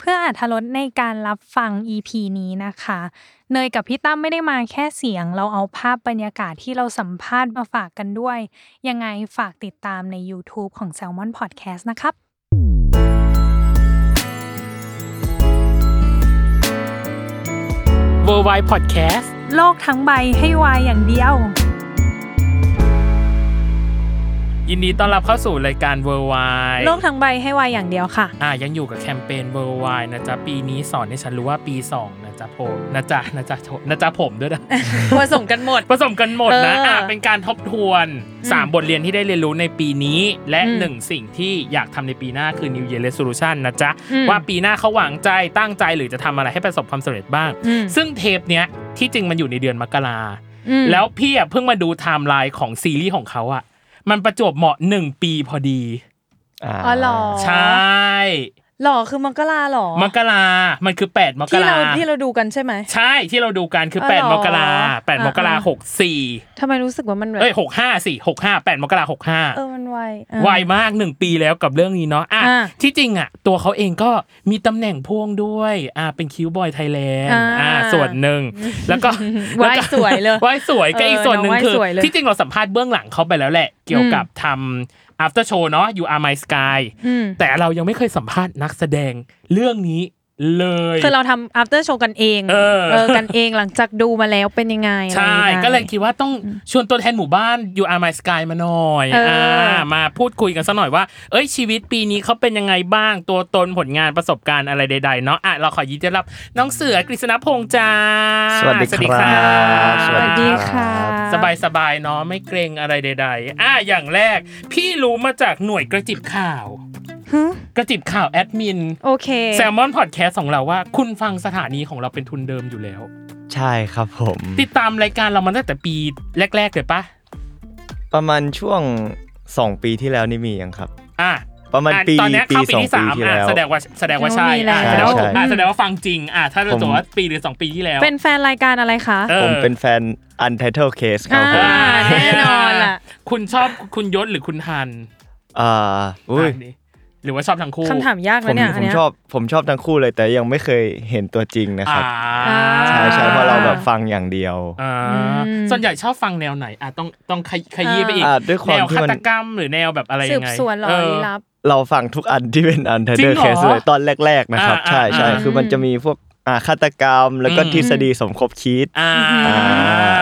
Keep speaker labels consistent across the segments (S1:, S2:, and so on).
S1: เพื่ออาธรสในการรับฟัง EP นี้นะคะ เนยกับพี่ตั้มไม่ได้มาแค่เสียง เราเอาภาพบรรยากาศที่เราสัมภาษณ์มาฝากกันด้วย ยังไงฝากติดตามใน YouTube ของ Salmon Podcast นะครับ
S2: w o r l d w i d e Podcast
S1: โลกทั้งใบให้วายอย่างเดียว
S2: ยินดีต้อนรับเข้าสู่รายการ w o r l d w i d e
S1: โลกทั้งใบให้วายอย่างเดียว ค่ะ
S2: อ่ะยังอยู่กับแคมเปญ w o r l d w i d e นะจ๊ะ ปีนี้สอนให้ฉันรู้ว่าปี 2 นะจ๊ะผมนะจ๊ะนะจ๊ะผมนะจ๊ะผมด้วยนะ
S3: ผสมกันหมด
S2: ผสมกันหมด
S3: เอออ่
S2: นะะเป็นการทบทวน 3 บทเรียนที่ได้เรียนรู้ในปีนี้ และ
S3: อืม
S2: 1 สิ่งที่อยากทำในปีหน้าคือ New Year Resolution นะจ๊ะ
S3: อืม
S2: ว่าปีหน้าเขาหวังใจตั้งใจหรือจะทำอะไรให้ประสบความสำเร็จบ้าง
S3: อืม
S2: ซึ่งเทปเนี้ยที่จริงมันอยู่ในเดือนมกรา
S3: อืม
S2: แล้วพี่อะเพิ่งมาดูไทม์ไลน์ของซีรีส์ของเขาอะมันประจวบเหมาะหนึ่งปีพอดี
S3: อ๋อหรอ
S2: ใช่
S3: หรอคือมังกราหรอ
S2: มกรามันคือ 8 มก
S3: ที่
S2: รา
S3: เราที่เราดูกันใช่ไหม
S2: ใช่ที่เราดูกันคือ
S3: อ๋อเหรอ
S2: 8 มกราแปด
S3: อ่ะ
S2: มกรา
S3: อ่ะ
S2: หกสี่
S3: ทำไมรู้สึกว่ามันแบบ
S2: เอ้ยหกห้าสี่หกห้าแปดมกราหกห้า
S3: เออมันไวอ่ะ
S2: ไวมากหนึ่งปีแล้วกับเรื่องนี้เนาะอ่ะ
S3: อ่ะ
S2: ที่จริงอ่ะ ตัวเขาเองก็มีตำแหน่งพ่วงด้วยอ่ะเป็นคิวบอยไทยแลนด์
S3: อ่า
S2: อ่ะส่วนหนึ่งแล้วก็
S3: ไหว้
S2: แล้ก็
S3: สวยเลย
S2: ไหวสวยก็
S3: เอออี
S2: อีกส่วนหนึ่ง
S3: น้องไหว้
S2: คือ
S3: สวยเลย
S2: ที่จริงเราสัมภาษณ์เบื้องหลังเขาไปแล้วแหละ เกี่ยวกับทำ after show เนาะ you are my sky
S3: อืม
S2: แต่เรายังไม่เคยสัมภาษณ์นักแสดงเรื่องนี้เลย
S3: คือเราทำ after show กันเอง
S2: เออ
S3: กันเองหลังจากดูมาแล้วเป็นยังไงอะไร
S2: ใช่
S3: ยังไง
S2: ก็เลยคิดว่าต้องชวนตัวแทนหมู่บ้าน You Are My Sky มาหน่อย
S3: เอออ่
S2: ามาพูดคุยกันสักหน่อยว่า เอ้ยชีวิตปีนี้เขาเป็นยังไงบ้าง ตัวตนผลงานประสบการณ์อะไรใดๆเนาะอ่ะเราขอยินดีต้อนรับน้องเสือกฤษณพงษ์จ้า
S4: สวัสดีครั
S2: ครับ บ
S3: สวัสดีค่ะ
S2: สบายสบายๆเนาะไม่เกรงอะไรใด ๆ อ่ะอย่างแรก พี่รู้มาจากหน่วยกระจิบข่าว
S3: ฮึ
S2: กระจิบข่าวแอดมิน
S3: โอเค
S2: แซลมอนพอดแคสต์ของเราว่า คุณฟังสถานีของเราเป็นทุนเดิมอยู่แล้ว
S4: ใช่ครับผม
S2: ติดตามรายการเรามาตั้งแต่ปีแรกๆเลยปะ
S4: ประมาณช่วง 2 ปีที่แล้วนี่มียังครับ
S2: อ่ะ
S4: ประมาณ
S2: อ่ะ
S4: ปี
S2: ตอนเนี้ย
S4: ปี
S2: เข้าปี
S4: สอง
S2: ที่สาม
S4: ปีที่
S2: อ่ะ
S4: แล้ว
S2: แสดงว่าแสดงว่าใช่
S3: มีแล้
S2: อ่ะ
S3: ว
S2: แสดงว่าผม
S4: ใช่
S2: อ่ะแสดงว่าฟังจริงอ่ะถ้าเรา
S4: ผม
S2: บอกว่าปีหรือสองปีที่แล้ว
S3: เป็นแฟนรายการอะไรคะ
S2: ออ
S4: ผมเป็นแฟน Untitled Case ครับ
S3: อ่า
S4: ผม
S3: แน่นอนล่ะ
S2: คุณชอบคุณยศหรือคุณฮัน
S4: อ่าอุ้ย
S2: อ่ะดิหรือว่าชอบทั้งคู่
S3: คำถามยาก
S4: ผ
S3: นะ
S4: ม
S3: เนี่ย
S4: ผ
S3: อัน
S4: ม
S3: เนี้ย
S4: ชอบผมชอบทั้งคู่เลยแต่ยังไม่เคยเห็นตัวจริงนะค
S2: อ่า
S4: รับ
S3: อ่า
S4: ใช่ใช่เพราะเราแบบฟังอย่างเดียว
S2: อ่าส่วนใหญ่ชอบฟังแนวไหนอ่ะต้องต้องขยขยี้ไปอีก
S4: อ่ะด้วยความ
S2: แนว
S4: ที่
S2: ฆา
S4: มัน
S2: ตกรรมหรือแนวแบบอะไร
S3: สื
S2: ยั
S3: บ
S2: งไง
S3: สวนเหรอ
S2: เ
S3: ลี้ลับ
S4: เราฟังทุกอันที่เป็น
S2: จริ
S4: Untitled
S2: งเหรอ
S4: Case เลยตอนแรก ๆนะครับ
S2: อ่า
S4: ใช่ใช่
S2: อ่า
S4: คือมันจะมีพวกอ่าฆาตกรรมแล้วก็
S2: อืม
S4: ทฤษฎีสมคบคิด
S2: อ่า
S4: อ่า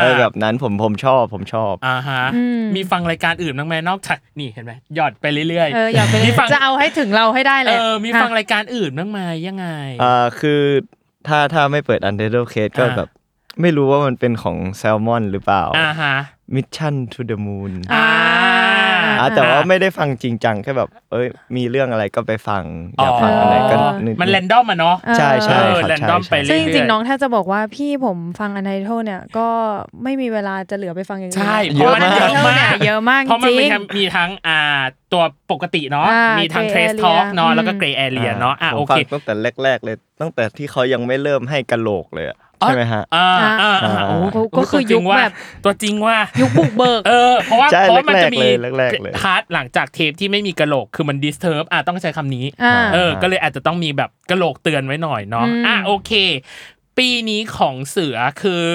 S4: เออแบบนั้นผมผมชอบผมชอบ
S2: อ่าฮะ
S3: อืม
S2: มีฟังรายการอื่นบ้างไหมนอกจากนี่เห็นไหมหยอดไปเรื่อย
S3: เอออย่าไป
S2: มีฟัง
S3: จะเอาให้ถึงเราให้ได้
S2: เอ
S3: เลย
S2: อมีฟัง
S3: อ่ะ
S2: รายการอื่นบ้างไหมยังไง
S4: อ่าคือถ้าถ้าไม่เปิด Untitled Case ก็
S2: อ่า
S4: แบบไม่รู้ว่ามันเป็นของแซลมอนหรือเปล่า
S2: อ่าฮะ
S4: Mission to the Moon
S3: อ่า
S4: อ่าแต่ว่าไม่ได้ฟังจริงจังแค่แบบ เอ้ย มีเรื่องอะไรก็ไปฟัง อยากฟังอะไรก็นึก
S2: มันแรนดอมอะเนาะ
S4: ใช่ใช่
S2: เออ
S4: ครับ
S2: แรนดอม
S4: ใช่
S2: ไป
S3: ซึ่งจ
S2: เรื่
S3: ริ
S2: อย
S3: งๆ
S2: ๆ
S3: น้องถ้าจะบอกว่าพี่ผมฟังอันไทโทเนี่ยก็ไม่มีเวลาจะเหลือไปฟังอย่างอื่น
S2: ใช่
S3: เพ
S2: เพราะ
S3: ราะ
S2: มั
S3: มัน
S2: น
S3: เย
S2: เย
S3: อะมาม
S2: อะาก ก
S3: เยอะมาก
S2: เพราะมัน
S3: จ
S2: มี
S3: ริง
S2: ทั้งมีทั้งอ่าตัวปกติเนาะ
S3: อ่า
S2: มีทั้ง
S3: Grey
S2: เทส
S3: Area
S2: ทอล์กเนาะแล้วก็
S3: อืม
S2: เกรย์แอเรียเนาะอ่ะ
S4: ผม
S2: โอ
S4: ฟั
S2: เค
S4: งตั้งแต่แรกๆเลย ตั้งแต่ที่เขายังไม่เริ่มให้กะโหลกเลยอะใช่ไหมฮะ
S2: อ่าอ่าอ่า
S4: อ่า
S2: โอ้โห
S3: ก็คือยุคแบบ
S2: ตัวจริงว่า
S3: ยุคบุกเบิก
S2: เออเพราะว่า
S4: ใช่
S2: เพราะมันจะมี
S4: แรกๆเลยแรกๆเลย
S2: พาร์ทหลังจากเทปที่ไม่มีกระโหลกคือมันดิสเทิร์บอ่ะต้องใช้คำนี้
S3: อ่า
S2: เออ ก็เลยอาจจะต้องมีแบบกระโหลกเตือนไว้หน่อยเนาะ
S3: อืม
S2: อ่ะโอเค ปีนี้ของเสือคือ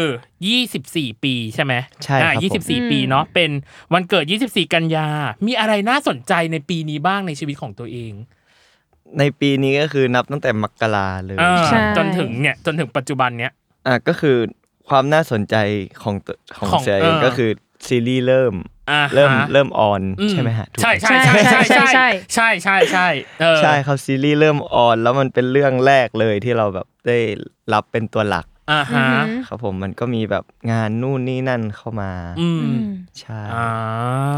S2: 24 ปีใช่ไหม
S4: ใช่ครับผม
S2: อ่ะ24 ปีเนาะเป็นวันเกิด 24 กันยา มีอะไรน่าสนใจในปีนี้บ้างในชีวิตของตัวเอง
S4: ในปีนี้ก็คือนับตั้งแต่มกราเลย
S2: อ่า
S3: ใช่
S2: จนถึงเนี่ยจนถึงปัจจุบันเนี่ย
S4: อ่ะก็คือความน่าสนใจของตัวของ
S2: ของ
S4: เสียเอง
S2: เออ
S4: ก็คือซีรีส์เริ่ม
S2: อ่าฮะ
S4: เริ่มเริ่มออน
S2: อื
S4: ใช่ไหมฮะถูก
S2: ใช่
S4: ไหม
S2: ใช่ใช่ใช่ใช่ใช่ใช่ใช่ใช่เออ
S4: ใช่ครับซีรีส์เริ่มออนแล้วมันเป็นเรื่องแรกเลยที่เราแบบได้รับเป็นตัวหลัก
S2: อ่าฮะ
S4: ครับผมมันก็มีแบบงานนู่นนี่นั่นเข้ามา
S2: อืม
S4: ใช่
S2: อ่า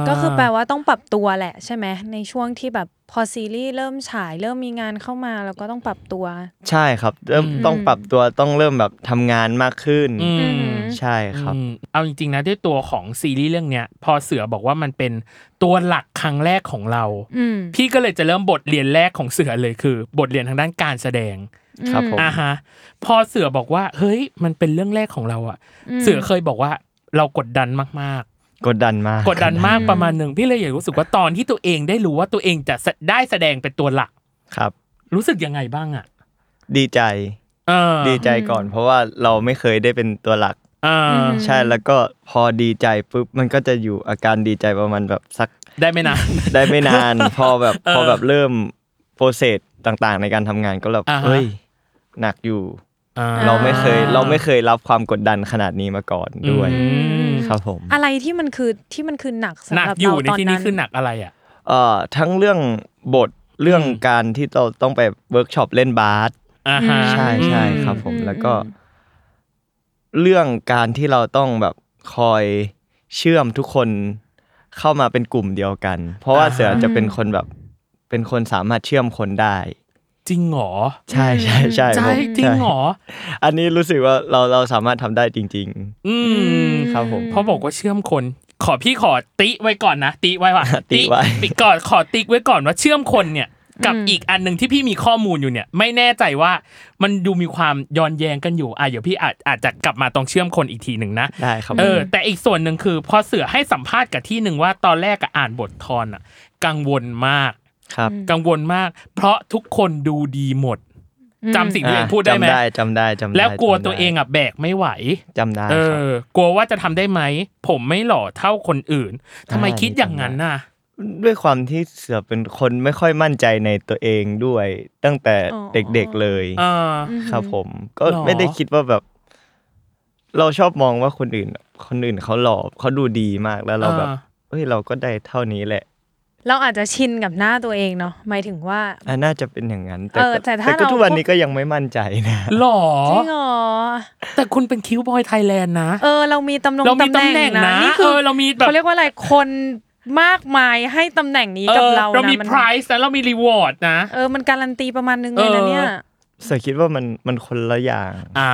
S3: ก็คือแปลว่าต้องปรับตัวแหละใช่ไหมในช่วงที่แบบพอซีรีส์เริ่มฉายเริ่มมีงานเข้ามาเราก็ต้องปรับตัว
S4: ใช่ครับเริ่ม
S2: อืม
S4: ต้องปรับตัวต้องเริ่มแบบทำงานมากขึ้น
S2: อืม
S4: ใช่ครับ
S2: อืมเอาจริงๆนะด้วยตัวของซีรีส์เรื่องเนี้ยพอเสือบอกว่ามันเป็นตัวหลักครั้งแรกของเรา
S3: อืม
S2: พี่ก็เลยจะเริ่มบทเรียนแรกของเสือเลยคือ บทเรียนทางด้านการแสดง
S4: ครับผม
S2: อ่าฮะพอเสือบอกว่า เฮ้ยมันเป็นเรื่องแรกของเราอะเสือเคยบอกว่าเรากดดันมาก
S4: กดดันมาก
S2: ๆ กดดันมากประมาณหนึ่งพี่เลยอยากรู้สึกว่าตอนที่ตัวเองได้รู้ว่าตัวเองจะแสได้แสดงเป็นตัวหลัก
S4: ครับ
S2: รู้สึกยังไงบ้างอะ
S4: ดีใจ
S2: เออ
S4: ดีใจก่อน เพราะว่าเราไม่เคยได้เป็นตัวหลัก
S2: เออ
S4: ใช่แล้วก็พอดีใจปุ๊บมันก็จะอยู่อาการดีใจประมาณแบบสัก
S2: ได้ไหมนะ
S4: ได้ไม่นาน พอแบบพอแบบเริ่มโปรเซสต่างๆ ในการทำงานก็แบบ
S2: อ่าฮะ
S4: เฮ้ยหนักอยู่
S2: อ่
S4: เราไม่เคยเราไม่เคยรับความกดดันขนาดนี้มาก่อนด้วย
S2: อืม
S4: ครับผม
S3: อะไรที่มันคือที่มันคือหนักสำ
S2: หนั
S3: ห
S2: ก
S3: รับ
S2: อยู่
S3: เรา
S2: ใน
S3: ตอน
S2: ที่นี้
S3: นั้น
S2: คือหนักอะไรอ่ะ
S4: เอ่อทั้งเรื่องบทเรื่องการที่เราต้องไปเวิร์กช็อปเล่นบาส
S2: อ่าฮะ
S4: ใช่ใช่ครับผมแล้วก็ เรื่องการที่เราต้องแบบคอยเชื่อมทุกคนเข้ามาเป็นกลุ่มเดียวกัน เพราะว่าเสือจะเป็นคนแบบเป็นคนสามารถเชื่อมคนได้
S2: จริงเหรอ
S4: ใช่ใช่ใช่
S2: ใช่
S4: ผม
S2: จริงเหรอ
S4: ใช่อันนี้รู้สึกว่าเราเราสามารถทำได้จริง
S2: อืม
S4: ๆ ครับผม
S2: เพราะบอกว่าเชื่อมคน ขอพี่ขอติไว้ก่อนนะติไว้ว่ะ
S4: ติไว้
S2: ติก่อนขอติไว้ก่อนว่าเชื่อมคนเนี่ย กับอีกอันหนึ่งที่พี่มีข้อมูลอยู่เนี่ย ไม่แน่ใจว่ามันดูมีความย้อนแย้งกันอยู่อ่ะเดี๋ยวพี่อาจอาจจะกลับมาตรงเชื่อมคนอีกทีหนึ่งนะ
S4: ได้ครับ
S2: เออแต่อีกส่วนหนึ่งคือพอเสือให้สัมภาษณ์กับที่หนึ่งว่าตอนแรกอะอ่านบททอนอะกังวลมาก
S4: ครับ
S2: กังวลมาก เพราะทุกคนดูดีหมดจำสิ่งที่ตัวเองพูดได้ไหม
S4: จำได้จำได้จำได้
S2: แล้วกลัว
S4: จำได้
S2: ตัวเองอ่ะแบกไม่ไหว
S4: จำได้
S2: เอ
S4: ครับ
S2: อ กลัวว่าจะทำได้ไหม ผมไม่หล่อเท่าคนอื่นทำไม
S4: ใช่
S2: คิดอย่างนั้นน่ะ
S4: ด้วยความที่เสือเป็นคนไม่ค่อยมั่นใจในตัวเองด้วยตั้งแต่เด็กๆเลย
S2: เออ
S4: ครับผมก็
S2: หรอ
S4: ไม่ได้คิดว่าแบบ เราชอบมองว่าคนอื่น คนอื่นเขาหล่อเขาดูดีมากแล้วเราแบบเฮ้ยเราก็ได้เท่านี้แหละ
S3: เราอาจจะชินกับหน้าตัวเองเนาะหมายถึงว่า
S4: อ่ะน่าจะเป็นอย่างนั้น แต่
S3: เออ
S4: ก็
S3: แต่ถ้า
S4: แต่ก็
S3: เรา
S4: ทุกวันนี้ก็ยังไม่มั่นใจนะ
S2: หล่อ
S3: จริงเหรอ
S2: แต่คุณเป็นคิวบอยไทยแลนด์นะ
S3: เออ เรามีตำแหน่ง
S2: เรามีตำแหน่งนะ
S3: นี่คื
S2: เออเรามีแบบ
S3: เขาเรียกว่าอะไรคนมากมายให้ตำแหน่งนี้กับเรา
S2: เรามี
S3: นะน
S2: price นะเรามี reward นะ
S3: เออมันการันตีประมาณนึงเลยนะเนี่ย
S2: เออ
S4: เสือคิดว่ามันมันคนละอย่าง
S2: อ่า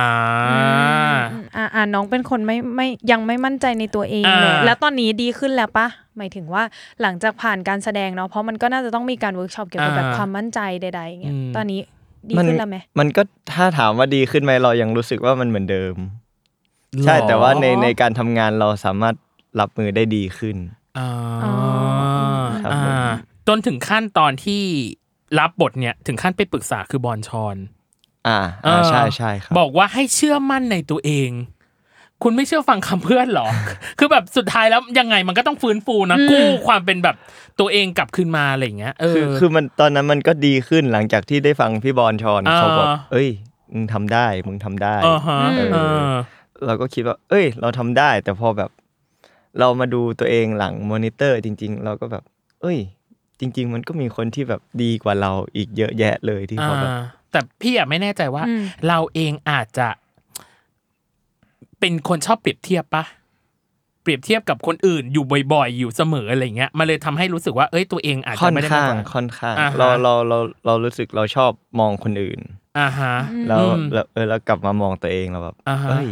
S3: มอ่าอ่าน้องเป็นคนไม่ไม่ยังไม่มั่นใจในตัวเอง
S2: อ่า
S3: เลยแล้วตอนนี้ดีขึ้นแล้วปะหมายถึงว่าหลังจากผ่านการแสดงเนาะเพราะมันก็น่าจะต้องมีการเวิร์กช็อปเกี่ยวกับแบบความมั่นใจใดๆอย่างเงี้ยตอนนี้ดี
S4: มั
S3: ขึ้นแล้วไหม
S4: มันก็ถ้าถามว่าดีขึ้นไหมเรายังรู้สึกว่ามันเหมือนเดิม ใช่
S2: หล่อ
S4: แต่ว่าในในการทำงานเราสามารถรับมือได้ดีขึ้น
S2: อ่า
S3: อ๋อ
S4: ครับ
S2: อ่า
S4: ผม
S2: จนถึงขั้นตอนที่รับบทเนี่ยถึงขั้นไปปรึกษาคือบอลชอน
S4: อ่า
S2: เอ
S4: อ่า
S2: อ
S4: ใช่ใช่ครับ
S2: บอกว่าให้เชื่อมั่นในตัวเอง คุณไม่เชื่อฟังคำเพื่อนหรอ คือแบบสุดท้ายแล้วยังไงมันก็ต้องฟื้นฟูนะกู้ความเป็นแบบตัวเองกลับคืนมาอะไรอย่างเงี้ยเออ
S4: คือคือมันตอนนั้นมันก็ดีขึ้นหลังจากที่ได้ฟังพี่บอลชอน
S2: อ่า
S4: เขาบอกเอ้ยมึงทำได้มึงทำได้
S2: เออฮะ
S4: เออ
S2: เออ
S4: เราก็คิดว่า เอ้ย เราทำได้ แต่พอแบบ เรามาดูตัวเองหลังมอนิเตอร์จริง ๆ เราก็แบบ เอ้ย จริง ๆ มันก็มีคนที่แบบดีกว่าเราอีกเยอะแยะเลยที่เขาแบบ
S2: อ่าแต่พี่อะไม่แน่ใจว่า เราเองอาจจะ เป็นคนชอบเปรียบเทียบปะเปรียบเทียบกับคนอื่นอยู่บ่อยๆ อยู่เสมออะไรเงี้ยมันเลยทำให้รู้สึกว่าเอ้ยตัวเองอาจ
S4: ค่
S2: จะ
S4: อน
S2: ไม่ได้
S4: ข้าง
S2: มกกว่
S4: ค่อนข้าง
S2: อ่าฮะ
S4: เราเราเราเรารู้สึกเราชอบมองคนอื่น
S2: อ่าฮะ
S4: แล้ว
S2: อืม
S4: แล้วเออเรากลับมามองตัวเองเราแบบ
S2: อ่าฮะ
S4: เอ้ย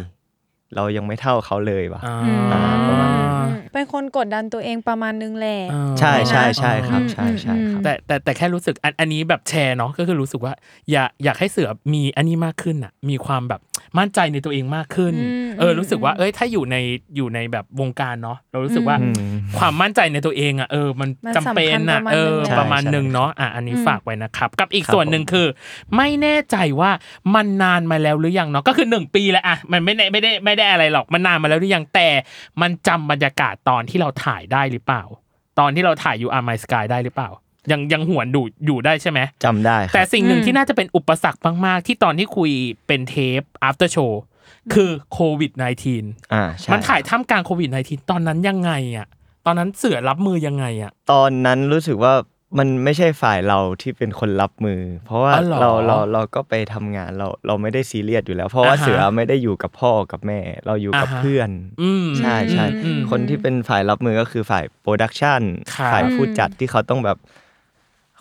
S4: เรายังไม่เท่าเขาเลยว่ะ
S2: อ่า
S4: อ่าประมาณนี้
S3: เป็นคนกดดันตัวเองประมาณนึงแหละ
S2: อ่า
S4: ใช่ใช่ใช่ครับ ใช่ใช่ครับ
S2: แต่แต่แต่แค่รู้สึกอันอันนี้แบบแชร์เนาะก็คือรู้สึกว่า อยากอยากให้เสือมีอันนี้มากขึ้นอ่ะ มีความแบบ มั่นใจในตัวเองมากขึ้น
S3: อืม
S2: เอออ
S3: ม
S2: รู้สึกว่า
S3: อืม
S2: เอ้ยถ้าอยู่ในอยู่ในแบบวงการเนาะเรารู้สึกว่า
S4: อืม
S2: ความมั่นใจในตัวเองอ่ะเออมัน
S3: มัน
S2: จำเป็น
S3: สำคั
S2: อ่ะ
S3: ญประมาณ
S2: เออ
S3: หนึ่ง
S4: ใช่
S2: ประมาณ
S4: ใช่
S2: หนึ่งเนาะอ่ะอันนี้ฝากไว้นะครับ กับอีกส่วนหนึ่ง
S4: ผม
S2: คือ ไม่แน่ใจว่ามันนานมาแล้วหรือยังเนาะก็คือหนึ่งปีแล้วอ่ะมันไม่ได้ไม่ได้ไม่ได้อะไรหรอกมันนานมาแล้วหรือยังแต่มันจำบรรยากาศตอนที่เราถ่ายได้หรือเปล่า ตอนที่เราถ่ายอยู่อาร์มสกายได้หรือเปล่า ยังยังหวนดูอยู่ได้ใช่ไหม
S4: จำได้ค
S2: แต่
S4: รับ
S2: สิ่งหนึ่ง
S3: อืม
S2: ที่น่าจะเป็นอุปสรรคมาก ๆ ที่ตอนที่คุยเป็นเทป after show คือโควิด -19
S4: อ่าใช่
S2: มันถ่ายท่ามกลางโควิด -19 ตอนนั้นยังไงอะตอนนั้นเสือรับมือยังไงอะ
S4: ตอนนั้นรู้สึกว่ามันไม่ใช่ฝ่ายเราที่เป็นคนรับมือ เพราะว่า
S2: อ๋อเหรอ
S4: เราเราเราก็ไปทำงานเราเราไม่ได้ซีเรียสอยู่แล้ว เพราะว่า
S2: อ่าฮะ
S4: เสือไม่ได้อยู่กับพ่อกับแม่ เราอยู่กับ
S2: อ่าฮะ
S4: เพื่อน
S2: อืม
S4: ใช่ใช่
S2: อืม
S4: คนที่เป็นฝ่ายรับมือก็คือฝ่ายโปรดักชัน
S2: ครับ
S4: ฝ่ายผู้จัดที่เขาต้องแบบ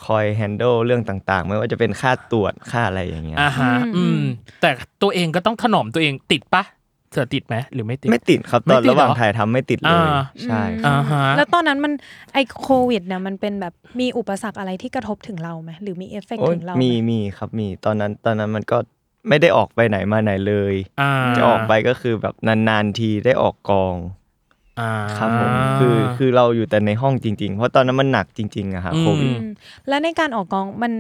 S4: คอยแฮนด์ลเรื่องต่าง ๆ ไม่ว่าจะเป็นค่าตรวจค่าอะไรอย่างเงี้ย
S2: อ่าฮะ
S3: อื
S2: อื
S3: ม
S2: ม แต่ตัวเองก็ต้องถนอมตัวเองติดปะเสือติดไหมหรือไม่ติด
S4: ไม่ติดครับ
S2: ไม่
S4: ตอน
S2: ติดเหรอ
S4: ระหว่างถ่ายทำไม่ติดเลย
S2: อ่า
S4: ใช่ครับ
S2: อ่าฮะ
S3: แล้วตอนนั้นมันไอโควิดเนี่ยมันเป็นแบบมีอุปสรรคอะไรที่กระทบถึงเราไหมหรือมีเอฟเฟก
S4: โอ้ย
S3: ถึงเราไห
S4: มีมีครับมีตอนนั้นตอนนั้นมันก็ไม่ได้ออกไปไหนมาไหนเลย
S2: อ่า
S4: จะออกไปก็คือแบบนานๆทีได้ออกกอง
S2: อ่า
S4: ครับผมคือคือเราอยู่แต่ในห้องจริง ๆ เพราะตอนนั้นมันหนักจริงๆอะครับ
S2: อืม
S4: โควิด
S3: อืมและในการออกกองมัน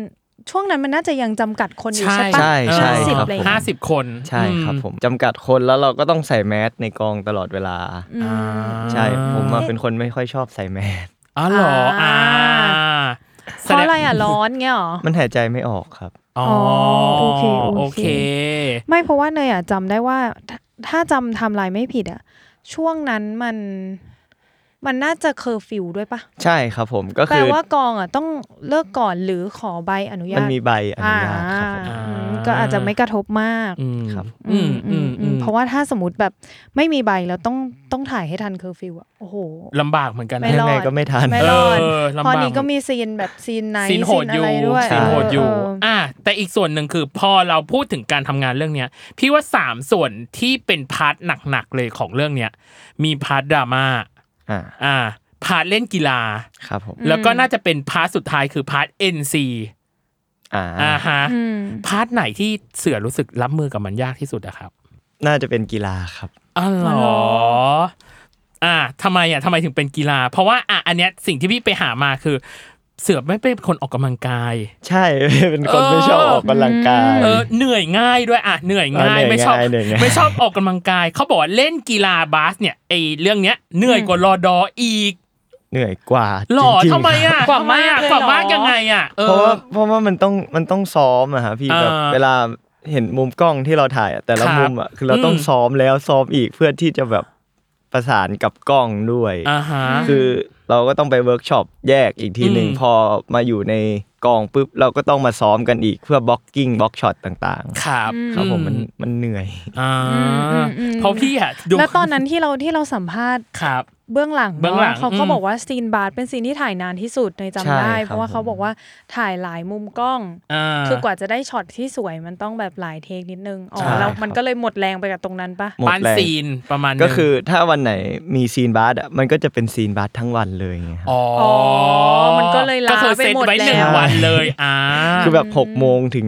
S3: ช่วงนั้นมันน่าจะยังจำกัดคนอยู่ใช่ปะ
S4: ใช่ใช่
S3: ห้าสิบ
S4: ครับ
S3: อะไรอย่าง
S2: ห้า
S3: เงี้ย
S2: สิบคน
S4: ใช่
S2: อื
S4: ครับผมจำกัดคนแล้วเราก็ต้องใส่แมสในกองตลอดเวลา
S3: อื
S2: อ่าม
S4: ใช่ผมมาเป็นคนไม่ค่อยชอบใส่แมส
S2: อ๋อเหรออ่า
S3: อ่า เพ
S2: แสด
S3: ราะ
S2: ง
S3: อะไรอ่ะร้อนเงี้ยเหรอ
S4: มันหายใจไม่ออกครับ
S2: อ๋อ
S3: โอเคโอเค
S2: โอเค
S3: ไม่เพราะว่าเนยอ่ะจำได้ว่าถ้าถ้าจำไทำลายไม่ผิดอ่ะช่วงนั้นมัน มันน่าจะเคอร์ฟิวด้วยปะ
S4: ใช่ครับผมก็
S3: แปล
S4: คือ
S3: ว่ากองอ่ะต้องเลิกก่อนหรือขอใบอนุญาต
S4: มันมีใบอนุญาตครับผม
S3: อ่าอืมก็อาจจะไม่กระทบมาก
S2: อืม
S4: ครับ
S2: อืมอืมอืม
S3: เพราะว่าถ้าสมมติแบบไม่มีใบแล้วต้องต้องถ่ายให้ทันเคอร์ฟิวอะโอ้โห
S2: ลำบากเหมือนกันนะ
S3: ไม่รอด
S4: ยังไงก็ไม่ทัน
S3: ไม่รอด
S2: เออลำบาก
S3: พอนี้ก็มีซีนแบบซีนไหน
S2: ซีนโหดอยู่
S3: ซีนอะไรด้วย
S2: ซีนโหดอยู่
S3: เเ
S2: อ่ะแต่อีกส่วนหนึ่งคือพอเราพูดถึงการทำงานเรื่องเนี้ย พี่ว่าสามส่วนที่เป็นพาร์ทหนักๆเลยของเรื่องเนี้ยมีพาร์ทดราม่า
S4: อ่า
S2: อ่าพาร์ทเล่นกีฬา
S4: ครับผม
S2: แล้วก็น่าจะเป็นพาร์ทสุดท้ายคือพาร์ท NC
S4: อ่า
S2: อ่าฮะ
S3: อืม
S2: พาร์ทไหนที่เสือรู้สึกรับมือกับมันยากที่สุดอะครับ
S4: น่าจะเป็นกีฬาครับ
S2: อ๋อเหรอ อ่าทำไมอ่ะทำไมถึงเป็นกีฬา เพราะว่าอ่ะอันเนี้ยสิ่งที่พี่ไปหามาคือ เสือไม่เป็นคนออกกำลังกาย
S4: ใช่ เป็นคนไม่ชอบออกกำลังกาย
S2: เออเหนื่อยง่ายด้วยอ่ะเหนื่อยง่าย
S4: เออเหนื่อย
S2: ไม่ชอบ
S4: ง่ายเหนื่อยง่าย
S2: ไม่ชอบออกกำลังกาย เขาบอกว่าเล่นกีฬาบาสเนี่ยไอเรื่องเนี้ยเหนื่อยกว่ารอดออีก
S4: เหนื่อยกว่า
S2: หล่อ
S4: จริงๆ
S2: ทำไมอ่ะ
S3: กว่ามาก
S2: ทำ
S3: เลย
S2: ไอ่ะ
S3: เหรอ
S2: กว่ามากยังไงอ่ะเอ
S4: เพราะ
S2: อ
S4: ว่าเพราะว่ามันต้องมันต้องซ้อมอะฮะพี่
S2: อ่า
S4: แบบเวลาเห็นมุมกล้องที่เราถ่ายอะแต่ละ
S2: ครับ
S4: มุมอะคือเราต้อง
S2: อืม
S4: ซ้อมแล้วซ้อมอีกเพื่อที่จะแบบประสานกับกล้องด้วย
S2: อ่าฮะ
S4: คือเราก็ต้องไปเวิร์กช็อปแยกอีกทีหนึ่ง
S2: อืม
S4: พอมาอยู่ในกองปุ๊บเราก็ต้องมาซ้อมกันอีกเพื่อบล็อกกิ้งบล็อกช็อตต่าง
S2: ครับ
S4: ๆ ครับผมมันมันเหนื่อย
S2: อ่า
S3: อืมอืม
S2: เพราะพี่อ่ะดู
S3: แล้วตอนนั้นที่เราที่เราสัมภาษณ์
S2: ครับ
S3: เบื้องหลัง
S2: เบื้องหลัง
S3: นะเขาก็
S2: อืม
S3: บอกว่าซีนบาร์เป็นซีนที่ถ่ายนานที่สุดในจำ
S4: ใช่
S3: ได้
S4: ค
S3: เพ
S4: รับ
S3: ราะว่าเขา
S4: ผม
S3: บอกว่าถ่ายหลายมุมกล้อง
S2: อ่า
S3: คือกว่าจะได้ช็อตที่สวยมันต้องแบบหลายเทคนิดนึงอ๋อ
S2: ใช่
S3: แล้วมัน
S4: ครับ
S3: ก็เลยหมดแรงไปกับตรงนั้นปะ
S4: หมด
S2: ปาน
S4: แรง
S2: ซีนประมาณหนึ่ง
S4: ก็คือถ้าวันไหนมีซีนบาสอะมันก็จะเป็นซีนบาสทั้งวันเลยไงครับ
S2: อ๋อ
S3: มันก็เลยลา
S2: ก็คือ
S3: ไป
S2: เซ็น
S3: หมด
S2: ไว้ห
S3: แล้
S2: นึ่ง
S3: ว
S2: วันเลยอ่า
S4: คือแบบหกโมงถึง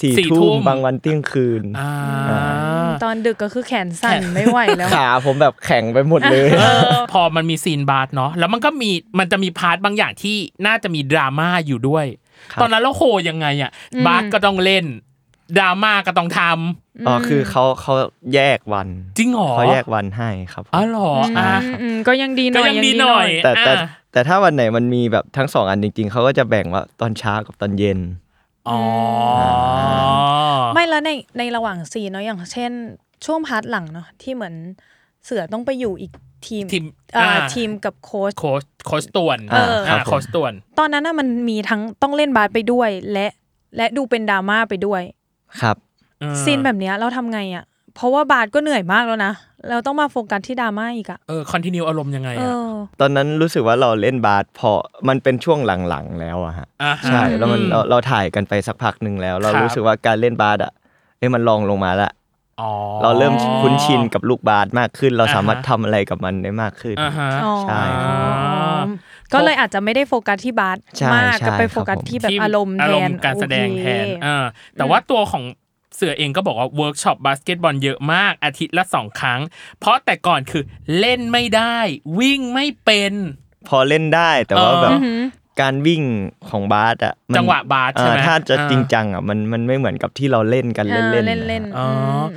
S4: สี่
S2: สี่ทุ่
S4: ทุ่ม
S2: ม
S4: บางวันเที่ยงคืน
S2: อ่า
S3: ตอนดึกก็คือแขนสั่นไม่ไหวแล้ว
S4: ขาผมแบบแข็งไปหมดเลย
S2: เออพอมันมีซีนบาร์เนาะแล้วมันก็มีมันจะมีพาร์ทบางอย่างที่น่าจะมีดราม่าอยู่ด้วย
S4: ครับ
S2: ตอนนั้นเราโหยังไงอะบาร์ก็ต้องเล่นดราม่าก็ต้องทำ
S4: อ๋อคือเขาเขาแยกวัน
S2: จริงเหรอ
S4: เขาแยกวันให้ครับผม
S2: อ๋อเหรออ่ะ
S3: อืมอืมก็ยังดีหน่อย
S2: ก็ยังดีหน่อย
S4: แต่แต่
S2: อ่า
S4: แต่ถ้าวันไหนมันมีแบบทั้งสองอันจริง ๆเขาก็จะแบ่งว่าตอนเช้ากับตอนเย็น
S2: อ๋อ
S3: ไม่แล้วในในระหว่างซีนเนาะอย่างเช่น ช่วงพาร์ทหลังเนาะที่เหมือนเสือต้องไปอยู่อีกทีม
S2: ทีม
S3: อ่า
S2: อ่า
S3: ทีมกับโค้ช
S2: โค้ชโค้ชต่วน
S4: เออครับผม
S2: โค้ชต่วน
S3: ตอนนั้นน่ะมันมีทั้งต้องเล่นบาสไปด้วย และและดูเป็นดราม่าไปด้วย
S4: ครับ
S3: ซีนแบบเนี้ยเราทำไงอะเพราะว่าบาสก็เหนื่อยมากแล้วนะ เราต้องมาโฟกัสที่ดราม่าอีกอะ
S2: เออคอนติเนียอารมณ์ยังไง
S3: เอ
S2: อะ
S3: อ
S4: ตอนนั้นรู้สึกว่าเราเล่นบาสพอมันเป็นช่วงหลังๆแล้วอะฮะ
S2: อ่าฮะ
S4: ใช่แล้วมันเราเราถ่ายกันไปสักพักหนึ่งแล้ว เรา
S2: ครับ
S4: รู้สึกว่าการเล่นบาสอะเอ้ยมันลองลงมาละ
S2: อ๋อ
S4: เราเริ่มคุ้นชินกับลูกบาสมากขึ้น เรา
S2: อ่าฮะ
S4: สามารถทำอะไรกับมันได้มากขึ้น
S2: อ่าฮะ
S3: อ๋อ
S4: ใช่
S2: ครับ
S3: ก็เลยอาจจะไม่ได้โฟกัสที่บาส
S4: ใช่
S3: มาก
S4: ใช่
S3: ก็ไป
S4: ครับ
S3: โฟกัส
S4: ผม
S3: ที่แบบ
S2: ที่
S3: อารมณ์แทน
S2: การแสดงแทน
S3: โอเค
S2: เออแต่ว่าตัวของ เสือเองก็บอกว่าเวิร์กช็อปบาสเกตบอลเยอะมากอาทิตย์ละสองครั้ง เพราะแต่ก่อนคือเล่นไม่ได้ วิ่งไม่เป็น
S4: พอเล่นได้แต่ว่า
S2: เออ
S4: แบบการวิ่งของบาสอ่ะมัน
S2: จังหวะบาสใช่ไหม
S4: อ่ถ้าจะ
S2: อ่า
S4: จริงจังอ่ะมันมันไม่เหมือนกับที่เราเล่นกัน
S3: เอ
S4: เล่
S3: อ
S4: นๆ
S3: เล่น
S4: นะ
S3: เล่น
S2: อ๋อ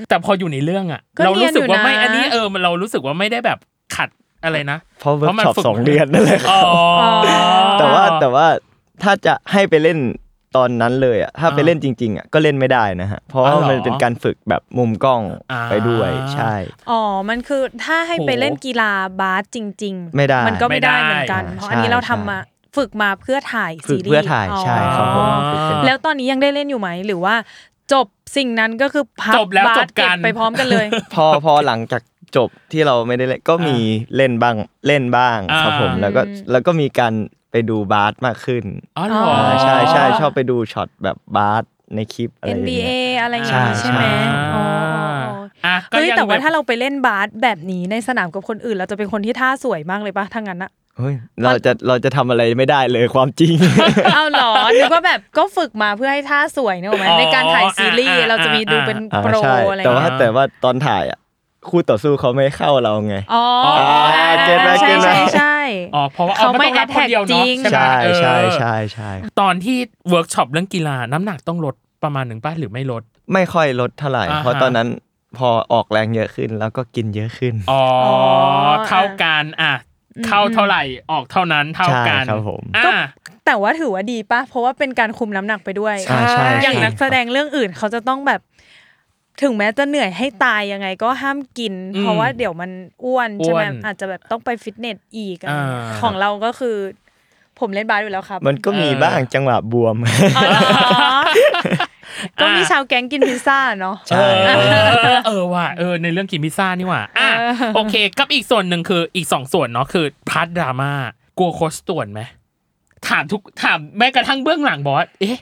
S2: แต่พออยู่ในเรื่อง อ่ะ
S3: ก็
S2: เรารู้สึกว่า
S3: เนี
S2: ไม่
S3: ยนอยู่นะ
S2: อันนี้เออมันเรารู้สึกว่าไม่ได้แบบขัดอะไรนะ
S4: เพราะเวิ
S2: เพ
S4: ร์ก
S2: ราะมัน
S4: ช็อป
S2: ฝึก
S4: สองเดือนนั่นแหละ
S2: อ๋อ
S4: แต่ว่าแต่ว่าถ้าจะให้ไปเล่นตอนนั้นเลยอ่ะถ้าไปเล่นจริง ๆอ่ะก็เล่นไม่ได้นะฮะเพราะว่า
S2: อ๋อเหรอ
S4: มันเป็นการฝึกแบบมุมกล้อง
S2: อ่า
S4: ไปด้วยใช่
S3: อ๋อ มันคือถ้าให้
S2: โห
S3: ไปเล่นกีฬาบาสจริงๆ
S4: ไม่ได้
S3: มันก็ไม่ได้เหมือนกัน
S4: ไม่ได้
S3: เพราะอันนี้เราทำมาฝึกมาเพื่อถ่ายซี
S4: ฝึก
S3: รีส์
S4: เพื่อถ่ายใช่ครับผม
S3: อ๋อ
S4: ฝึกเป็น
S3: แล้วตอนนี้ยังได้เล่นอยู่ไหม หรือว่าจบสิ่งนั้นก็คือพับ
S2: จบแล้ว
S3: าส
S2: จบกัน
S3: เไปพร้อมกันเลย
S4: พอพอหลังจากจบที่เราไม่ได้เล่นก็มีเล่นบ้างเล่นบ้าง
S2: อ่า
S4: ครับผมแล้วก็แล้วก็มีการไปดูบาสมากขึ้น
S2: อ๋อเหรอ
S3: อ๋อ
S4: าใช่ใช่ชอบไปดูช็อตแบบบาสในคลิปอะไรอย่างเงี้
S3: NBA
S4: ย
S3: อะไรอย่างนี้
S4: ใช่
S3: ใช่ไหม
S4: ใช่
S3: อ๋อ
S2: อ่ะก็
S3: เฮ้ย
S2: ยัง
S3: แต่ว่า
S2: แบบ
S3: ถ้าเราไปเล่นบาสแบบนี้ในสนามกับคนอื่น เราจะเป็นคนที่ท่าสวยมากเลยปะทั้างนั้นอะ
S4: เฮ้ยเราจะเราจะทำอะไรไม่ได้เลยความจริง
S3: เอาเหรอนึกว่าแบบก็ฝึกมาเพื่อให้ท่าสวยเนกอะไหม
S2: อ๋อ
S3: ในการถ่ายซีรีส์
S2: อ่า
S3: เราจะมีดูเป็น
S4: อ่า
S3: โปร
S4: ใช่
S3: อะไร
S4: แต่ว่า
S3: เงี้ย
S4: แต่ว่าตอนถ่ายอ่ะคู่ต่อสู้เขาไม่เข้าเราไง
S3: อ๋ออ่า
S4: เก็ตแล้ว
S3: ใช่
S4: เก็ตแล้ว
S3: ใช่ใช่
S2: อ๋อเพราะว่า
S3: เขา
S2: เขาไม่ต้องรับ
S3: ไม่
S2: คน
S3: attack
S2: เดียวเนาะ
S3: จริง
S2: ใช่ไหม
S4: ใช่
S2: เออ
S4: ใช่ใช่ใช่
S2: ตอนที่เวิร์กช็อปเรื่องกีฬาน้ำหนักต้องลดประมาณหนึ่งป้าหรือไม่ลด
S4: ไม่ค่อยลดเท่าไหร่
S2: อ่าฮะ
S4: เพราะตอนนั้นพอออกแรงเยอะขึ้นแล้วก็กินเยอะขึ้น
S2: อ๋อ
S3: อ๋อ
S2: เข้ากันอ่ะเข้าเท่าไหร่ออกเท่านั้นเท่ากัน
S4: ใช่ครับผม
S2: อ่ะ
S3: แต่ว่าถือว่าดีปะเพราะว่าเป็นการคุมน้ำหนักไปด้วย
S4: ใช่ใช่ใช่
S3: อย่างนักแสดงเรื่องอื่นเขาจะต้องแบบ ถึงแม้จะเหนื่อยให้ตายยังไงก็ห้ามกิน
S2: อืม
S3: เพราะว่าเดี๋ยวมันอ้วนใช่ไหม
S2: อ้วน
S3: อาจจะแบบต้องไปฟิตเนสอีกอะไรเงี้ย
S2: อ่า
S3: ของเราก็คือ ผมเล่นบาสอยู่แล้วครับ
S4: มันก็มีบ้างจังหวะบวม
S3: อ๋อเหรอก็มีชาวแก๊งกินพิซซ่าเนาะ
S4: ใช่
S2: เออเออว่ะเออในเรื่องกินพิซซ่านี่ว่ะอ่ะโอเค กับอีกส่วนหนึ่งคืออีกสองส่วนเนาะคือพาร์ทดราม่ากลัวโคชต่วนไหมถามทุกถามแม้กระทั่งเบื้องหลังบอกว่าเอ๊ะ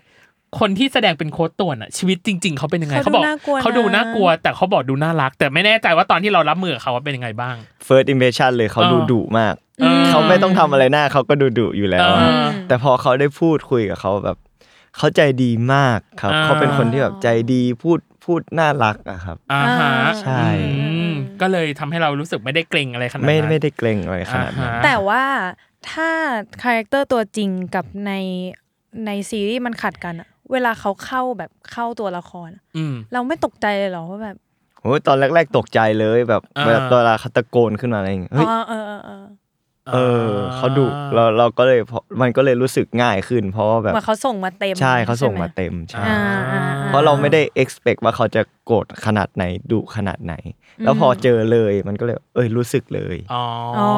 S2: คนที่แสดงเป็นโค้ชต่วนอะชีวิตจริง ๆเขาเป็นยังไง
S3: เขา
S2: เขา
S3: ดู
S2: บอก
S3: น่ากลัวนะ
S2: เขาดูน่ากลัว แต่เขาบอกดูน่ารัก แต่ไม่แน่ใจว่าตอนที่เรารับมือกับเขาว่าเป็นยังไงบ้าง
S4: first impression เลยเขา
S2: เออ
S4: ดูดุมาก
S2: ออ
S4: เขาไม่ต้องทำอะไรหน้าเขาก็ดูดุอยู่แล้วอะ
S2: เออ
S4: แต่พอเขาได้พูดคุยกับเขาแบบเขาใจดีมากครับ
S2: อ่า
S4: เขาเป็นคนที่แบบใจดีพูดพูดน่ารักอะครับ
S2: อ่าฮะ
S4: ใช่
S2: อืมก็เลยทำให้เรารู้สึกไม่ได้เกรงอะไรขนาดนั้น
S4: ไม่ไม่ได้เกรงอะไรขนาดนั้น
S2: อ่ฮะ
S3: แต่ว่าถ้าคาแรคเตอร์ตัวจริงกับในในซีรีส์มันขัดกันอะเวลาเขาเข้าแบบเข้าตัวละครอะ
S2: อืม
S3: เราไม่ตกใจเลยเหรอว่าแบบ
S4: โอ้ยตอนแรกๆตกใจเลยแบบ
S2: อ่า
S4: เวลาเวลาเขาตะโกนขึ้นมาอะไรอย่างเงี้ยเฮ้ย
S3: อ๋อเออเออเออ
S4: เออเขาดุเราเราก็เลยพอมันก็เลยรู้สึกง่ายขึ้น เพราะว่าแบ
S3: เห
S4: บ
S3: มือนเขาส่งมาเต็ม
S4: ใช่เขาส่ง
S3: ใช่ไห
S4: มาเต็มใช่
S3: อ่าอ่าอ่า
S4: เพราะเราไม่ได้ expect ว่าเขาจะโกรธขนาดไหนดุขนาดไหน แล้วพอเจอเลยมันก็เลย เอ้ยรู้สึกเลย
S2: อ๋อ
S3: อ๋อ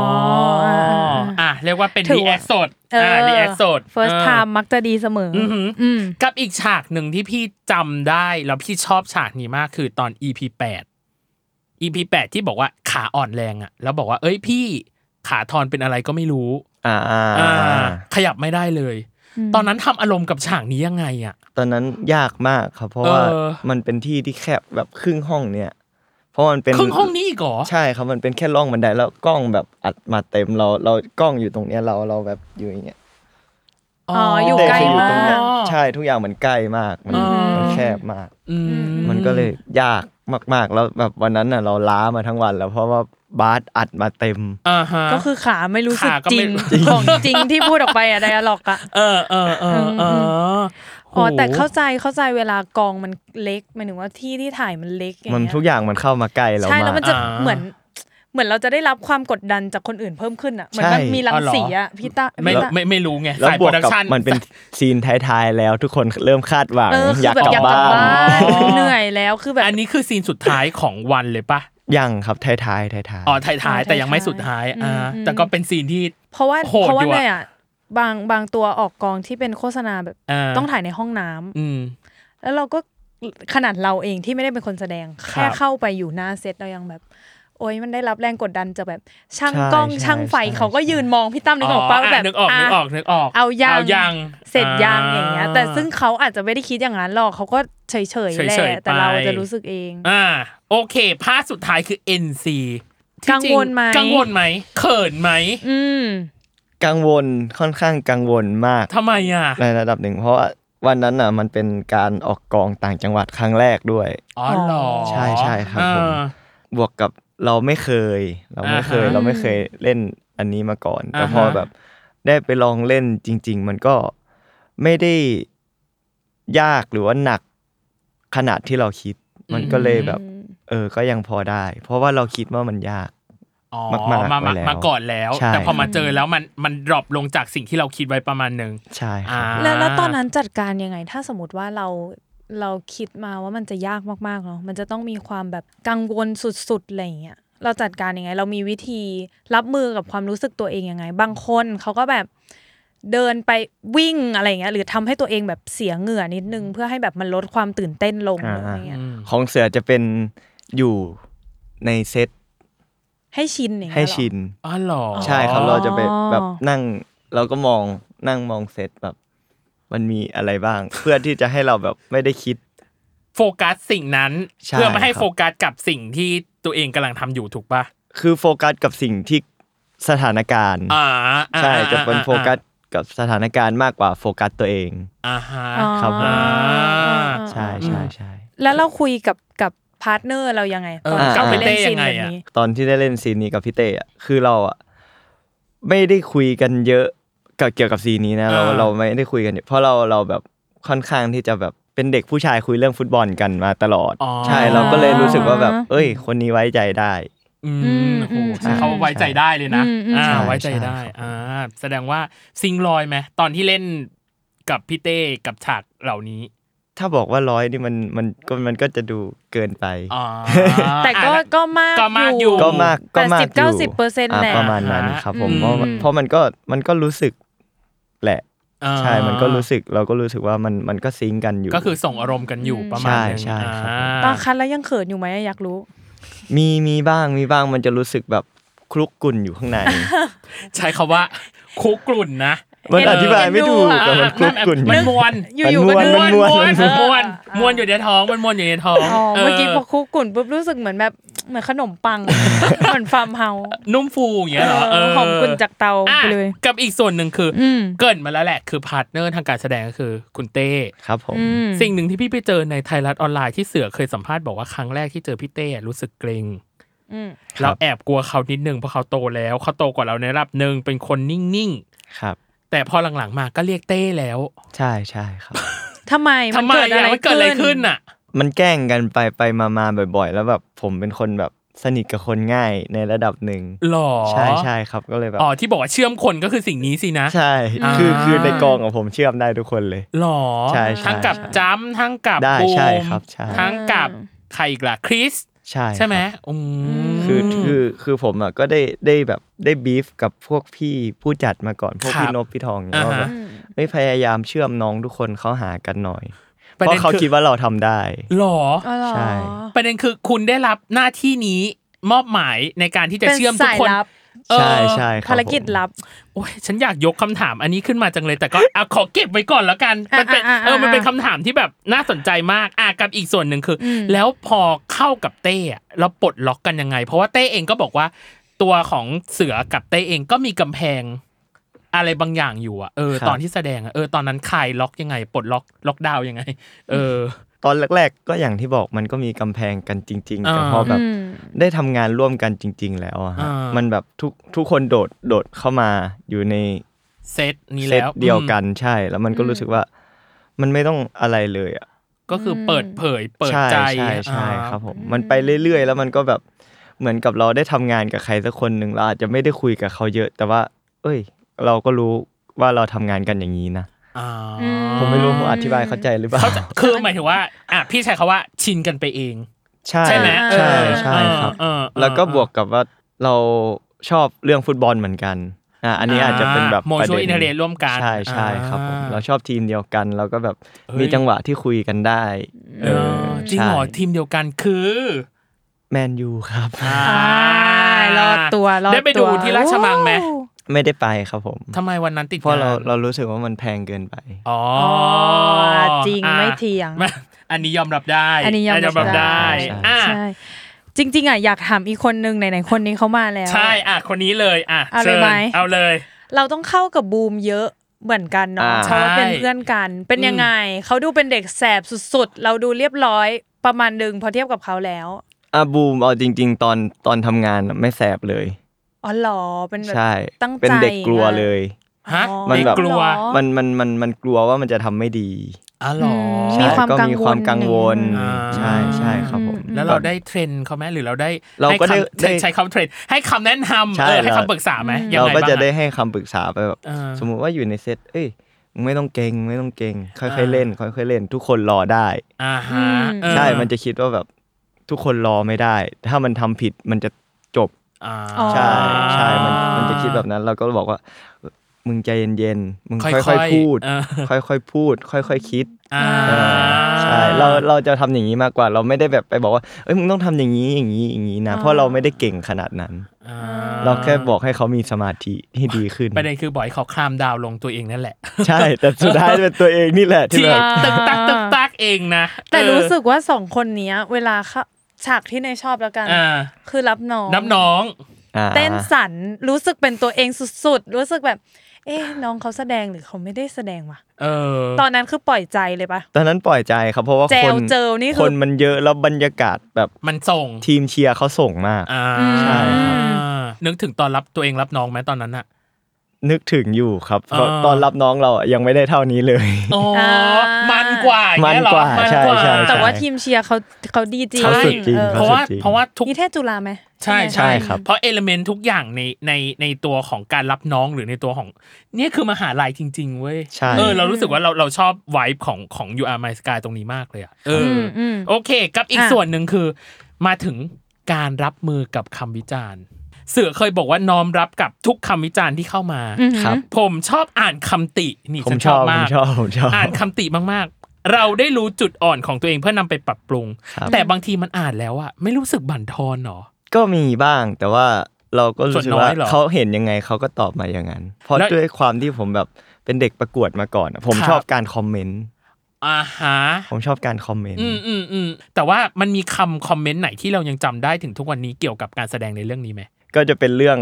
S3: อ่าอ่าอ่า
S2: อ่ะเรียกว่าเป็น
S3: ถือ
S2: รีแอ
S3: ว่า
S2: คสดอ่ารีแอคสด
S3: first
S2: เออ
S3: time มักจะดีเสมออ
S2: อหือ
S3: อืม
S2: กับอีกฉากหนึ่งที่พี่จำได้แล้วพี่ชอบฉากนี้มากคือตอน EP 8 EP 8ที่บอกว่าขาอ่อนแรงอะแล้วบอกว่า เอ้ยพี่ขาทอนเป็นอะไรก็ไม่รู้
S4: อ่าอ่า
S2: อ่า ขยับไม่ได้เลย ตอนนั้นทำอารมณ์กับฉากนี้ยังไงอะ
S4: ตอนนั้นยากมากครับ เพราะว่า
S2: เออ
S4: มันเป็นที่ที่แคบแบบครึ่งห้องเนี่ย เพราะมันเป็น
S2: ครึ่งห้องนี้อีกเหรอ
S4: ใช่ครับมันเป็นแค่ร่องบันไดแล้วกล้องแบบอัดมาเต็มเราเรากล้องอยู่ตรงเนี้ยเราเราแบบอยู่อย่างเงี้ย
S3: อ๋ออยู่ใกล้
S4: แต่คืออยู่
S3: มา
S4: ตรง
S3: ก
S4: เนี้ยใช่ทุกอย่างมันใกล้มากมัน
S2: อ๋อ
S4: มันแคบมาก
S2: อืม
S4: มันก็เลยยากมากๆ แล้วแบบวันนั้นน่ะเราล้ามาทั้งวัน แล้วเพราะว่าบาสอัดมาเต็ม
S2: อ่าฮะ
S3: ก็คือขาไม่รู้สึก
S2: ขาก็
S3: จริ
S2: ไม่
S3: งของจริงที่พูดออกไป อะไดอะล็อกอะ
S2: เออเออเออเออ
S3: อ๋อ
S2: โห
S3: แต่เข้าใจเข้าใจเวลากองมันเล็กหมายถึงว่าที่ที่ถ่ายมันเล็กอย่าง
S4: มัน
S3: เงี้ย
S4: ทุกอย่างมันเข้ามาใกล้เรา
S3: ใช่
S4: มา
S3: แล้ว
S4: ก
S3: มันจะ
S2: อ่า
S3: เหมือน เหมือนเราจะได้รับความกดดันจากคนอื่นเพิ่มขึ้นอ่ะเหมือน
S4: ใช่
S3: มันมีรัง
S2: อ๋อเหรอ
S3: สีอ่ะพี่ตา
S2: ไม่
S3: พี่ตา
S2: ไม่ไม่รู้ไง
S4: แล้ว
S2: สาย
S4: บ
S2: โป
S4: ว
S2: ร
S4: ก
S2: ดัก
S4: กับ
S2: ชัน
S4: มันเป็นซีนท้ายๆแล้วทุกคนเริ่มคาดหวัง
S3: เออคือ
S4: อยาก
S3: แบบ
S4: กลั
S3: อยาก
S4: บ
S3: กลับ
S4: บ้าน
S3: บ้าน
S2: อ๋อ
S3: เหนื่อยแล้วคือแบบ
S2: อันนี้คือซีนสุดท้ายของวันเลยปะ
S4: ยังครับท้ายๆท้าย
S2: อ๋อ
S4: ๆ
S2: ท้ายๆแต่ยังไม่สุดท้ายอ่าแต่ก็เป็นซีนที่
S3: เพราะว่า
S2: โหด
S3: เพราะว่า
S2: อยู่อะ
S3: เนี่ยบางบางตัวออกกองที่เป็นโฆษณาแบบ
S2: อ่
S3: ต้องถ่ายในห้องน้ำ
S2: อืม
S3: แล้วเราก็ขนาดเราเองที่ไม่ได้เป็นคนแสดงแค่
S2: ครับ
S3: เข้าไปอยู่หน้าเซตเรายังแบบ โอ้ยมันได้รับแรงกดดันจากแบบ ช่าง
S4: ใช่
S3: กล้อง
S4: ใช่
S3: ช่างไฟ
S4: ใช่
S3: เขาก็ยืนมองพี่ตั้มนึกออกปะว่าแบบ
S2: นึกออกนึกออก
S3: ะ
S2: นึกออก
S3: เอายัง
S2: เอายัง
S3: เสร็จยัง
S2: อ่
S3: อย่างเงี้ย แต่ซึ่งเขาอาจจะไม่ได้คิดอย่างนั้นหรอกเขาก็เฉยเฉยๆแห
S2: เฉย
S3: ละ
S2: ๆ
S3: แต่เรา
S2: ไป
S3: จะรู้สึกเอง
S2: อ่าโอเคภาคสุดท้ายคือ NC ที่
S3: กังวลไหม
S2: จริกังวลไหมเขินไหม
S3: อืม
S4: กังวลค่อนข้างกังวลมาก
S2: ทำไมอ่ะ
S4: ในระดับหนึ่งเพราะว่า วันนั้นอ่ะ มันเป็นการออกกองต่างจังหวัดครั้งแรกด้วย
S2: อ๋อเหรอ
S4: ใช่ใช่ครับผม
S2: อ่า
S4: บวกกับเราไม่เคย เราไม่เคย
S2: อ่าฮะ
S4: เราไม่เคยเล่นอันนี้มาก่อน แต่พออา
S2: ฮะ
S4: แบบได้ไปลองเล่นจริง ๆ มันก็ไม่ได้ยากหรือว่าหนักขนาดที่เราคิด มันก็เลยแบบ เออ ก็ยังพอได้ เพราะว่าเราคิดว่ามันยาก
S2: อ๋อ
S4: มากๆ
S2: มา
S4: ไว้แล้ว
S2: มาก่อนแล้ว
S4: ใช่
S2: แต่พอมาเจอแล้วมันมันดรอปลงจากสิ่งที่เราคิดไว้ประมาณหนึ่ง
S4: ใช่ค
S2: อ่า
S4: รับ
S3: แล้วแล้วตอนนั้นจัดการยังไง ถ้าสมมติว่าเราเราคิดมาว่ามันจะยากมากๆเนาะมันจะต้องมีความแบบกังวลสุดๆอะไรอย่างเงี้ยเราจัดการยังไง เรามีวิธีรับมือกับความรู้สึกตัวเองยังไง บางคนเขาก็แบบเดินไปวิ่งอะไรอย่างเงี้ยหรือทำให้ตัวเองแบบเสียเหงื่อนิดนึง เพื่อให้แบบมันลดความตื่นเต้นลงหรืออะไรเงี้ย
S4: ของเสือจะเป็นอยู่ในเซต
S3: ให้ชินอย่าง
S4: ให้
S3: เงี้ยเรอ
S4: ชิน
S2: อ๋อเหรอ
S4: ใช่ครับ
S3: อ๋อ
S4: เราจะไปแบบนั่ง เราก็มองนั่งมองเซตแบบ มันมีอะไรบ้าง เพื่อที่จะให้เราแบบไม่ได้คิด
S2: โฟกัสสิ่งนั้น
S4: ใช่
S2: เพื่อไม่ให้
S4: ครับ
S2: โฟกัสกับสิ่งที่ตัวเองกำลังทำอยู่ถูกปะ
S4: คือโฟกัสกับสิ่งที่สถานการณ์
S2: อ่าอ่า
S4: ใช่
S2: อ่า
S4: จะเป็น
S2: อ่า
S4: โฟกัสกับสถานการณ์มากกว่าโฟกัสตัวเอง
S2: อ่าฮะ
S3: อ๋อ
S4: ครับผม
S3: อ่าอ่าอ่า
S4: ใช่ใช่ใช่
S3: แล้วเราคุยกับกับพาร์ทเนอร์เรายังไง
S2: เออ
S3: ตอนที่เรา
S2: กับเต้
S3: เล่น
S2: ยั
S3: ซีน
S2: งไง
S3: แบบ
S2: อะ
S3: นี้
S4: ตอนที่ได้เล่นซีนนี้กับพี่เต้อะคือเราอะไม่ได้คุยกันเยอะกับเกี่ยวกับซีนนี้นะเรา
S2: อ่า
S4: เราไม่ได้คุยกันเยอะเพราะเราเราแบบค่อนข้างที่จะแบบเป็นเด็กผู้ชายคุยเรื่องฟุตบอลกันมาตลอด
S2: อ๋อ
S4: ใช่เราก็เลยรู้สึกว่าแบบ เอ้ย คนนี้ไว้ใจได้
S2: อืมโอ้โห
S3: อืม
S2: ใช้เขาไว้ใจได้เลยนะ
S3: อืมอืม
S2: อ่า
S4: ใช่
S2: ไว้ใจได้
S4: ใช่ครับ
S2: อ่าแสดงว่าซิงค์ลอยไหมตอนที่เล่นกับพี่เต้กับฉากเหล่านี้
S4: ถ้าบอกว่าร้อยนี่มันมันก็มันก็จะดูเกินไป
S2: อ๋อ
S3: แต่ก็ก็มาก
S2: ก็มากอยู่
S3: อยู่
S4: ก็มากก็มากอยู่
S3: 80-90%
S4: อ่า
S3: แหละ
S4: ประมาณนั้นครับผมเพราะ
S3: อืม
S4: เพราะมันก็มันก็รู้สึกแหละ
S2: อ่า
S4: ใช่ มันก็รู้สึกเราก็รู้สึกว่ามันมันก็ซิงก์กันอยู่
S2: ก็คือส่งอารมณ์กันอยู่ประมาณหนึง
S4: ใช่ใช่ครับ
S2: อ่า
S3: ตอนคัดแล้วยังเขินอยู่ไหมอยากรู้
S4: มีมีบ้างมีบ้างมันจะรู้สึกแบบคลุกกลุ่นอยู่ข้างใน
S2: ใช้คาว่า คุกกลุ่นนะ
S4: มันอธิบายไม่ถูกแต่มันคลุกกลุ่นอยู่
S2: มันมวน
S3: อยู่ๆ
S4: มัน
S3: ก็
S4: ม้วน
S3: ม้วน
S2: มวน
S4: ม้วน
S3: เออ
S2: มวนมวนอยู่ในท้องมันมวนอยู่ในท้อง
S3: อ๋อเมื่อกี้
S2: เอ
S3: พ
S2: อ
S3: อคุกกลุ่นปุ๊บรู้สึกเหมือนแบบเหมือนขนมปัง เหมือนฟาร์มเฮาส์
S2: นุ่มฟูอย่างเงี้ยเหรอ
S3: เอ
S2: เอ
S3: อ
S2: อ
S3: หอมกุนจากเตา
S2: อ่ะ
S3: ไปเลย
S2: กับอีกส่วนหนึ่งคืออ
S3: อืม
S2: เกริดมาแล้วแหละคือพาร์ทเนอร์ทางการแสดงก็คือคุณเต้
S4: ครับผม
S3: อืม
S2: สิ่งหนึ่งที่พี่ไปเจอในไทยรัฐออนไลน์ที่เสือเคยสัมภาษณ์บอกว่าครั้งแรกที่เจอพี่เต้รู้สึกเกรง
S3: อืม
S2: เราแอบกลัวเขานิดนึงเพราะเขาโตแล้วเขาโตกว่าเราในระดับหนึ่งเป็นคนนิ่ง
S4: ครับ
S2: ๆแต่พอหลังๆมาก็เรียกเต้แล้ว
S4: ใช่ใช่ครับ
S3: ทำไม
S2: ทำไม
S3: น
S2: อะมันเกิดอะไรขึ้นอ่ะ
S4: มันแกล้งกันไปไปมามาบ่อย ๆ แล้วแบบผมเป็นคนแบบสนิทกับคนง่ายในระดับหนึ่ง
S2: หรอ
S4: ใช่ใช่ครับก็เลยแบบ
S2: อ๋อที่บอกว่าเชื่อมคนก็คือสิ่งนี้สินะ
S4: ใช่
S2: อ่า
S4: คือคือในกองของผมเชื่อมได้ทุกคนเลย
S2: หรอ
S4: ใช่ใช่
S2: ทั้งกับจ้ำทั้งกับ
S4: ได้
S2: บูม
S4: ใช่ครับใช่
S2: ทั้งกับใครอีกล่ะคริส
S4: ใช่
S2: ใช่ไหม
S4: ครับ
S2: อืม
S4: คือคือคือผมอ่ะก็ได้ได้แบบได้บีฟกับพวกพี่ผู้จัดมาก่อนพวก
S2: ครับ
S4: พี่นพพี่ทองเนี่ย
S2: อ่าฮะ
S4: ว่าแบบไม่พยายามเชื่อมน้องทุกคนเข้าหากันหน่อย เพ
S2: ประ
S4: ราะ
S2: น
S4: เขา
S2: อ
S4: คิดว่าเราทำได้
S2: หรอ
S3: อ๋อเหรอ
S4: ใช่
S2: ประเด็นคือคุณได้รับหน้าที่นี้มอบหมายในการที่จะ
S3: เป็น
S2: เชื่อมทุ
S3: สาก ย
S2: คน
S3: ลับ
S2: เออ
S4: ใช่ใช่ครับ
S3: ภารกิจ
S4: ผม
S3: ลับ
S2: โอ้ยฉันอยากยกคำถามอันนี้ขึ้นมาจังเลยแต่ก็ เอาขอเก็บไว้ก่อนแล้วกันมันเป็น
S3: อ่าอ่าอ่า
S2: เออมันเป็นคำถามที่แบบน่าสนใจมากอ่ะกับอีกส่วนหนึ่งคืออแล้วพอเข้ากับเต้อะเราปลดล็อกกันยังไง เพราะว่าเต้เองก็บอกว่า ตัวของเสือกับเต้เองก็มีกำแพง อะไรบางอย่างอยู่อะเออ
S4: ครับ
S2: ตอนที่แสดงอะเออตอนนั้นคลายล็อกยังไง ปลดล็อกล็อกดาวน์ยังไง เออ
S4: ตอนแรกๆ ก็อย่างที่บอกมันก็มีกำแพงกันจริง ๆ แต่
S2: อ่า
S4: พอแบบ
S3: อืม
S4: ได้ทำงานร่วมกันจริง ๆ แล้วอะฮะ
S2: อ่ามั
S4: มันแบบทุกทุกคนโดดโดดเข้ามาอยู่ใน
S2: เซตนี้
S4: เซต
S2: แล้ว
S4: เดียวกั
S2: อื
S4: นใช่ แล้วมันก็รู้สึกว่า มันไม่ต้องอะไรเลยอ่ะ
S2: มก็คือเปิดเผยเปิด
S4: ใช่
S2: ใจ
S4: ใช่ใช่
S2: อ่า
S4: ครับผมมันไปเรื่อยๆ แล้วมันก็แบบเหมือนกับเราได้ทำงานกับใครสักคนหนึ่งเราอาจจะไม่ได้คุยกับเขาเยอะ แต่ว่า เอ้ย เราก็รู้ว่าเราทำงานกันอย่างนี้นะ
S2: อ่า
S4: ผมไม่รู้ผมอธิบายเข้าใจหรือเปล่า
S2: เขาจะคือหมายถึงว่าอ่ะพี่ใช้คาว่าชินกันไปเอง
S4: ใช่
S2: ใช่ไหม
S4: ใช่
S2: เออ
S4: ใช่ครับ
S2: เออเออเออ
S4: แล้วก็บวกกับว่าเราชอบเรื่องฟุตบอลเหมือนกันอ่ะอันนี้อาจจะเป็นแบบ
S2: โม
S4: ประ
S2: ชู
S4: เด็น
S2: อินเทอร์เน็ตร่วมกัน
S4: ใช่ใช่ครับผม
S2: อ่
S4: เราชอบทีมเดียวกันเราก็แบบ
S2: เฮ้ย
S4: มีจังหวะที่คุยกันได้
S2: เออจริงเหรอ
S4: ใช่
S2: ทีมเดียวกันคือ
S4: แมนยูครับ
S2: อ่า
S3: อ่ารอดตัวรอด
S2: ได้ไปดู
S3: ตัว
S2: ที่ราชมังไหม
S3: โอ้
S4: ไม่ได้ไปครับผม
S2: ทำไมวันนั้นติด
S4: เพราะเรา
S2: งน
S4: เรารู้สึกว่ามันแพงเกินไป
S2: อ๋อ
S3: จริง
S2: อ่ะ
S3: ไม่เถียง
S2: ไม่อันนี้ยอมรับได้
S3: อันนี้ยอมรับ
S2: ได้
S3: ได้
S2: อ่ะ
S3: ใช่ จริง ๆอ่ะอยากถามอีกคนนึงไหนๆคนนี้เขามาแล้ว
S2: ใช่อ่ะคนนี้เลยอ่ะ
S3: เอาเลย
S2: ชิญ
S3: ไหม
S2: เอาเลย
S3: เราต้องเข้ากับบูมเยอะ เหมือนกันเนาะ
S4: อ่า
S3: เพราะว่าเป็นเพื่อนกัน เป็นยังไง เขาดูเป็นเด็กแสบสุดๆ เราดูเรียบร้อยประมาณหนึ่งพอเทียบกับเขาแล้ว
S4: อ่ะบูมเอาจริง ๆ ตอนตอนทำงานน่ะไม่แสบเลย
S3: อ๋อเหรอเป็นแบบ
S4: ใช่
S3: ตั้งใจ
S4: เป็นเด็กกลัว
S3: นะ
S4: เลย
S2: ฮะ
S3: อ๋อ
S4: มันแบบ
S2: เด็กกลัว
S3: เหรอ
S4: มันมันมันมันกลัวว่ามันจะทำไม่ดี
S2: อ๋อเหรอ
S3: มี
S4: ใช่
S3: ความ
S4: ก็
S3: กังวล
S4: มีความกังวล
S2: อ่า
S4: ใช่ใช่ครับผม
S2: แล้วเราได้เทรนเขาไหมหรือเราได้
S4: เราก็ได้
S2: ให้คำ
S4: ได้
S2: ใช้คำเทรนให้คำแนะนำ
S4: ใช่
S2: เออให้
S4: เรา
S2: คำปรึกษาไหมยัง
S4: เรา
S2: ไง
S4: ก็
S2: บ้าง
S4: จะ
S2: อะ
S4: ได้ให้คำปรึกษาไปแบบ
S2: อ่า
S4: สมมุติว่าอยู่ในเซตเอ้ยมึงไม่ต้องเก่งไม่ต้องเก่งค่อย
S2: อ่า
S4: ๆเล่น ค่อยๆเล่น ทุกคนรอได้
S2: อ่าฮะเออ
S4: ใช่มันจะคิดว่าแบบทุกคนรอไม่ได้ ถ้ามันทำผิดมันจะจบ
S2: อ่า
S3: อ๋อ
S4: ใช่ใช่มันมันจะคิดแบบนั้น เราก็บอกว่า มึงใจเย็นๆ มึง
S2: ค่อยๆ
S4: ค่อยๆพูด
S2: เออ
S4: ค่อยๆพูด ค่อยๆคิด
S2: อ่า
S4: ใช่เราเราจะทำอย่างนี้มากกว่า เราไม่ได้แบบไปบอกว่าเอ้ยมึงต้องทำอย่างนี้อย่างนี้อย่างนี้นะ เพราะเราไม่ได้เก่งขนาดนั้น
S2: อ่า
S4: เราแค่บอกให้เขามีสมาธิที่ดีขึ้น
S2: ประเด็นคือบ่อยเขาคลามดาวลงตัวเองนั่นแหละ
S4: ใช่ แต่สุดท้ายเป็นตัวเองนี่แหละที่
S2: ที่
S4: แบบ
S2: ตึกตักตึกตักเองนะ
S3: แต่
S2: เออ
S3: รู้สึกว่าสองคนเนี้ย เวลาเข้าฉากที่เนยชอบแล้วกัน
S2: อ่า
S3: คือรับน้อง
S2: น้ำน้อง
S4: อ่า
S3: เต้นสันรู้สึกเป็นตัวเองสุดๆ รู้สึกแบบ เอ๊ะน้องเขาแสดงหรือเขาไม่ได้แสดงวะ
S2: เออ
S3: ตอนนั้นคือปล่อยใจเลยปะ
S4: ตอนนั้นปล่อยใจครับเพราะว่า
S3: แจ
S4: ค
S3: วน เจอนี่คือ
S4: คนมันเยอะแล้วบรรยากาศแบบ
S2: มันส่ง
S4: ทีมเชียร์เขาส่งมาก
S2: อ่า
S4: ใช่ครับ
S2: อ่านึกถึงตอนรับตัวเองรับน้องไหมตอนนั้นอะ
S4: นึกถึงอยู่ครับเพราะ
S2: อ่า
S4: ตอนรับน้องเราอะยังไม่ได้เท่านี้เลย
S2: อ๋อ
S3: อ่ามั
S2: มันกว่าอย่งเงี้ยเหรอ
S4: มันกว่าใช่ใช่
S3: แต่ว่าทีมเชียร์เขาเขาดีจริง
S4: เขาสุดจริง
S3: เออ
S4: ค
S2: เพ
S4: บ
S2: ราะว่า
S4: จริง
S2: เพราะว่าทุก
S3: นิเทศจุฬาไหม
S2: ใช่
S3: ไหม
S2: ใช่
S4: ครับ
S2: เพราะเอลเมนทุกอย่างในในในตัวของการรับน้องหรือในตัวของ เนี่ยคือมหาลัยจริง ๆ เว้ย
S4: ใช่
S2: เออเรารู้สึกว่าเราเราชอบไวบ์ของของ U R My Sky ตรงนี้มากเลยอ่ะเอออ
S3: อืม
S2: โอเค กับอีก
S3: อ่ะ
S2: ส่วนหนึ่งคือ มาถึงการรับมือกับคำวิจารณ์ เสือเคยบอกว่าน้อมรับกับทุกคำวิจารณ์ที่เข้ามา
S4: ครับ
S2: ผมชอบอ่านคำตินี่
S4: ผม
S2: ฉัน
S4: ช
S2: ช
S4: อ
S2: อบ
S4: ผม
S2: บาก
S4: มชอบผมชอบ
S2: อ่านคำติมากๆ เราได้รู้จุดอ่อนของตัวเองเพื่อนำไปปรับปรุง
S4: ครับ
S2: แต่บางทีมันอ่านแล้วอะไม่รู้สึกบั่นทอนหรอ
S4: ก็มีบ้างแต่ว่าเราก็รู้สึก
S2: ส่วนน้อ
S4: ว่าย
S2: เหรอ
S4: เขาเห็นยังไงเขาก็ตอบมาอย่างนั้น เพราะ
S2: แล้ว
S4: ด้วยความที่ผมแบบเป็นเด็กประกวดมาก่อนอะผม
S2: ครับ
S4: ชอบการคอมเมนต์
S2: อ่าฮะ
S4: ผมชอบการคอมเมนต์
S2: อืมอืมอืมแต่ว่ามันมีคำคอมเมนต์ไหนที่เรายังจำได้ถึงทุกวันนี้เกี่ยวกับการแสดงในเรื่องนี้ไหม
S4: ก็จะเป็นเรื่อง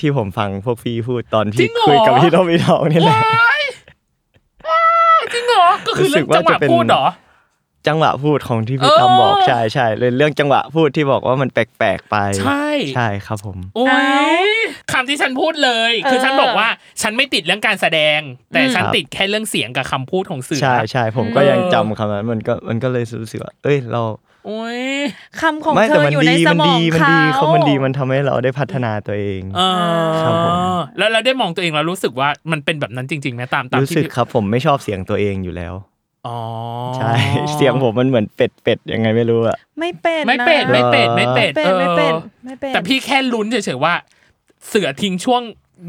S4: ที่ผมฟังพวกพี่พูดตอน
S2: จริ
S4: พี่
S2: งเหรอ
S4: คุยกับพี่โนพี่ทองนี่แหละ
S2: จริงเหรอ ก็คือเรื่องจังห
S4: รู้สึกว่าจะ
S2: วะ
S4: เป็น
S2: พูดเหรอ
S4: จังหวะพูดของที่พี่
S2: เออ
S4: ตั้มบอกใช่ใช่เลยเรื่องจังหวะพูดที่บอกว่ามันแปลกๆไป
S2: ใช่
S4: ใช่ครับผม
S2: โอ้
S3: เอ้
S2: ยคำที่ฉันพูดเลย คือฉันบอกว่าฉันไม่ติดเรื่องการแสดง แต่ฉัน
S4: ครับ
S2: ติดแค่เรื่องเสียงกับคำพูดของสื่อ
S4: ใช่
S2: นะ
S4: ใช่ผมก็ยังจำคำนั้นมันก็มันก็เลยรู้สึกว่าเอ้ยเรา
S2: โอ้ย
S3: คำของ
S4: ไม่
S3: เธ
S4: แต่
S3: อ
S4: มั
S3: อยู่ใน
S4: ดี
S3: ส
S4: มั
S3: มอง
S4: ดีมั
S3: เขา
S4: ดี
S3: เขา
S4: มันดีมันทำให้เราได้พัฒนาตัวเอง
S2: เอ
S4: ครับผม
S2: อแล้วเราได้มองตัวเองแล้วรู้สึกว่ามันเป็นแบบนั้นจริงๆไหมตามตาม
S4: รู้
S2: ที่
S4: สึกครับผมไม่ชอบเสียงตัวเองอยู่แล้ว
S2: อ๋อ
S4: ใช่ เสียงผมมันเหมือนเป็ดเป็ดยังไงไม่รู้อะ
S3: ไม่เป็น
S2: ไม่เป็ด
S3: นะ
S2: ไม่เป็ดไม่เป็ด
S3: ไม่เป็นไม่เป็น
S2: ออ
S3: ไม่เป็น
S2: แต่พี่แค่ลุ้นเฉยๆว่า เสือทิ้งช่วง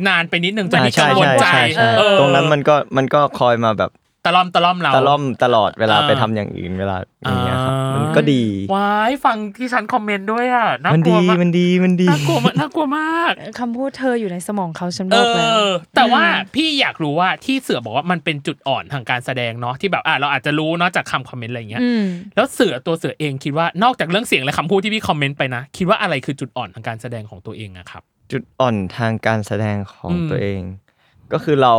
S2: นานไปนิดนึงจน
S4: อ่า
S2: พี่
S4: ใช่
S2: กังวล
S4: ใช่
S2: ใจ
S4: ใช่ใช่
S2: เออ
S4: ตรงนั้นมันก็มันก็คอยมาแบบ
S2: ตะล่อมตะล่อมเรา
S4: ตะล่อมตลอดเวลา
S2: อ่า
S4: ไปทำอย่างอื่นเวลาอย่างเงี้ยครับ
S2: อ่ามั
S4: มันก็ดี
S2: ว้ายฟังที่ฉันคอมเมนต์ด้วยอ่ะน่า
S4: มัน
S2: กลั
S4: ดี
S2: วมาก
S4: มันดีมันดี
S2: น่ากลัวมากน่ากลัวมาก
S3: คำพูดเธออยู่ในสมองเขาฉันบ
S2: เอ
S3: อกแล้ว
S2: อ แต่ว่าพี่อยากรู้ว่าที่เสือบอกว่ามันเป็นจุดอ่อนทางการแสดงเนาะที่แบบอ่ะเราอาจจะรู้เนาะจากคำคอมเมนต์อะไรอย่างเงี้ย
S3: อืม
S2: แล้วเสือตัวเสือเองคิดว่านอกจากเรื่องเสียงและคำพูดที่พี่คอมเมนต์ไปนะคิดว่าอะไรคือจุดอ่อนทางการแสดงของตัวเองอะครับ
S4: จุดอ่อนทางการแสดงของ
S2: อืม
S4: ตัวเอง ก็คือเรา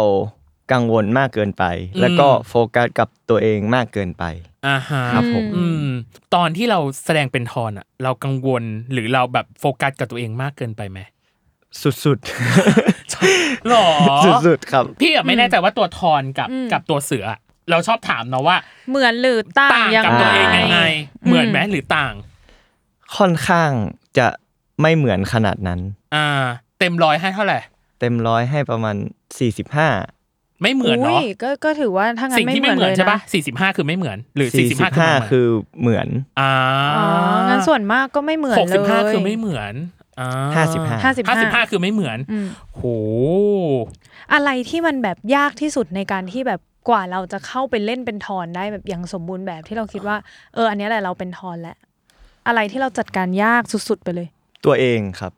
S4: กังวลมากเกินไป
S2: อืม
S4: แล้วก็โฟกัสกับตัวเองมากเกินไป
S2: อ่าฮะ
S4: ครับผม
S2: อืมตอนที่เราแสดงเป็นทอนอะเรากังวลหรือเราแบบโฟกัสกับตัวเองมากเกินไปไหม
S4: สุด
S2: หรอ
S4: ๆ สุดๆครับ
S2: พี่อะไม่แน่ใจว่าตัวทอนกับกับตัวเสืออะเราชอบถามเนาะว่า
S3: เหมือนหรือต่าง
S2: ต่าง
S3: ยัง
S2: กับตัวเองยัง
S3: ไง
S2: ไง เหมือนไหมหรือต่าง
S4: ค่อนข้างจะไม่เหมือนขนาดนั้น
S2: อ่า เต็มร้อยให้เท่าไหร่
S4: เต็มร้อยให้ประมาณ 45
S2: ไม่เหมือนเนาะ
S3: ยก็ก็ถือว่าถ้างั้
S2: สิ่ง
S3: นไม่
S2: ที่
S3: เห
S2: ไม่
S3: มือน
S2: เหมื
S3: เล
S2: อน
S3: ย
S2: ใช่
S3: นะ
S2: ปะสี่สิบห้าคือไม่เหมือน หรือสี่สิบห้าคือ
S4: 45
S2: ไม่เหมือน
S4: คือเหมือน
S2: อ่า
S3: อ๋องั้นส่วนมากก็ไม่เหมือน
S2: ห
S3: เลย
S2: กสิบห้าคือไม่เหมือนอ่า
S4: 55
S3: ห้าสิบ
S2: ห้า
S3: ห้า
S2: สิบห้าคือไม่เหมือน
S3: อืม
S2: โห
S3: อะไรที่มันแบบยากที่สุดในการที่แบบกว่าเราจะเข้าไปเล่นเป็นทอนได้แบบอย่างสมบูรณ์แบบที่เราคิดว่าเอออันเนี้ยแหละเราเป็นทอนแล้วอะไรที่เราจัดการยากสุด ๆ ไปเลย
S4: ตัวเองครับ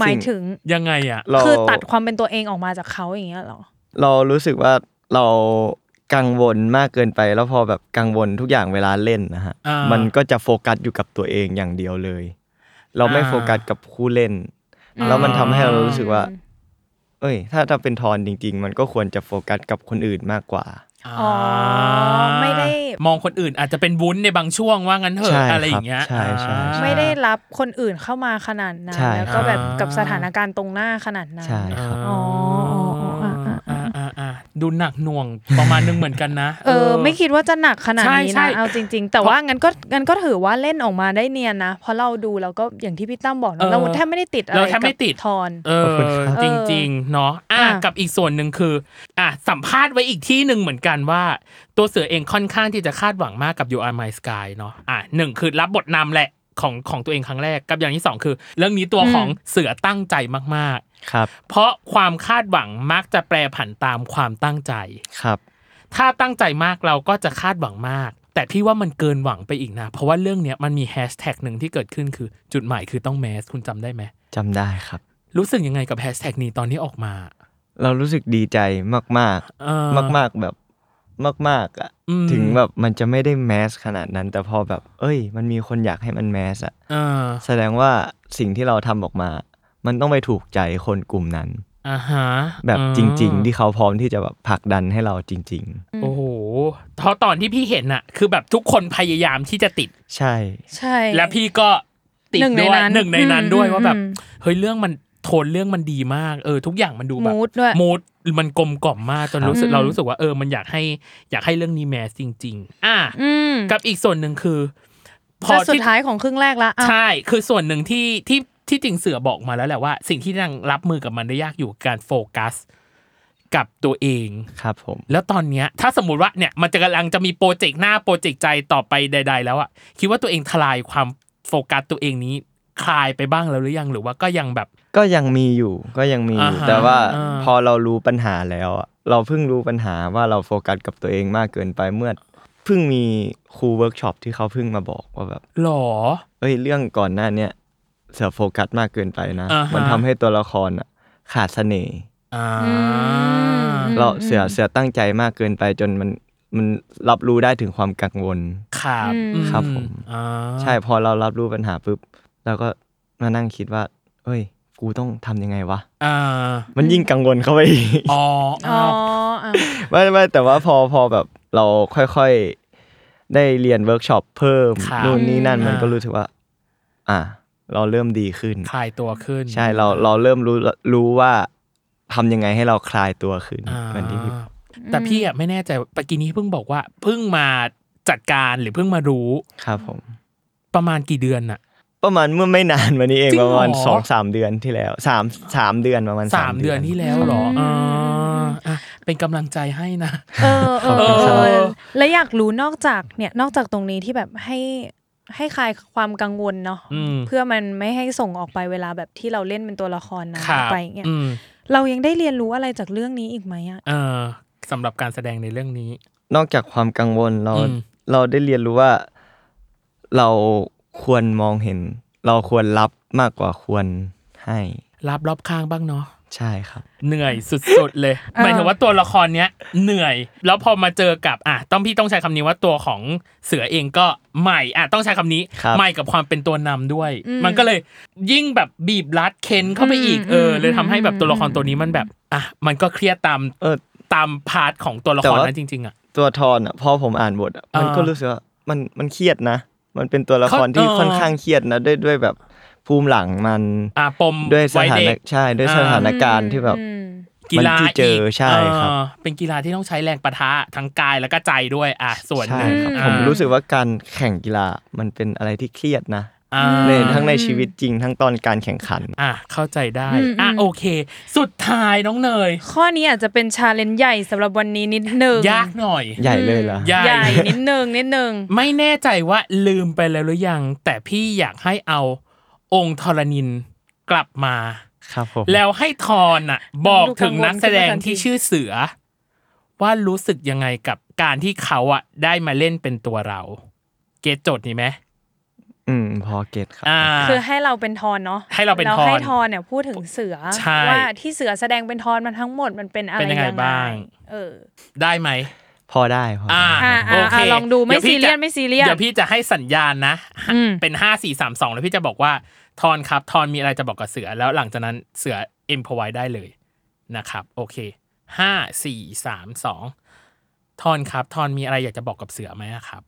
S3: หมายถึง
S2: ยังไงอะ
S4: เรา
S3: คือตัดความเป็นตัวเองออกมาจากเขาอย่างเงี้ยเหรอ
S4: เรารู้สึกว่าเรากังวลมากเกินไป แล้วพอแบบกังวลทุกอย่างเวลาเล่นนะฮะ
S2: อ่ามั
S4: มันก็จะโฟกัสอยู่กับตัวเองอย่างเดียวเลย เราไม่
S2: อ่า
S4: โฟกัสกับผู้เล่น แล้วมันทำให้เรารู้สึกว่า เอ้ย ถ้าถ้าเป็นทอนจริง ๆ มันก็ควรจะโฟกัสกับคนอื่นมากกว่า
S3: อ๋อไม่ได้
S2: มองคนอื่นอาจจะเป็นวุ้นในบางช่วงว่างั้นเถ
S4: ใช่
S2: อะ
S4: ครับ
S2: อะไรอย่างเงี้ย
S4: ใช่ใช่ใช่
S3: ไม่ได้รับคนอื่นเข้ามาขนาดนั้น
S4: ใช่
S3: แล้วก็แบบกับสถานการณ์ตรงหน้าขนาดนั้น
S4: ใช่
S2: อ่า
S4: ครับ
S3: อ๋ออ๋ออ๋ออ่ะอ่ะอ่ะ
S2: อ่าอ่าดูหนักหน่วงประมาณนึงเหมือนกันนะ
S3: เออไม่คิดว่าจะหนักขนาดนี้
S2: ใช่ใช่
S3: นะเอาจริง ๆ แต่ว่างั้นก็งั้นก็ถือว่าเล่นออกมาได้เนียนนะเพราะเราดูเราก็อย่างที่พี่ตั้มบอกเนอะเราแทบไม่ได้ติดอะไร
S2: เราแทบไม่ติด
S3: กับทอน
S2: เอ
S4: ขอบคุณ
S2: อ
S4: ครับ
S2: จริงๆเนาะอ่ะ
S3: อ่ะ
S2: กับอีกส่วนหนึ่งคือ อ่ะสัมภาษณ์ไว้อีกที่หนึ่งเหมือนกันว่า ตัวเสือเองค่อนข้างที่จะคาดหวังมากกับ You Are My Sky เนาะอ่ะหนึ่งคือรับบทนำแหละของของตัวเองครั้งแรกกับอย่างที่สองคือ เรื่องนี้ตัวของเสือตั้งใจมาก
S4: ครับ
S2: ๆ เพราะความคาดหวังมักจะแปรผันตามความตั้งใจ
S4: ครับ
S2: ถ้าตั้งใจมากเราก็จะคาดหวังมาก แต่พี่ว่ามันเกินหวังไปอีกนะ เพราะว่าเรื่องเนี้ยมันมีแฮชแท็กหนึ่งที่เกิดขึ้นคือจุดหมายคือต้องแมสคุณจำได้ไหม
S4: จำได้ครับ
S2: รู้สึกยังไงกับแฮชแท็กนี้ตอนที่ออกมา
S4: เรารู้สึกดีใจมาก
S2: เออ
S4: ๆ มากๆแบบมากๆอ่ะ
S2: อืม
S4: ถึงแบบมันจะไม่ได้แมสขนาดนั้น แต่พอแบบ เอ้ย มันมีคนอยากให้มันแมสอ่ะ
S2: เออ
S4: แสดงว่าสิ่งที่เราทำออกมา มันต้องไปถูกใจคนกลุ่มนั้น
S2: อ่าฮะ
S4: แบบ
S2: เออ
S4: จริง ๆ ที่เขาพร้อมที่จะแบบผลักดันให้เราจริง
S2: โอ้โหเพราะตอนที่พี่เห็นอะคือแบบทุกคนพยายามที่จะติด
S4: ๆ ใช่
S3: ใช่
S2: และพี่ก็ติด
S3: หนึ่งใน
S2: ด้วย
S3: นั้น
S2: หนึ่งในนั้น
S3: อืม
S2: ด้วยว่าแบบ
S3: อืม
S2: เฮ้ยเรื่องมันโทนเรื่องมันดีมากเออ ทุกอย่างมันดูแบบ
S3: Mood ด้วย
S2: มูดมันกลมกล่อมมากจนรู้สึก
S3: อืม
S2: เรารู้สึกว่าเออมันอยากให้อยากให้เรื่องนี้แมสจริง ๆ อ่ะ
S3: อืม
S2: กับอีกส่วนหนึ่งคือ พอ
S3: จะสุด
S2: ที่
S3: ท้ายของครึ่งแรกละอ่ะ
S2: ใช่ คือส่วนหนึ่งที่ที่ที่จริงเสือบอกมาแล้วแหละว่า สิ่งที่นางรับมือกับมันได้ยากอยู่การโฟกัส กับตัวเอง
S4: ครับผม
S2: แล้วตอนเนี้ยถ้าสมมติว่าเนี่ยมันจะกำลังจะมีโปรเจกต์หน้าโปรเจกต์ใจต่อไปใด ๆ แล้วอะคิดว่าตัวเองทลายความโฟกัสตัวเองนี้คลายไปบ้างแล้วหรือยังหรือว่าก็ยังแบบ
S4: ก็ยังมีอยู่ก็ยังมีอยู่
S2: อ่าฮะ
S4: แต่ว่า
S2: อ่า
S4: พอเรารู้ปัญหาแล้วอะเราเพิ่งรู้ปัญหาว่าเราโฟกัสกับตัวเองมากเกินไปเมื่อเพิ่งมีครูเวิร์กช็อปที่เขาเพิ่งมาบอกว่าแบบ
S2: หรอ
S4: เอ้ยเรื่องก่อนหน้าเนี้ยเสือโฟกัสมากเกินไปนะ
S2: อ่าฮะ
S4: มันทำให้ตัวละครอะขาดเสน่ห์
S2: อ่า
S3: อืม
S4: เราเสือเสือตั้งใจมากเกินไปจนมันมันรับรู้ได้ถึงความกังวล
S2: ครับอื
S4: ครับผม
S2: อ่า
S4: ใช่พอเรารับรู้ปัญหาปุ๊บเราก็มานั่งคิดว่า เอ้ย กูต้องทำยังไงวะ
S2: อ่า
S4: มันยิ่งกังวลเข้าไปอีก
S2: อ๋ออ๋
S3: อ๋
S2: อ
S3: ออ่ะ
S4: ไม่ไม่แต่ว่าพอพอแบบเราค่อยๆ ได้เรียนเวิร์กช็อปเพิ่ม
S2: ครับ
S4: นู่นนี่นั่นมันก็รู้สึกว่า อ่ะเราเริ่มดีขึ้น
S2: คลายตัวขึ้น
S4: ใช่เราเราเริ่มรู้รู้ว่าทำยังไงให้เราคลายตัวขึ้นเหมือนที่พี่
S2: แต่พี่อ่ะไม่แน่ใจปกี้นี้เพิ่งบอกว่าเพิ่งมาจัดการหรือเพิ่งมารู้
S4: ครับผม
S2: ประมาณกี่เดือนน่ะ
S4: ประมาณเมื่อไม่นานมานี้เอง
S2: จริงเห
S4: ป
S2: รอ
S4: ระมาณสองสามเดือนที่แล้วสามสามเดือนประมาณ
S2: สามเดือนที่แล้วเหรออ่าอ่ะเป็นกำลังใจให้นะ
S3: เออเออ
S2: ขอบคุณครับ
S3: เออและอยากรู้นอกจากเนี่ยนอกจากตรงนี้ที่แบบให้ให้คลายความกังวลเนาะ
S2: อืม
S3: เพื่อมันไม่ให้ส่งออกไปเวลาแบบที่เราเล่นเป็นตัวละครนะ
S2: ครั
S3: ไปอย่างเงี้ย
S2: อืม
S3: เรายังได้เรียนรู้อะไรจากเรื่องนี้อีกไหมอ่ะ
S2: เออสำหรับการแสดงในเรื่องนี้
S4: นอกจากความกังวลเรา
S2: อืม
S4: เราได้เรียนรู้ว่าเราควรมองเห็น เราควรรับมากกว่าควรให้
S2: รับรอบข้างบ้างเนาะ
S4: ใช่ครับ
S2: เหนื่อยสุดๆเลยหมายถึงว่าตัวละครเนี้ยเหนื่อย แล้วพอมาเจอกับอ่ะต้องพี่ต้องใช้คำนี้ว่าตัวของเสือเองก็ใหม่อ่ะต้องใช้คำนี้
S4: ครับ
S2: ใหม่กับความเป็นตัวนำด้วย มันก็เลยยิ่งแบบบีบรัดเค้นเข้าไปอีกเออเลยทำให้แบบตัวละครตัวนี้มันแบบอ่ะมันก็เครียดตาม
S4: เออ
S2: ตามพาร์ทของตัวละค
S4: แต่
S2: ร
S4: ว่า
S2: นั้นจริง ๆอ่ะ
S4: ตัวทอนอ่ะพอผมอ่านบทอะ
S2: อ่ามั
S4: มันก็รู้สึกว่ามันมันเครียดนะ มันเป็นตัวละครที่
S2: เขาเออ
S4: ค่อนข้างเครียดนะด้วยด้วยแบบภูมิหลังมัน
S2: อ่ะปม
S4: ด้วยส
S2: วัย
S4: ถา
S2: เด็
S4: นะ
S2: ก
S4: ใช่ด้วย
S2: อ่า
S4: สถานการณ์ที่แบบ
S2: กีฬา
S4: มันที่เจอ
S2: อีก
S4: ใช่ครับ
S2: เออเป็นกีฬาที่ต้องใช้แรงปะทะทั้งกายแล้วก็ใจด้วยอ่ะส่วนห
S4: ใช่
S2: นึ่ง
S4: ครับ
S2: อ่ะ
S4: ผมรู้สึกว่าการแข่งกีฬามันเป็นอะไรที่เครียดนะ
S2: อ่า
S4: ในทั้งในชีวิตจริงทั้งตอนการแข่งขัน
S2: อ่ะเข้าใจได้ อ่ะโอเค สุดท้ายน้องเนย
S3: ข้อนี้อาจจะเป็นชาเลนจ์ใหญ่สำหรับวันนี้นิดนึง
S2: ยากหน่อย
S4: ใหญ่เลยเหรอ
S2: ใหญ่
S3: ใหญ่นิดนึงนิดนึง
S2: ไม่แน่ใจว่าลืมไปแล้วหรือยัง แต่พี่อยากให้เอาองค์ธรณินกลับมา
S4: ครับผม
S2: แล้วให้ทอนอ่ะ บอก
S3: ดูกั
S2: ถึ
S3: ง
S2: ง
S3: วล
S2: นักแสดง
S3: ขึ้นมาทันที
S2: ที่ชื่อเสือ ว่ารู้สึกยังไงกับการที่เขาอ่ะได้มาเล่นเป็นตัวเรา เกตโจทย์นี้ไหม
S4: อืมพอเก็ตครับ
S2: อ่า
S3: คือให้เราเป็นทอนเนาะ
S2: ให้เราเป็น
S3: ให้
S2: ทอน
S3: ทอนเนี่ยพูดถึงเสือ
S2: ใช่
S3: ว่าที่เสือแสดงเป็นทอนมันทั้งหมดมันเป็นอะไร
S2: เป็นยังไงบ้าง
S3: เออ
S2: ได้ไหม
S4: พอได้พอ
S2: อ่า
S4: ได้
S3: อ่า
S2: โอเค
S3: อ่าลองดูไม่
S2: วพี่
S3: ซีเรียส
S2: จะ
S3: ไม่ซีเรียส
S2: เดี๋ยวพี่จะให้สัญญาณนะ
S3: อืม
S2: เป็นห้าสี่สามสองแล้วพี่จะบอกว่า ทอนครับ ทอนมีอะไรจะบอกกับเสือแล้วหลังจากนั้นเสือเอ็มพอไว้ได้เลย นะครับ โอเคห้าสี่สามสองทอนครับทอนมีอะไรอยากจะบอกกับเสือไหมอะครับ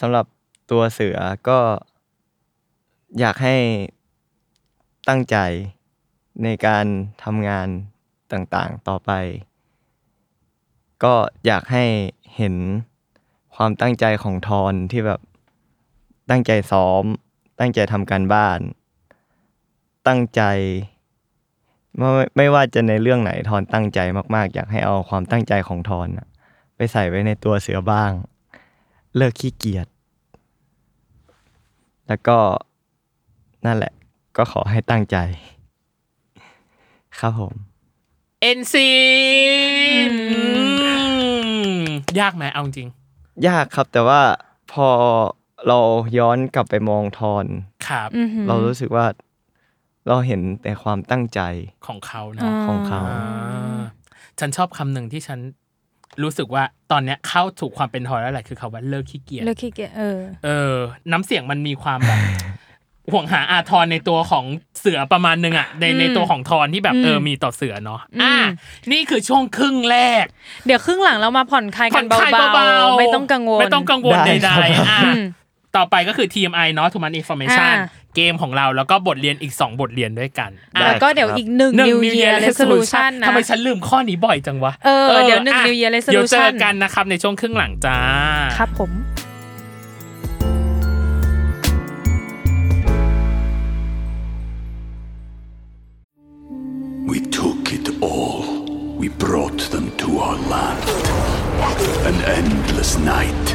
S4: สำหรับตัวเสือก็ อยากให้ตั้งใจในการทำงานต่างๆต่อไป ก็อยากให้เห็นความตั้งใจของทอนที่แบบตั้งใจซ้อม ตั้งใจทำการบ้าน ตั้งใจ ไม่ไม่ว่าจะในเรื่องไหนทอนตั้งใจมาก ๆ อยากให้เอาความตั้งใจของทอนน่ะไปใส่ไว้ในตัวเสือบ้าง เลิกขี้เกียจ แล้วก็นั่นแหละ ก็ขอให้ตั้งใจ ครับผม
S2: เอ็นซียากไหมเอาจริง
S4: ยากครับแต่ว่าพอเราย้อนกลับไปมองทอน
S2: ครับ
S4: เรารู้สึกว่า เราเห็นแต่ความตั้งใจ
S2: ของเขาเนาะ
S4: ของเขา
S2: อ่าฉันชอบคำหนึ่งที่ฉันรู้สึกว่าตอนเนี้ยเข้าถูกความเป็นทอยแล้วแหละคือคำว่าเลิกขี้เกียจ
S3: เลิกขี้เกียจเออ
S2: เออ น้ำเสียงมันมีความแบบ ห่วงหาอาทรในตัวของเสือประมาณหนึงอ่ะในในตัวของทอนที่แบบเออมีต่อเสือเนาะอ่า นี่คือช่วงครึ่งแรก
S3: เดี๋ยวครึ่งหลังเรามาผ่อนคลายกัน
S2: ผ่อคลย
S3: เบาๆไม่ต้องกังวล
S2: ไม่ต้องกังวล
S4: ได้
S2: ใด
S4: ครับ
S2: ๆอ่าต่อไปก็คือ TMI เนาะ Too Much Information
S3: อ่า
S2: เกมของเราแล้วก็บทเรียนอีก 2 บทเรียนด้วยกันอ่ะ
S3: แล้วก็เดี๋ยวอีกหนึ่ง New Year Resolution นะ
S2: ทำไมฉันลืมข้อนี้บ่อยจังวะ
S3: เออเดี๋ยวหนึ่ง
S2: อ่ะ
S3: New Year
S2: เดี๋ยวเจอ
S3: Resolution
S2: กันนะครับในช่วงครึ่งหลังจ้า
S3: ครับผม
S5: We took it all. We brought them to our land. An endless night,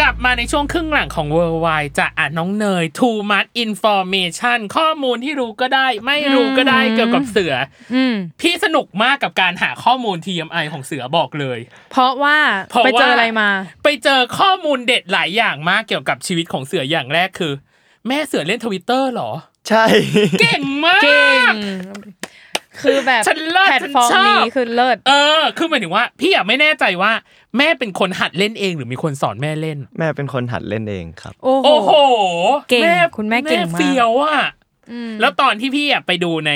S2: กลับมาในช่วงครึ่งหลังของ Worldwide จะอ่านน้องเนย Too Much Information ข้อมูลที่รู้ก็ได้ ไม่รู้ก็ได้เกี่ยวกับเสืออพี่สนุกมากกับการหาข้อมูล TMI ของเสือบอกเลย
S3: เพราะว่า
S2: เพราะ
S3: ไปเจอ
S2: ว่า
S3: อะไรมา
S2: ไปเจอข้อมูลเด็ดหลายอย่างมากเกี่ยวกับชีวิตของเสืออย่างแรกคือ แม่เสือเล่นทวิตเตอร์หรอ
S4: ใช่
S2: เก่งมาก
S3: เก่ง คือแบบ
S2: ฉันเลิศ
S3: แพลตฟอร์ม
S2: ฉันชอบ
S3: นี้คือเลิศ
S2: เออ คือหมายถึงว่า พี่อะไม่แน่ใจว่า แม่เป็นคนหัดเล่นเองหรือมีคนสอนแม่เล่น
S4: แม่เป็นคนหัดเล่นเองครับ
S3: โอ้
S2: โอ้โห
S3: โห เก่งคุณแม่เก่งมาก
S2: เฟียวอะแล้วตอนที่พี่อะไปดูใน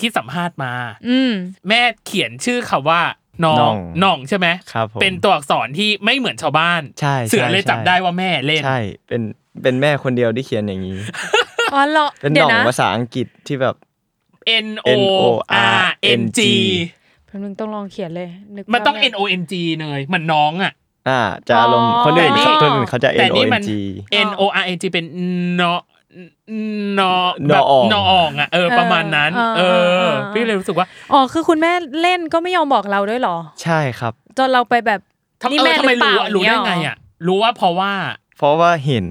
S2: ที่สัมภาษณ์มา
S3: อืม
S2: แม่เขียนชื่อคำว่าน้อ
S4: น้
S2: ง
S4: อง
S2: น้องใช่ไหม
S4: ครับผม
S2: เป็นตัวอักษรที่ไม่เหมือนชาวบ้าน
S4: ใช่ใช่
S2: เสือเลย
S4: ใช่
S2: จับได้ว่าแม่เล่น
S4: ใช่เป็นเป็นแม่คนเดียวที่เขียนอย่างนี้
S3: อ๋อเหรอ
S4: เป็นห
S3: เดี๋ย
S4: น่อ
S3: ว
S4: ง
S3: นะ
S4: ภาษาอังกฤษที่แบบ
S2: N O R N G
S3: ผมนึงต้องลองเขียนเลยนึก
S2: มันต้อง
S3: ภาพไ
S2: N O N G เนยเหมือนน้องอะ
S4: อ่าจะอารมณ์
S3: อ๋อ
S4: คนอื่นเขาคนอื่นเขาจะ
S2: แต่
S4: N O
S2: นี่มั
S4: N
S2: น
S4: G
S2: N O R N G เป็นนอนอแบบ
S4: นอออง
S2: นออองอ่ะเออประมาณนั้น เอ
S3: เออเอ
S2: อ
S3: อ
S2: พี่เลยรู้สึกว่า
S3: อ๋อคือคุณแม่เล่นก็ไม่ยอมบอกเราด้วยเหรอ
S4: ใช่ครับ
S3: จนเราไปแบบ
S2: ทำ
S3: นี่
S2: เออ
S3: แม่
S2: ทำ
S3: ห
S2: ไม
S3: รือเปล่า
S2: รู้อะรู้ได้ไง
S3: ย่าเยห
S2: อ่ะ รู้ว่าเพราะว่า
S4: เพราะว่าเห็น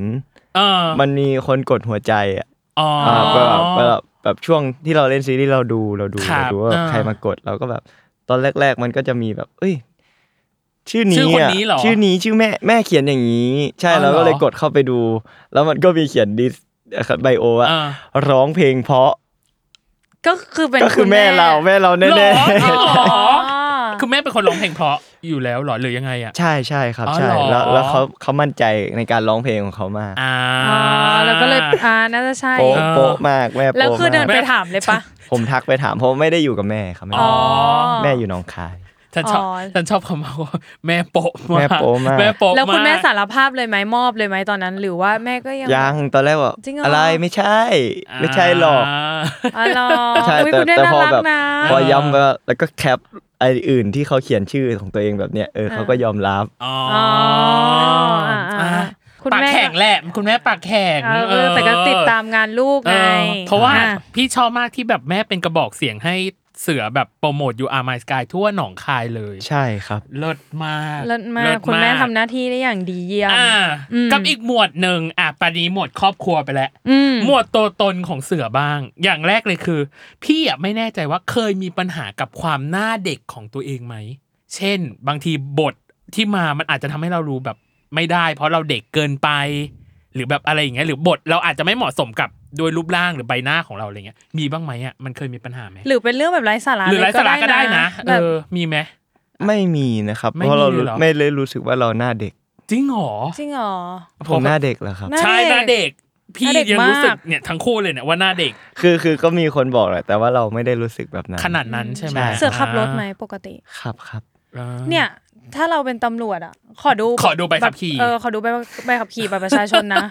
S2: เออ
S4: มันมีคนกดหัวใจอ่ะ
S2: อ๋ออ
S4: าแบบแบบแบบช่วงที่เราเล่นซีรีส์เราดูเราดู
S2: ครับ
S4: เราดูว่า
S2: อ่า
S4: ใครมากดเราก็แบบ ตอนแรก ๆ มันก็จะมีแบบ เอ้ย ชื่อนี้
S2: ชื่อคน
S4: อะ
S2: นี้เหรอ
S4: ชื่อนี้ชื่อแม่แม่เขียนอย่างนี้ ใช่
S2: อ๋อเหรอ
S4: เราก็เลยกดเข้าไปดู แล้วมันก็มีเขียนดิสไบโอว่า
S2: อ่า
S4: ร้องเพลงเพราะ
S3: ก็คือเป็น
S4: ก็คือแม่เราแม่เราแน่
S2: หรอหรอ
S3: อ๋อ
S2: คือแม่เป็นคนร้องเพลงเพราะอยู่แล้วเหรอหรือยังไงอ่ะ
S4: ๆใช่ใช่ครับ
S2: อ๋อ
S4: ใช่
S2: เหรอ
S4: แล้วแล้วเขาเขามั่นใจในการร้องเพลงของเขามาก
S2: อ่า
S3: อ๋อแล้วก็เลยอ่าน่าจะใช่
S4: โป๊ะโป๊ะมากแม่
S3: แล้ว
S4: โป๊ะ
S3: คือเดิน
S4: มาก
S3: ไปถามเลยปะ
S4: ผมทักไปถามเพราะไม่ได้อยู่กับแม่ครับแม่
S3: อ๋อ
S4: แม่อยู่หนองคาย
S2: ฉันชอบ
S3: อ๋อ
S2: ฉันชอบคำว่าแม่โปะมาก
S4: แม่โป๊ะมาก
S2: แม่โปะ
S3: แล้วคุณแม่
S2: าก
S3: สารภาพเลยไหมมอบเลยไหมตอนนั้น หรือว่าแม่ก็ยัง
S4: ยังตอนแรกว่า
S3: จริงเหรออ
S4: อะไรไม่ใช่ ไม่ใช่หรอก
S3: อ๋อเหรอ
S4: ใช่
S3: อุ๊ย
S4: แต่
S3: คุณแม่
S4: แต่
S3: น่า
S4: พอ
S3: รัก
S4: แบบ
S3: นะ
S4: พอย้ำไปว่าแล้วก็แคปไออื่นที่เขาเขียนชื่อของตัวเองแบบเนี้ยเออเขาก็ยอมรับ
S2: อ๋อ
S3: อ๋ออ่า
S2: อ่ะ
S3: อ่าคุณ
S2: ปาก
S3: แม่
S2: แข็งแหละคุณแม่ปากแข็ง
S3: เออเออแต่ก็ติดตามงานลูก
S2: เอ
S3: ไง
S2: อเพราะว่า
S3: อ่
S2: พี่ชอบมากที่แบบแม่เป็นกระบอกเสียงให้ เสือแบบโปรโมทยูอาร์มายสกายทั่วหนองคายเลย
S4: ใช่ครับ
S2: เลิศมาก
S3: เลิศมากคุณแม่ทำหน้าที่ได้อย่างดีเยี่ยม
S2: อ่า
S3: อืม
S2: กับอีกหมวดหนึ่งอ่ะปานี้หมวดครอบครัวไปแล้ว
S3: อืม
S2: หมวดตัวตนของเสือบ้าง อย่างแรกเลยคือ พี่อ่ะไม่แน่ใจว่าเคยมีปัญหากับความหน้าเด็กของตัวเองไหม เช่น บางทีบทที่มามันอาจจะทำให้เรารู้แบบไม่ได้ เพราะเราเด็กเกินไป หรือแบบอะไรอย่างเงี้ยหรือบทเราอาจจะไม่เหมาะสมกับโดยรูปร่างหรือใบหน้าของเราอะไรเงี้ยมีบ้างไหมอ่ะมันเคยมีปัญหาไหม
S3: หรือเป็นเรื่องแบบไร้สาระ
S2: หรือไร้สาระก็ได้นะเอ
S3: แบบ
S2: อมีไหม
S4: ไม่มีนะครับ
S2: ไม่
S4: เพราะเรา
S2: มีเลยเหรอ
S4: ไม่เลยรู้สึกว่าเราหน้าเด็ก
S2: จริงเหรอ
S3: จริงเหรอ
S4: ผมหน้าเด็กเหรอครับ
S3: หน้า
S2: ใช่หน้าเด็ก พี่
S3: หน้าเด็ก
S2: ยังรู้สึก
S3: มาก
S2: เนี่ยทั้งคู่เลยเนี่ยว่าหน้าเด็ก
S4: คือคือก็มีคนบอกแหละแต่ว่าเราไม่ได้รู้สึกแบบนั้น
S2: ขนาดนั้นใช่ไหม
S4: ใช่
S3: เสือขับรถไหมปกติ
S4: ครับครับ
S2: อ่า
S3: เนี่ย ถ้าเราเป็นตำรวจอ่ะ ขอดู
S2: ขอดูใบขับขี่
S3: เออขอดูใบใบขับขี่บัตรประชาชน นะ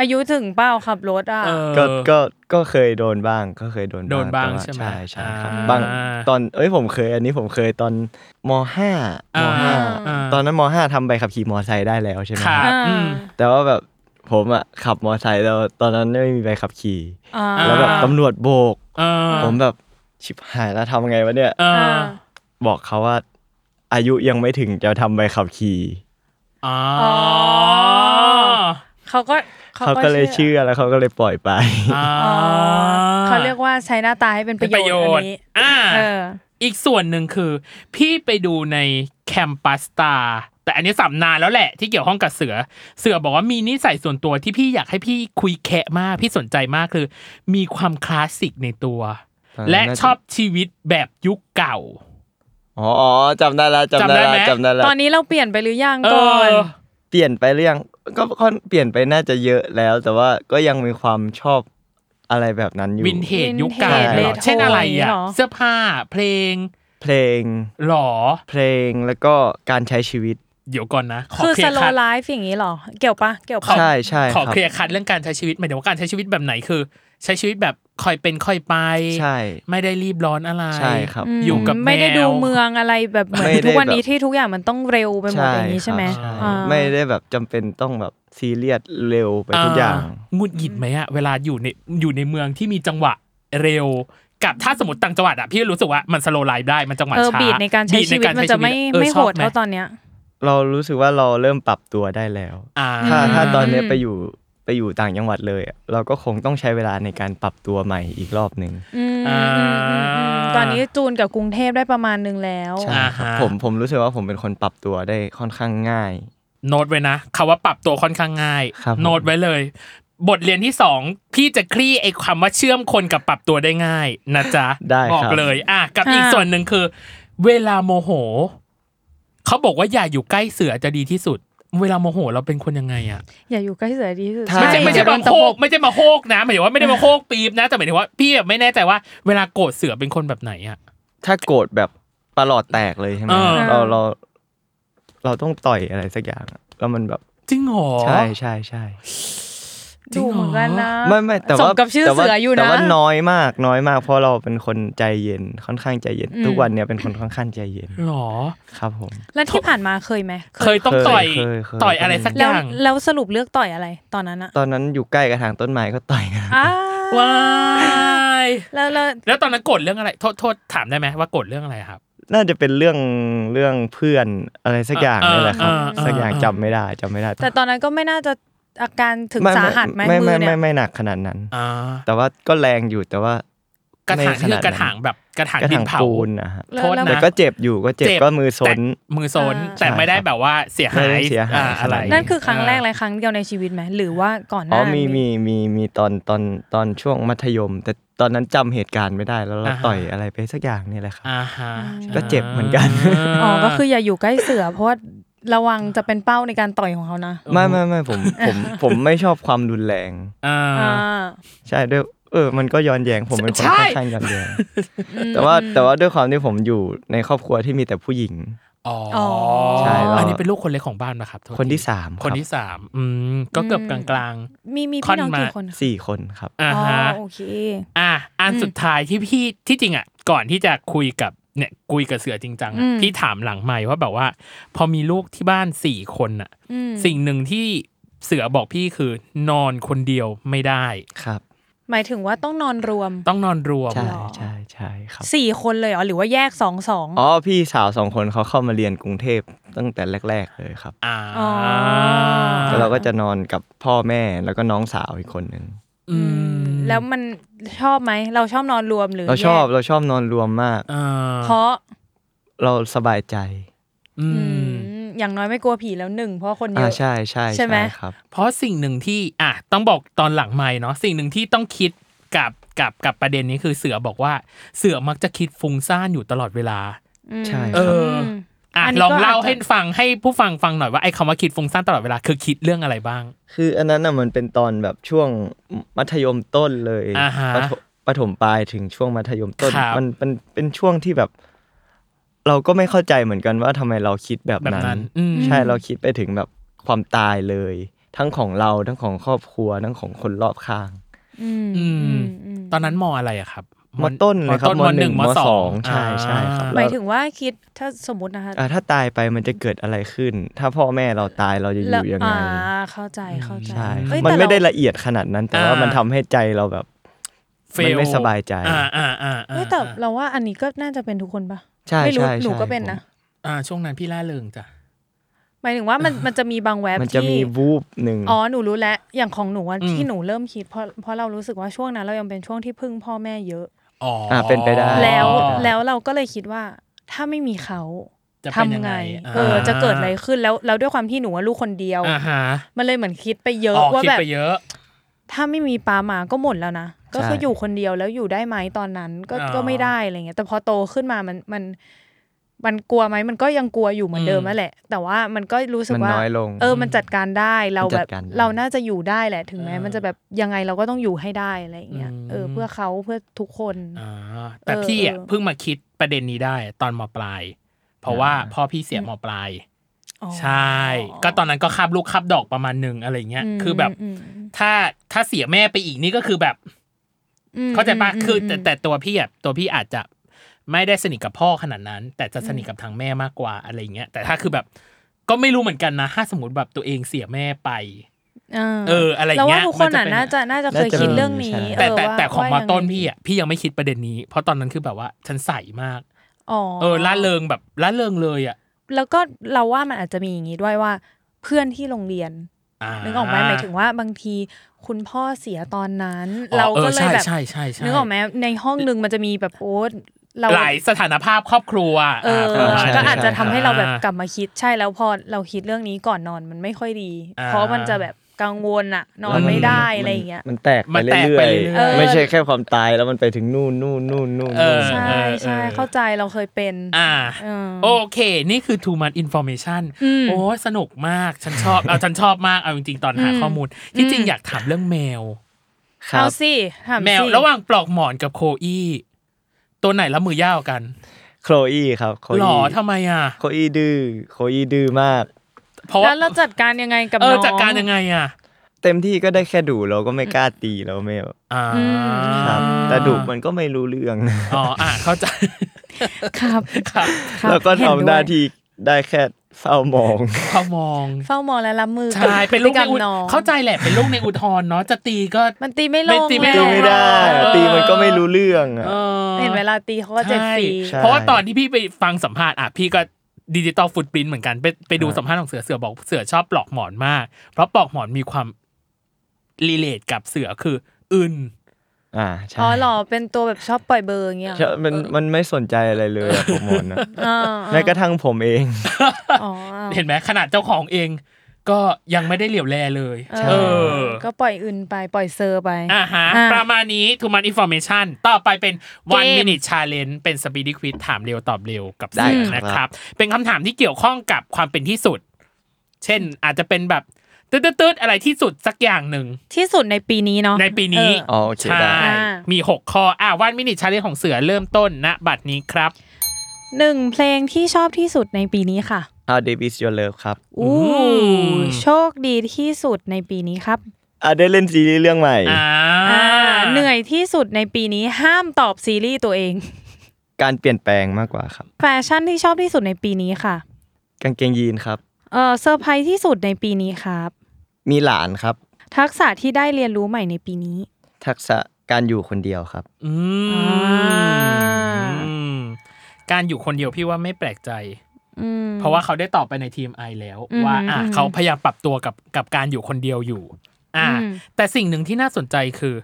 S3: อายุถึงเป้าขับรถอ่ะ
S2: เออ
S4: ก็ก็ก็เคยโดนบ้างก็เคยโดน
S2: โดนบ้าง
S4: แต่ว่
S2: ใช่ไหม
S4: ใช่ใช่ครับ
S2: อ่า
S4: บางตอนเอ้ยผมเคย อันนี้ผมเคยตอนมห้าม
S2: อ่า
S4: ห้า
S2: อ่า
S4: ตอนนั้นมห้าทำใบขับขี่มอไซค์ได้แล้วใช่ไหม
S2: ครับอืม
S4: แต่ว่าแบบผมอ่ะขับมอไซค์แล้วตอนนั้นไม่มีใบขับขี่
S3: อ่า
S4: แล้วแบบตำรวจโบก
S2: เออ
S4: ผมแบบชิบหายแล้วทำไงวะเนี่ย
S2: เออ
S4: บอกเขาว่า อายุยังไม่ถึงจะทำใบขับขี่
S2: อ๋อ
S3: เขาก็
S4: เขาก็เลยเชื่อแล้วเขาก็เลยปล่อยไป
S2: อ๋อ
S3: อ๋อเขาเรียกว่าใช้หน้าตาให้เป็นประ
S2: ประ
S3: โย
S2: โย
S3: ช
S2: ช
S3: น์อัน
S2: น์
S3: นี้
S2: อ่า
S3: เออ
S2: อีกส่วนหนึ่งคือ พี่ไปดูในแคมปัสตาแต่อันนี้สัมนานแล้วแหละ ที่เกี่ยวข้องกับเสือ เสือบอกว่ามีนิสัยส่วนตัวที่พี่อยากให้พี่คุยแคะมาก พี่สนใจมากคือ มีความคลาสสิกในตัว
S4: อ่า
S2: และ
S4: น่าจะ
S2: ชอบชีวิตแบบยุคเก่า
S4: อ๋ออ๋อจำได้แล้วจำ
S2: จำได้
S4: ได้
S2: ไหม
S4: แล้วจำได้แล้ว
S3: ตอนนี้เราเปลี่ยนไปหรือยัง
S2: เอ
S3: ก่อน
S2: อ
S4: เปลี่ยนไปหรือยังก็ค่อนเปลี่ยนไปน่าจะเยอะแล้ว แต่ว่าก็ยังมีความชอบอะไรแบบนั้นอยู่
S2: วินเทจยุคเก่า
S4: Vintage Retro
S2: เช่นอะไร
S3: อย่างเงี้ย
S2: อ่ะ
S3: เหรอ
S2: เสื้อผ้าเพลง
S4: เพลง
S2: หรอ
S4: เพลงแล้วก็การใช้ชีวิต
S2: เดี๋ยวก่อนนะข
S3: คือ
S2: เคลี
S3: ส
S2: ยร์
S3: โล
S2: คัด
S3: ไลฟ์อย่างนี้เหรอ เกี่ยวปะเกี่ยว
S2: ขอ
S3: ปะ
S4: ใช่ใช่
S2: ขอ
S4: ครับ
S2: เคลียร์คัดเรื่องการใช้ชีวิตหมายถึงว่าการใช้ชีวิตแบบไหนคือ ใช้ชีวิตแบบค่อยเป็นค่อยไป
S4: ใช่
S2: ไม่ได้รีบร้อนอะไร
S4: ใช่ครับ
S3: ม
S2: อยู่กับแว
S3: ไม่ได้ดูเมืองอะไรแบบเหมือน
S4: ไม่ได้
S3: ทุกวันนี้
S4: แบบ
S3: ที่ทุกอย่างมันต้องเร็วไปหมดอย่างนี้ใช่ไหม
S4: ครับ
S3: อ่า
S4: ไม่ได้แบบจำเป็นต้องแบบซีเรียสเร็วไปทุกอย่าง
S2: หงุดหงิดไหมอะเวลาอยู่ในอยู่ในเมืองที่มีจังหวะเร็ว กับถ้าสมมติต่างจังหวัดอะพี่รู้สึกว่ามันสโลไลฟ์ได้มันจังหวะ
S3: เออ
S2: ช้า
S3: บีดในการใช้
S2: บีด
S3: ชีวิตมันจะไม่
S2: ออ
S3: ไม่โหด
S2: ชบ
S3: เท่าตอนเนี้ย
S4: เรารู้สึกว่าเราเริ่มปรับตัวได้แล้ว
S2: อ่า
S4: ถ้าถ้าตอนเนี้ย
S3: อืม
S4: ไปอยู่ไปอยู่ต่างจังหวัดเลยอะเราก็คงต้องใช้เวลาในการปรับตัวใหม่อีกรอบหนึ่ง
S3: อืมอืมอืมอืมอืมตอนนี้จูนกับกรุงเทพได้ประมาณนึงแล้ว
S4: ใช่ครับผมผมรู้สึกว่าผมเป็นคนปรับตัวได้ค่อนข้างง่าย
S2: โน้ตไว้นะคำว่าปรับตัวค่อนข้างง่าย
S4: ครับผม
S2: โน้ตไว้เลย บทเรียนที่สองพี่จะคลี่ไอ้คำว่าเชื่อมคนกับปรับตัวได้ง่ายนะจ๊ะ
S4: ได้
S2: บอก
S4: ครับ
S2: เลย อ่ะ กับอีก
S3: อ่ะ
S2: ส่วนหนึ่งคือ เวลาโมโห เขาบอกว่าอย่าอยู่ใกล้เสือจะดีที่สุด เวลาโมโหเราเป็นคนยังไงอะ
S3: อย่าอยู่ใกล้เสือดีที่สุด
S4: ใช่
S2: ไม่ใช่ไม่ใช่
S3: โด
S2: มาน โค
S3: ตะป
S2: ก
S3: บ
S2: ไม่ใช่มาโคกนะหมายถึงว่าไม่ได้มาโคกปี๊บนะแต่หมายถึงว่าพี่แบบไม่แน่ใจว่าเวลาโกรธเสือเป็นคนแบบไหนอะ
S4: ถ้าโกรธแบบประหลอดแตกเลยใช่ไหม
S2: เออ
S4: เราเรา เราต้องต่อยอะไรสักอย่างอะแล้วมันแบบ
S2: จริงเหรอ
S4: ใช่ใช่ใช่
S2: จริ
S3: ดู
S2: งเหรอ
S3: เหมือนกันนะ
S4: ไม่ไม่แต่ว่า
S3: สมกับชื่อ
S4: แต่ว่า
S3: เสืออยู่นะ
S4: แต่ว่าน้อยมากน้อยมากเพราะเราเป็นคนใจเย็นค่อนข้างใจเย็น
S3: อืม
S4: ทุกวันเนี้ยเป็นคนค่อนข้างใจเย็น
S2: หรอ
S4: ครับผม
S3: แล้วที่ผ่านมาเคยไหม
S2: เคยต้องต่อย
S4: เคยเคย
S2: ต่อยอะไรสักอ
S3: แล้ว
S2: ย่าง
S3: แล้วสรุปเลือกต่อยอะไรตอนนั้นอะ
S4: ตอนนั้นอยู่ใกล้กระถางต้นไม้ก็ต่อยกัน
S3: อ้าว
S2: าย
S3: แล้วแล้ว
S2: แล้วตอนนั้นโกรธเรื่องอะไร โทษโทษถามได้ไหมว่าโกรธเรื่องอะไรครับ
S4: น่าจะเป็นเรื่องเรื่องเพื่อนอะไรสักอย่าง
S2: เออ
S4: นี่แหละครับ
S2: เออเออ
S4: สักอย่างจำไม่ได้จำไม่ได้
S3: แต่ตอนนั้นก็ไม่น่าจะอาการถึง
S4: ไม่
S3: สาหัสไหม
S4: ไม่
S3: มื
S4: ไม่
S3: อเนี่
S4: ไม่
S3: ย
S4: ไม่หนักขนาดนั้น
S2: อ่า
S4: แต่ว่าก็แรงอยู่แต่ว่าก
S2: ระถาง
S4: ไม่
S2: ที่คื
S4: ด
S2: อกระถางแบบกระถาง
S4: กระ
S2: ดิ
S4: ถาน ง
S2: เผา
S4: ปูนนะฮะ
S3: แล้ว
S2: โทษ
S3: แล้ว
S4: แต่
S2: นะ
S4: ก็เจ็บอยู่ก็เจ็บก็มือซน
S2: แต่มือซน
S3: อ่า
S2: แต่ไม่ได้แบบว่าเสียหาย
S4: ไม่ได้เสียหาย
S2: อ่าอะไร
S4: ขนาดนั้น
S3: นั่นคือครั้งแรกเลยครั้งเดียวในชีวิตไหมหรือว่าก่อนห
S4: อ๋อ
S3: น้า
S4: มี
S3: นี้
S4: มีมีมีตอนตอนตอนช่วงมัธยม แต่ตอนนั้นจำเหตุการณ์ไม่ได้แล้วเรา
S2: าฮะ
S4: ต่อยอะไรไปสักอย่างนี่แหละครับ
S2: อ่าฮะ
S4: ก็เจ็บเหมือนกัน
S3: อ๋อ ก็คืออย่าอยู่ใกล้เสือ เพราะว่าระวังจะเป็นเป้าในการต่อยของเขานะ
S4: ไม่ไม่ไม่ผมผมผมไม่ชอบความรุนแรง
S2: อ่า
S3: อ่า
S4: ใช่ด้วยเออ มันก็ย้อนแยงผมเป็นคน
S2: ใช่
S4: ค่อนข้างย้อนแยงแต่ว่าแต่ว่าด้วยความที่ผมอยู่ในครอบครัวที่มีแต่ผู้หญิง
S2: อ๋อ
S3: อ๋อ
S4: ใช่แล้ว
S2: อันนี้เป็นลูกคนเล็กของบ้านนะครับโทษที
S4: คนที่สามครับ
S2: คนที่สามอืมก็เกือบกลางๆ
S3: มีมีพี่น้อง
S2: ค่อนมา
S3: กี่คนคะ
S4: สี่คนครับ
S2: อ่า
S3: อ๋อ
S2: ฮะ
S3: โอเค
S2: อ่ะอันสุดท้ายที่พี่ที่จริงอ่ะก่อนที่จะคุยกับเนี่ยคุยกับเสือจริงจังๆ
S3: อื
S2: อะ
S3: ม
S2: พี่ถามหลังใหม่ว่าแบบว่า พอมีลูกที่บ้านสี่คนอ่ะ
S3: อืม
S2: สิ่งหนึ่งที่เสือบอกพี่คือนอนคนเดียวไม่ได้
S4: ครับ
S3: หมายถึงว่าต้องนอนรวม
S2: ต้องนอนรวม
S4: ใช่ใช่ใช่ครับ
S3: สี่คนเลยเหรอหรือว่าแยกสองสอง
S4: อ๋อพี่สาวสองคนเขาเข้ามาเรียนกรุงเทพตั้งแต่แรก ๆ เลยครับ
S2: อ่า
S3: อ๋อ
S4: แล้วเราก็จะนอนกับพ่อแม่แล้วก็น้องสาวอีกคนหนึ่ง
S2: อืม
S3: แล้วมันชอบไหม เราชอบนอนรวมหรือ
S4: เราชอบ
S3: แย
S4: เราชอบนอนรวมมาก
S2: อ่าก
S3: เพราะ
S4: เราสบายใจ
S2: อื
S3: อื
S2: ม
S3: มอย่างน้อยไม่กลัวผีแล้วหนึ่งเพราะคนเย
S4: อ่า
S3: อะ
S4: ใช่ใช่
S3: ใช่ไหม
S4: ครับ
S2: เพราะสิ่งหนึ่งที่อ่ะต้องบอกตอนหลังไม่เนาะสิ่งหนึ่งที่ต้องคิดกับกับกับประเด็นนี้คือเสือบอกว่าเสือมักจะคิดฟุ้งซ่านอยู่ตลอดเวลา
S4: ใช่
S2: เอ
S4: ครับ
S2: ออ
S3: ม
S2: อ่ะ
S3: อันนี้ก็
S2: ลองเล่าให้ฟังให้ผู้ฟังฟังหน่อยว่าไอ้คำว่าคิดฟุ้งซ่านตลอดเวลาคือคิดเรื่องอะไรบ้าง
S4: คืออันนั้นน่ะมันเป็นตอนแบบช่วงมัธยมต้นเลย
S2: อ่าฮะ
S4: ปฐมปฐมปลายถึงช่วงมัธยมต้น
S2: ครับ
S4: มันมันเป็นช่วงที่แบบ เราก็ไม่เข้าใจเหมือนกันว่าทำไมเราคิดแบบ
S2: แบบ
S4: นั้น
S2: นั้น อืม
S4: ใช่เราคิดไปถึงแบบความตายเลย ทั้งของเราทั้งของครอบครัวทั้งของคนรอบข้าง
S3: อืม
S2: อืม
S3: อืม
S2: ตอนนั้นมออะไรอะครับ
S4: มต้นเลยครับ
S2: มหนึ่งม
S4: ม
S2: ส
S4: ส
S2: อ
S4: อง งใช่ใช่ครับ
S3: หมายถึงว่าคิดถ้าสมมตินะคะ
S4: อ่ะถ้าตายไปมันจะเกิดอะไรขึ้น ถ้าพ่อแม่เราตายเราจะอ
S3: แล้ว
S4: ยู่ยังไง
S3: อ่าเข้าใจเข้าใจ
S4: ใช่ครับ
S3: เอ้ย
S4: มัน
S3: แต่
S4: ไม่ได้
S3: เรา
S4: ละเอียดขนาดนั้น แต่ว่ามันทำให้ใจเราแบบ
S2: มัน
S4: ไม่สบายใจ
S2: อ่าอ่าอ่า
S3: เอ้ยแต่เราว่าอันนี้ก็น่าจะเป็นทุกคนปะ
S4: ใช่
S3: ไม่รู้
S4: ใช่
S3: หนู
S4: ใช่
S3: ก็เป็น
S4: ผม
S3: นะ
S2: อ่าช่วงนั้นพี่ล่าเริงจ้ะ
S3: หมายถึง ว่ามันมันจะมีบางแวบ
S4: มันจะมี
S3: ที่
S4: วูบหนึ่ง
S3: อ๋อ หนูรู้แล้ว อย่างของหนูอะ
S2: อืม
S3: ที่หนูเริ่มคิดเพราะเพราะเรารู้สึกว่าช่วงนั้น เรายังเป็นช่วงที่พึ่งพ่อแม่เยอะ
S2: อ๋อ
S4: อ่าเป็นไปได้ อ๋อ
S3: แล้วแล้วเราก็เลยคิดว่า ถ้าไม่มีเขา
S2: จะ
S3: ทำ
S2: เป็นยัง
S3: ไง
S2: ไง
S3: เออ จะเกิดอะไรขึ้นแล้วแล้วด้วยความที่หนูว่าลูกคนเดียว
S2: อ่าฮะ
S3: มันเลยเหมือนคิดไปเยอะ
S2: ออก
S3: ว่า
S2: คิด
S3: แบบ
S2: ไปเยอะ
S3: ถ้าไม่มีปลาหมาก็หมดแล้วนะก็คือ
S4: ใช่
S3: อยู่คนเดียวแล้วอยู่ได้ไหมตอนนั้นก็
S2: อ๋อ
S3: ก็ไม่ได้อะไรเงี้ย แต่พอโตขึ้นมามันมัน มันกลัวไหมมันก็ยังกลัวอยู่เหมือนเดิม
S2: อืม
S3: นั่นแหละ แต่ว่ามันก็รู้สึก
S4: มัน
S3: ว่า
S4: น้อยลง
S3: เออ มันจัดการได้ เรา
S4: มันจั
S3: แบ
S4: ด
S3: บ
S4: การได้
S3: เราน่าจะอยู่ได้แหละ ถึงแม้ มันจะแบบยังไงเราก็ต้องอยู่ให้ได้อะไรอย่างเงี้ย
S2: อืม
S3: เออ เพื่อเขาเพื่อทุกคน
S2: อ่าแต่
S3: เออ
S2: พี่อะ
S3: เออ
S2: เพิ่งมาคิดประเด็นนี้ได้ตอนมปลาย เพราะว่าพ่อพี่เสียมปลาย
S3: อ๋อ
S2: ใช่ ก็ตอนนั้นก็คาบลูกคาบดอกประมาณหนึ่งอะไรเงี้ย
S3: อืม
S2: คือแบบ
S3: อืม
S2: ถ้าถ้าเสียแม่ไปอีกนี่ก็คือแบบ
S3: อืม
S2: เข้าใจปะ
S3: ม
S2: คืออ
S3: ม
S2: แต่แต่ตัวพี่อ่ะตัวพี่อาจจะไม่ได้สนิทกับพ่อขนาดนั้น แต่จะสนิทกับทางแม่มากกว่าอะไรเงี้ยแต่ถ้าคือแบบก็ไม่รู้เหมือนกันนะถ้าสมมติแบบตัวเองเสียแม่ไป เอออะไรอย่าง
S3: เรา
S2: เงี้
S3: ว่ายทุกคนอ่ะ
S2: มันจะเป็น
S3: น่าจะน่าจะเคยคิดเรื่องนี้
S4: น่าจะมี
S3: เอ
S2: แต่
S3: อ
S2: แต่
S3: ว่า
S2: แต่ของ
S3: ว่า
S2: มา
S3: ยั
S2: ต้น
S3: ไง
S2: พี่อ่ะพี่ยังไม่คิดประเด็นนี้ เพราะตอนนั้นคือแบบว่าฉันใสมาก
S3: อ๋อ
S2: เออล่าเริงแบบล่าเริงเลยอ่ะ
S3: แล้วก็เราว่ามันอาจจะมีอย่างนี้ด้วยว่า เพื่อนที่โรงเรียน
S2: า
S3: นึกออกไหมหมายถึงว่าบางทีคุณพ่อเสียตอนนั้น
S2: อ๋อ
S3: เราก็
S2: ออ
S3: เลยแบบ
S2: ใช่ใช่ใช่ใช่
S3: นึกออกไหมในห้องนึงมันจะมีแบบโอ๊ตเรา
S2: หลายสถานภาพครอบครัว
S3: เออ
S2: ประมณ
S3: ก็อาจจะ
S2: นั้น
S3: ทำให้เราแบบกลับมาคิดใช่แล้วพอเราคิดเรื่องนี้ก่อนนอนมันไม่ค่อยดี
S2: อ่า
S3: เพราะมันจะแบบกังวลอะนอนไม่ได้อะไรอย่างเงี้ย
S4: มันแตก
S2: มั
S4: ไป
S2: น
S4: เรื
S2: แตกไป่
S4: อย
S2: เรื่อย
S4: ๆ ไม่ใช่แค่ความตายแล้วมันไปถึงนู่นนู่นนู่นนู่น
S2: เออ
S4: นู่น
S3: ใช่ใช่
S2: เออ
S3: เข้าใจเราเคยเป็น
S2: อ่า
S3: เออ
S2: โอเค นี่คือ too much information โอ้สนุกมาก ฉันชอบ เอาฉันชอบมาก เอาจริงๆ ตอนหาข้อมูล ที่จริงอยากถามเรื่องแมว
S3: เอาสิถาม
S2: แมว
S3: สิ
S2: ระหว่างปลอกหมอนกับโคอี้ ตัวไหนละมือยาวกัน
S4: โคลอี้ครับ โค
S2: หรอ
S4: อี้
S2: ทำไมอ่ะ
S4: โคอี้ดื้อโคอี้ดื้อมาก
S2: เพราะ
S3: แล้ว
S2: ่าว
S3: เราจัดการยังไงกับ
S2: เอ
S3: น้
S2: อ
S3: อง
S2: จัดการยังไงอ่ะ
S4: เต็มที่ก็ได้แค่ดูเราก็ไม่กล้าตีเราไม่แบบ
S2: อ่า
S4: ครับ แต่ดุมันก็ไม่รู้เรื่อง
S2: อ๋อ อ่ะ เข้าใจ
S3: ครับ
S2: ครับ
S3: ครับ
S4: แล้วก็
S3: เห็ด้ย
S4: ทำหน้าที่ได้แค่เฝ้ามอง
S2: เขามอง
S3: เฝ้ามองและรับมือ
S2: ใช่ เป็นลูก
S3: พฤติร
S2: ใน
S3: รม
S2: อุท
S3: น้อง
S2: เข้าใจแหละ เป็นลูกในอุทธรณ์เนาะ จะตีก็
S3: มันตีไม่ลง
S2: ไม่ตีไม่
S4: ตี
S2: ลง
S4: ไม่ได้ ตีมันก็ไม่รู้เรื่องอะ
S2: เออ
S3: เห็นเวลาตีเขาก็เจ็บฟรี
S4: ใช่
S2: เพราะว่าตอนที่พี่ไปฟังสัมภาษณ์อ่ะพี่ก็ดิจิตอลฟุตปรินเหมือนกันไปไปดูสัมภาษณ์ของเสือเสือบอกเสือชอบปลอกหมอนมาก เพราะปลอกหมอนมีความรีเลทกับเสือคืออึน
S4: อ่าใช่
S3: อ๋อเหรอเป็นตัวแบบชอบปล่อยเบอร์อย่างเงี้ย
S4: ใช่มันมันไม่สนใจอะไรเลยอะผมหมอนอะ
S3: อ่า
S4: แม้กระทั่งผมเอง
S3: อ๋ออ๋อ
S2: เห็นไหมขนาดเจ้าของเอง ก็ยังไม่ได้เหลียวแลเลย เออ
S3: ก็ปล่อยอื่นไปปล่อยเซอร์ไป
S2: อ่าฮะ
S3: อ่ะ
S2: ประมาณนี้ทูมันอิน o r m a t ชันต่อไปเป็น one
S3: เกม
S2: minute challenge เป็น speedy quiz ถามเร็วตอบเร็วกับ
S4: ได้
S2: เสือ
S4: ครับ
S2: นะครับ เป็นคำถามที่เกี่ยวข้องกับความเป็นที่สุด เช่นอาจจะเป็นแบบตืดๆๆอะไรที่สุดสักอย่างหนึ่ง
S3: ที่สุดในปีนี้เนาะ
S2: ในปีนี้
S3: เออ
S4: อ๋อโอเค
S2: ใช่
S4: ได้
S3: อ่ามี
S2: มี 6 ข้อ อ่าวันมินิชาเลนของเสือเริ่มต้นณบัดนี้ครับ
S3: หนึ่งเพลงที่ชอบที่สุดในปีนี้ค่ะ
S4: How Deep Is Your Love ครับ
S3: อู้
S2: ม
S3: โชคดีที่สุดในปีนี้ครับ
S4: อ่ะได้เล่นซีรีส์เรื่องใหม่
S2: อ่า
S3: อ่าเหนื่อยที่สุดในปีนี้ห้ามตอบซีรีส์ตัวเอง
S4: การเปลี่ยนแปลงมากกว่าครับ
S3: แฟชั่นที่ชอบที่สุดในปีนี้ค่ะ
S4: กางเกงยีนครับ
S3: เออเซอร์ไพรส์ที่สุดในปีนี้ครับ
S4: มีหลานครับ
S3: ทักษะที่ได้เรียนรู้ใหม่ในปีนี้
S4: ทักษะ การอยู่คนเดียวครับ
S2: อื
S3: อ่
S2: มา การอยู่คนเดียวพี่ว่าไม่แปลกใจ
S3: อืม
S2: เพราะว่าเขาได้ตอบไปในทีมไอแล้ว
S3: อืม
S2: ว่าอ่ะ
S3: อืม
S2: เขาพยายามปรับตัวกับกับการอยู่คนเดียวอยู่ อ่ะ
S3: อืม
S2: แต่สิ่งหนึ่งที่น่าสนใจคือ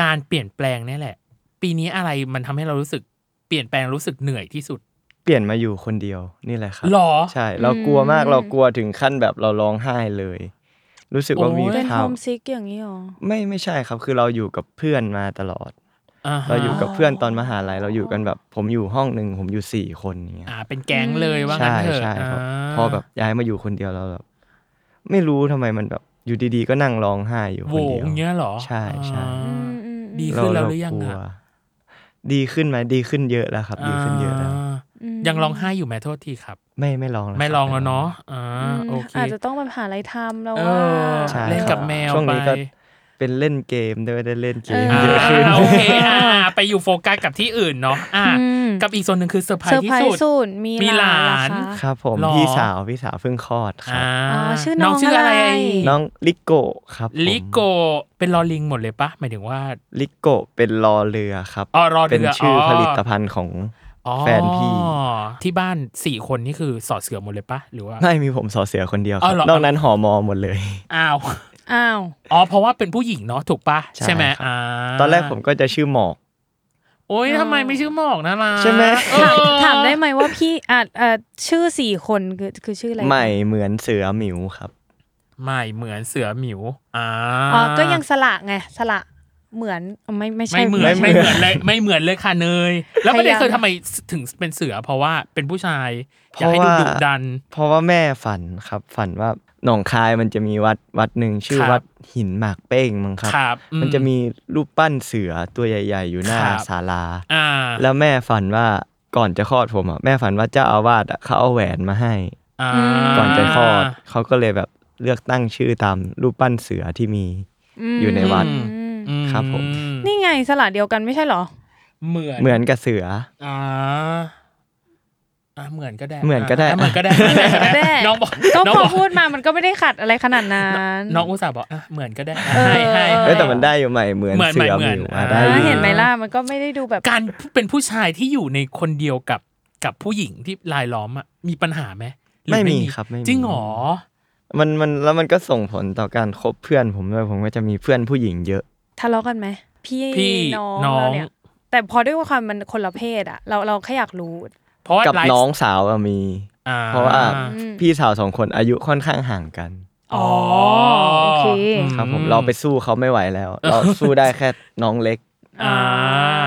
S2: การเปลี่ยนแปลงเนี่ยแหละ ปีนี้อะไรมันทำให้เรารู้สึกเปลี่ยนแปลงรู้สึกเหนื่อยที่สุด
S4: เปลี่ยนมาอยู่คนเดียวนี่แหละครับ
S2: หรอ
S4: ใช่ เรากลัวมากเรากลัวถึงขั้นแบบเราร้องไห้เลย รู้สึกว่า
S2: โอ้ย
S4: มี
S3: เป็น
S4: ภา
S3: โฮ
S4: พ
S3: มซิกอย่างนี้หรอ
S4: ไม่ไม่ใช่ครับ คือเราอยู่กับเพื่อนมาตลอด
S2: ฮะ
S4: เราอยู่กับเพื่อนตอนมหาลัยเราอยู่กันแบบ ผมอยู่ห้องหนึ่งผมอยู่สี่คนอย่างเงี้ย
S2: อ่า เป็นแก๊งเลยว่างั้
S4: ใช่
S2: นเถอะ
S4: ใช่ครับ
S2: อ่า
S4: พอแบบย้ายมาอยู่คนเดียวเราแบบไม่รู้ทำไมมันแบบอยู่ดีๆ ก็นั่งร้องไห้อยู่ค
S2: โห
S4: นเดียว
S2: อย่างเงี้ยหรอ
S4: ใช่ใช่
S2: อ่า
S3: อืมอืม
S2: ดี
S3: อืม
S2: ขึ้นแล้ว
S4: เา
S2: หรือยัง
S4: ก
S2: อะ
S4: วดีขึ้นไหมดีขึ้นเยอะแล้วครับ ดีขึ้นเยอะแล้ว
S2: ายังร้องไห้อยู่ไหมโทษทีครับ
S4: ไม่ไม่ลองแล้ว
S2: ไม่
S4: ครับ
S2: ลองแล้วเนาะอ่า
S3: อืม
S2: โอเค
S3: อาจจะต้องแบบหาอะไรทำแล้ว
S2: เอ
S3: ว่า
S2: อ
S4: ใช่
S2: เล่นกับ
S4: ครับ
S2: แมว
S4: ช่วงนี้
S2: ไป
S4: ก็เป็นเล่นเกมด้วยได้เล่นเกม
S3: เออ
S4: เยอะขึ้น
S2: อ่าโอเคอ่าไปอยู่โฟกัสกับที่อื่นเนาะอ่า
S3: อืม
S2: กับอีกส่วนหนึ่งคือเซอร์ไพร
S3: เซอ
S2: ส์
S3: ร์ไพร
S2: ที่สุ
S3: ส์
S2: ด
S3: สุดมี
S2: มีหลาน
S3: เหรอ
S4: ค
S3: คะ
S4: รับ ผม
S2: หรอ
S4: พี่สาวพี่สาวเพิ่งคลอดครั
S2: อ่า
S4: บ
S3: ชื่อน้อง
S2: ชื่ออะไร
S3: อะไร
S4: น้องลิโกะครับผม
S2: ลิโกเป็นลอลิงหมดเลยปะหมายถึงว่า
S4: ลิโกะเป็นรอเรือครับ
S2: อ๋อรอเรือ
S4: เป็นชื่ออ
S2: อ
S4: ผลิตภัณฑ์ของ
S2: อ๋อ
S4: แฟนพี่
S2: ที่บ้านสี่คนนี่คือสอดเสือหมดเลยปะหรือว่า
S4: ไม่มีผมสอเสือคนเดียวค
S2: อ๋
S4: รั
S2: อบ เหรอ
S4: นอกนั้นหอมอหมดเลย
S2: อ้าว
S3: อ้าว
S2: อ๋อเพราะว่าเป็นผู้หญิงเนาะถูกปะ
S4: ใช่
S2: ใช่ไหม
S4: ครับ
S2: อ่า
S4: ตอนแรกผมก็จะชื่อหมอก
S2: โอ๊ยทำไมไม่ชื่อหมอกนะล่ะ
S4: ใช่ไหม
S2: เออ
S3: ถามถามได้ไหมว่าพี่อ่ะเอ่อชื่อสี่คนคือคือชื่ออะไร
S4: ใหม่เหมือนเสือหมิวครับ
S2: ไม่เหมือนเสือหมิวอ่า
S3: อ๋อก็ยังสละไงสละเหมือนอ๋อไม่ไม่ใช่
S2: ไม่เหมือนไม่เหมือนเลยไม่เหมื อนเลยค่ะเนย แล้วประเด็น
S3: พ
S2: คือ
S3: ยาา
S2: ย
S3: ม
S2: ทำไมถึงเป็นเสือเพราะว่าเป็นผู้ชาย อยากให้ดูดุดัน
S4: เพราะว่าแม่ฝันครับ ฝันว่าหนองคายมันจะมีวัดวัดหนึ่งชื่อ
S2: ครับ
S4: วัดหินหมากเป้งมั้งครับ
S2: ครับอื
S4: มันจะมีรูปปั้นเสือตัวใหญ่ ๆ อยู่หน้า
S2: ครับ
S4: ศาลา
S2: อ่า
S4: แล้วแม่ฝันว่าก่อนจะคลอดผมอ่ะแม่ฝันว่าเจ้าอาวาสอ่ะเขาเอาแหวนมาให้
S2: า
S4: ก่อนจะคลอดเขาก็เลยแบบเลือกตั้งชื่อตามรูปปั้นเสือที่มีอยู่ในวัด
S2: อื
S4: ครับผม
S3: นี่ไงสละเดียวกันไม่ใช่เหรอ
S2: เหมือน
S4: เหมือนกับเสือ
S2: อ่าอ่าเหมือนก็ได้
S4: เหมือนก็ได้
S2: ะเหมือนก็ได้เหมือนก็
S3: ได้
S2: ได้ น้องบอก
S3: ก็
S2: น้อง
S3: พอ
S2: บอก
S3: พูดมามันก็ไม่ได้ขัดอะไรขนาดนั้น
S2: น้องอุตส่าห์บอกอ่ะเหมือนก็ได้อ่ะให้ให้
S4: เอ้ยแต่
S2: ให้
S4: มันได้อยู่ใหม่เหมือน
S2: เหมือน
S4: เสือ
S2: เห
S4: ห
S2: มือน
S4: มิวอ่ะ
S2: เหมือน
S4: ได้
S3: อ่า
S4: อยู่
S3: เห็นไหมล่ะมันก็ไม่ได้ดูแบบ
S2: การเป็นผู้ชายที่อยู่ในคนเดียวกับกับผู้หญิงที่รายล้อมอ่ะมีปัญหาไหมหรือ
S4: ไม่มีครับไม่มี
S2: จริงเหรอ
S4: มันมันแล้วมันก็ส่งผลต่อการคบเพื่อนผมด้วยผมก็จะมีเพื่อนผู้หญิงเยอะ
S3: ทะเลาะกันไหมพี่
S2: พี่
S3: น้อง
S2: น้อง
S3: เราเนี่ย แต่พอด้วยความมันคนละเพศอะเราเราแค่อยากรู้
S2: เพราะว่า
S4: กับ
S2: ไลฟ์
S4: น้องสาวอะมี
S2: อ่
S4: เพราะว่า
S2: อืม
S4: พี่สาวสองคนอายุค่อนข้างห่างกัน
S2: อ๋อ
S3: โอเค
S4: ครับผมเราไปสู้เขาไม่ไหวแล้ว เราสู้ได้แค่น้องเล็ก
S2: อ่า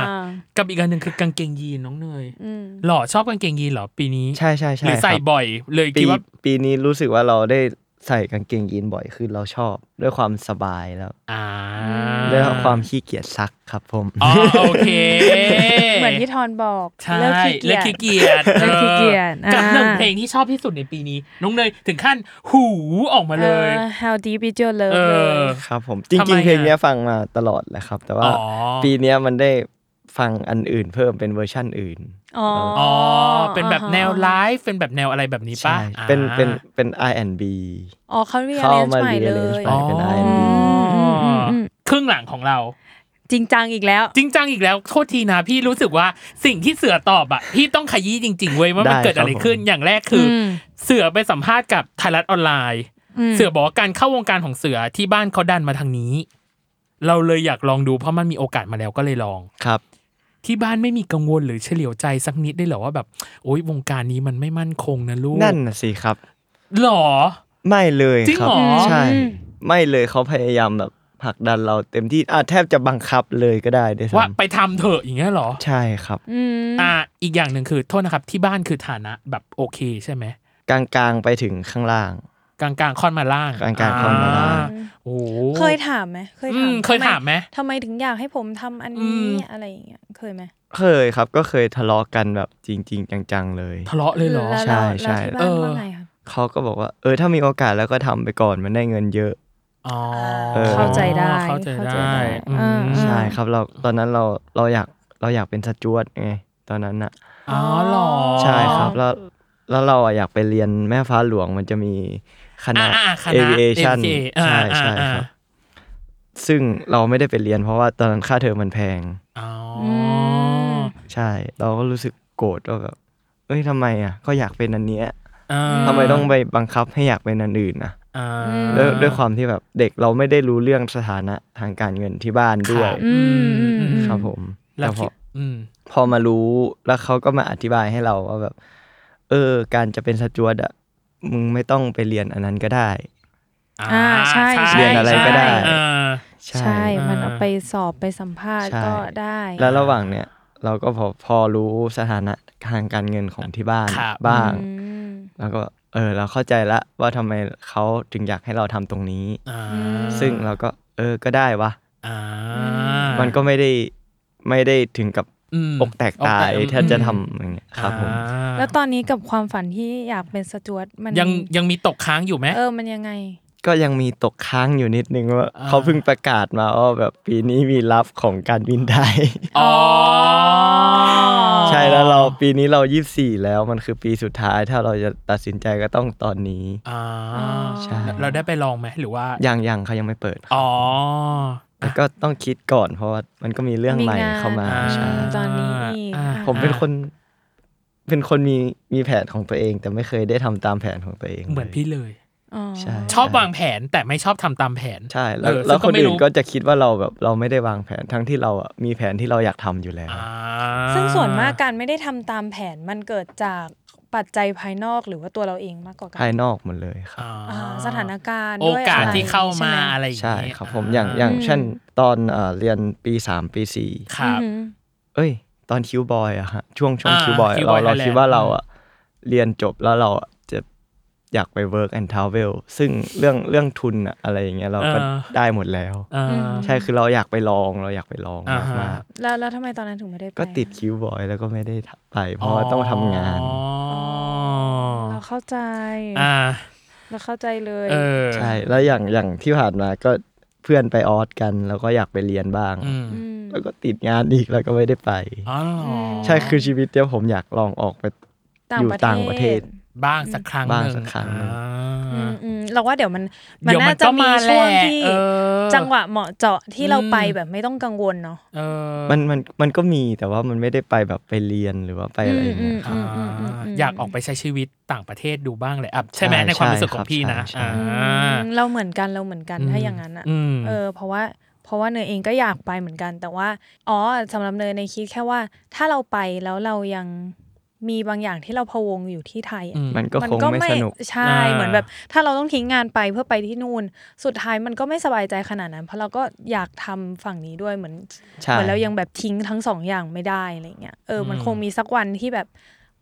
S3: อ่า
S2: กับอีกอันหนึ่งคือกางเกงยีนน้องเนย
S3: อืม
S2: หล่อชอบกางเกงยีน เหรอปีนี้
S4: ใช่ใช่ใช่
S2: หรือใส่
S4: ครับ
S2: บ่อยเลย
S4: ปี
S2: คิดว่า
S4: ปีนี้รู้สึกว่าเราได้ใส่กางเกงยีนบ่อยขึ้นเราชอบด้วยความสบายแล้ว
S2: อ่า
S4: ด้วยความขี้เกียจซักครับผม
S2: อ๋อโอเค
S3: เหมือนที่ทอนบอก
S2: ใช่
S3: เลิกขี้เกียจ
S2: เลิก
S3: เลิก
S2: ขี้เกียจ
S3: ขี้เกียจ
S2: เออกับ
S3: อ่า
S2: หนึ่งเพลงที่ชอบที่สุดในปีนี้ น้องเนยถึงขั้นหูออกมาเลย
S3: ออ How deep is your love
S2: เอ
S3: เลย
S2: อ
S4: ครับผมจ
S2: ทำไม
S4: ริง
S2: อะ
S4: ๆเพลงเนี้ยฟังมาตลอดแหละครับ แต่ว่า
S2: อ๋อ
S4: ปีเนี้ยมันได้ฟังอันอื่นเพิ่มเป็นเวอร์ชั่นอื่น
S3: อ๋อ
S2: อ๋อเป็นแบบแนวไล
S3: ก
S2: ฟ์เป็นแบบแนวอะไรแบบนี้
S4: ใช่
S2: ป่ะ
S4: เป็นเป็น
S2: อ่า
S4: เป็น R&B
S3: อ๋อเขาเรียน
S4: เข้า
S3: เรียน
S4: มา
S3: ใหม่
S4: เรียน
S3: เล
S4: เลย ยเป็น R&B
S3: อืมอืมอืม
S2: ครึ่งหลังของเรา
S3: จริงจังอีกแล้ว
S2: จริงจังอีกแล้วโทษทีนะพี่รู้สึกว่าสิ่งที่เสือตอบอ่ะ พี่ต้องขยี้จริง ๆ เว้ยว่ามัน
S4: ได้
S2: เกิดอะไร
S4: ครับผม
S2: ขึ้นอย่างแรกคืออ
S3: ม
S2: เสือไปสัมภาษณ์กับไทยรัฐออนไลน์ เสือบอกว่าการเข้าวงการของเสือที่บ้านเขาดันมาทางนี้ เราเลยอยากลองดูเพราะมันมีโอกาสมาแล้วก็เลยลอง
S4: ครับ
S2: ที่บ้านไม่มีกังวลหรือเฉลียวใจสักนิดได้เหรอว่าแบบโอ๊ยวงการนี้มันไม่มั่นคงนะลูก
S4: นั่นน่ะสิครับ
S2: หรอ
S4: ไม่เลย
S2: จริง
S4: ครับ
S2: เหรอ
S4: ใช่ ไม่เลยเขาพยายามแบบผลักดันเราเต็มที่อ่ะแทบจะบังคับเลยก็ได้ด้วย
S2: ว่า
S4: ซ้
S2: ไปทำเถอะอย่างเงี้ยเหรอ
S4: ำใช่ครับ
S3: อืม
S2: อ่า อีกอย่างหนึ่งคือโทษนะครับที่บ้านคือฐานะแบบโอเคใช่ไหม
S4: กลางๆไปถึงข้างล่าง
S2: กลางกลางๆค่อนมาล่าง
S4: กลางๆค่อนมาล่า
S2: อ
S4: ง
S2: ่โอ้โห
S3: เคยถามไหมเคย
S2: อื
S3: ถาม
S2: มเคยถามไหม
S3: ทำไมถึงอยากให้ผมทำอัน
S2: อื
S3: นี้
S2: ม
S3: อะไรอย่างเงี้ยเคยไหม
S4: เคยครับก็เคยทะเลาะกันแบบจริง ๆ จังๆเลย
S2: ทะเลาะเลยเหรอ
S3: แล้ว
S4: ใช่
S3: แล้วแล้ว
S4: ใช่
S3: ที่บ้า
S2: เอน อ
S3: ว่าไงครับ
S4: เขาก็บอกว่าเออถ้ามีโอกาสแล้วก็ทำไปก่อนมันได้เงินเยอะ
S2: อ๋อ
S4: เออ
S3: เข้าใจได้
S2: เข้าใจได้อื
S3: อ่าม
S4: ใช่ครับเราตอนนั้นเราเราอยากเราอยากเป็นสจวตไงตอนนั้นอะ
S2: อ๋อเหรอ
S4: ใช่ครับแล้วแล้วเราอะอยากไปเรียนแม่ฟ้าหลวงมันจะมีคณะ
S2: อ่าๆคณะ
S4: aviation
S2: MTA
S4: ใช่ใช่
S2: อ่าๆ
S4: ครับ ซึ่งเราไม่ได้ไปเรียน เพราะว่าตอนนั้นค่าเทอมมันแพง
S2: อ๋อ
S4: ใช่ เราก็รู้สึกโกรธว่าแบบเอ้ยทำไมอ่ะก็อยากเป็นอันเนี้ย
S2: อ่า
S4: ทำไมต้องไปบังคับให้อยากเป็นอันอื่นนะ
S2: อ่า
S4: ด้วยด้วยความที่แบบเด็กเราไม่ได้รู้เรื่องสถานะทางการเงินที่บ้านด้ว
S2: ค
S4: ย
S2: รับ
S3: อืมอืมอืม
S4: ครับผม
S2: แล้ว
S4: แต่พ
S2: คิ
S4: อ
S2: ดอืม
S4: พอมารู้แล้วเขาก็มาอธิบายให้เราว่าแบบ เออ การจะเป็นสจวตอะมึงไม่ต้องไปเรียนอันนั้นก็ได้
S3: อ่าใช่
S4: เรียนอะไรก็ได้
S2: เออ
S3: ใช่ มันเอาไปสอบไปสัมภาษณ์
S4: ใช่
S3: ก็ได้
S4: แล้วระหว่างเนี้ยเราก็พอพอรู้สถานะทางการเงินของที่บ้าน
S2: ครับ
S4: บ้าง
S3: อืม
S4: แล้วก็เออ เราเข้าใจละว่าทำไมเขาถึงอยากให้เราทำตรงนี้
S2: อ่า
S4: ซึ่งเราก็เออก็ได้วะ
S2: อ่า
S4: มันก็ไม่ได้ไม่ได้ถึงกับ
S2: ม
S4: อกแตกตาย
S2: อกแก
S4: ถ้าจะทำอย่างเงี้ยครับผม
S2: อ่า
S3: แล้วตอนนี้กับความฝันที่อยากเป็นสจวตมัน
S2: ยังยังมีตกค้างอยู่ไหม
S3: เออมันยังไง
S4: ก็ยังมีตกค้างอยู่นิดนึงว่า
S2: อ่า
S4: เขาเพิ่งประกาศมาว่าแบบปีนี้มีรับของการบินไท ย
S2: อ๋อ
S4: ใช่แล้วเราปีนี้เรา 24 แล้วมันคือปีสุดท้าย ถ้าเราจะตัดสินใจก็ต้องตอนนี้
S2: อ่า
S4: ใช่
S2: เราได้ไปลองไหมหรือว่า
S4: ยังยังเขายังไม่เปิดครับ
S2: อ๋อ
S4: แต่ก็ต้องคิดก่อนเพราะว่ามันก็มีเรื่องใหม่เข้ามา
S2: อ่า
S4: ใช่
S3: ตอนนี้อีก
S2: อ่า
S3: ะ
S4: ผมเป็นคน เป็นคนมีมีแผนของตัวเอง แต่ไม่เคยได้ทำตามแผนของตัวเอง
S2: เหมือนพี่เลย
S3: อ๋อ
S4: ใช่
S2: ชอบวางแผนแต่ไม่ชอบทำตามแผน
S4: ใช่แล้ว
S2: เออ
S4: แล้ว
S2: ซึ่
S4: ค
S2: ง
S4: น
S2: ไม่
S4: อื่น
S2: รู้
S4: ก็จะคิดว่าเราแบบเราไม่ได้วางแผนทั้งที่เราอะมีแผนที่เราอยากทำอยู่แล้ว
S2: อ่า
S3: ซึ่งส่วนมากการไม่ได้ทำตามแผนมันเกิดจากปัจจัยภายนอกหรือว่าตัวเราเองมากกว่ากั
S4: ภายนอกหมดเลยครับ
S2: อ่า
S3: อ่าสถานการณ์
S2: โอ
S3: ด้วย
S2: กาส
S3: อะไร
S2: ที่เข้ามา
S3: ใช่ไห
S2: อะไรอย่าง
S4: ใช่
S2: เงี้ย
S4: ครับผมอย่างอย่างเช่นตอนเอ่อเรียนปีสามปีสี่
S2: ครับ
S3: อืม
S4: เอ้ย ตอนคิวบอยอะฮะช่วงช่วง
S2: อ่า
S4: คิวบอย
S2: คิวบ
S4: เรา
S2: อย
S4: เราคิด
S2: Thailand
S4: ว่าเราอะเรียนจบแล้วเราอะจะอยากไป work and travel ซึ่งเรื่องเรื่องทุนอะอะไรอย่างเงี้ยเราก็
S2: เออ
S4: ได้หมดแล้ว
S2: อ่า
S4: ใช่คือเราอยากไปลองเราอยากไปลอง
S2: อ่าฮะ
S4: มาก
S3: แล้วแล้วทำไมตอนนั้นถึงไม่ได้ไป
S4: ๆก็ติดคิวบอยแล้วก็ไม่ได้ไป เพราะว่าต้องทำงาน
S2: อ๋อ
S3: เราเข้าใจ
S2: อ่า
S3: เราเข้าใจเลย
S2: เออ
S4: ใช่แล้วอย่างอย่างที่ผ่านมาก็เพื่อนไปออสกัน แล้วก็อยากไปเรียนบ้าง
S2: อืม
S4: แล้วก็ติดงานอีกแล้วก็ไม่ได้ไป
S2: อ๋อเหรอ
S4: ใช่คือชีวิตเนี้ยผมอยากลองออกไป
S3: ต่าง
S4: อยู่
S3: ประเทศ
S4: ต่างประเทศ
S2: บ้างสักครั้ง
S4: บ้าง
S2: หนึ่
S4: สักครั้งหนึ่ง
S2: อ่า
S3: อืมอืมเราว่าเดี๋ยวมันมัน
S2: เดี๋ยวมั
S3: น่าน จะ
S2: ก็
S3: มี
S2: มา
S3: ช่วง
S2: แหละ
S3: ที่
S2: เออ
S3: จังหวะเหมาะเจาะที่เรา
S2: อืม
S3: ไปแบบไม่ต้องกังวลเนาะ
S2: เออ
S4: มันมันมันก็มีแต่ว่ามันไม่ได้ไปแบบไปเรียนหรือว่าไปอะไรอย่างเงี้ย
S2: อ่าอยากออกไปใช้ชีวิตต่างประเทศดูบ้างแหละอ่ะใช่ไหม
S4: ใช่
S2: ในความรู้สึก
S4: ใช่
S2: ขอ
S4: ครั
S2: ง
S4: บ
S2: พี่นะ
S4: ใช่
S2: อ่า
S3: อืมเราเหมือนกันเราเหมือนกัน
S2: อืม
S3: ถ้าอย่างนั้นอ่ะ
S2: อืม
S3: เออเพราะว่าเพราะว่าเนยเองก็อยากไปเหมือนกัน แต่ว่าอ๋อสำหรับเนยในยคิดแค่ว่า ถ้าเราไปแล้วเรายังมีบางอย่างที่เราพะวงอยู่ที่ไทยอะ
S4: มันก็คงไม่สนุก
S3: ใช่
S2: อ่า
S3: เหมือนแบบ ถ้าเราต้องทิ้งงานไปเพื่อไปที่นู่น สุดท้ายมันก็ไม่สบายใจขนาดนั้น เพราะเราก็อยากทำฝั่งนี้ด้วยเหมือน
S4: ใช่
S3: เหมือนเรายังแบบทิ้งทั้งสองอย่างไม่ได้อะไรเงี้ยเออมันคงมีสักวันที่แบบ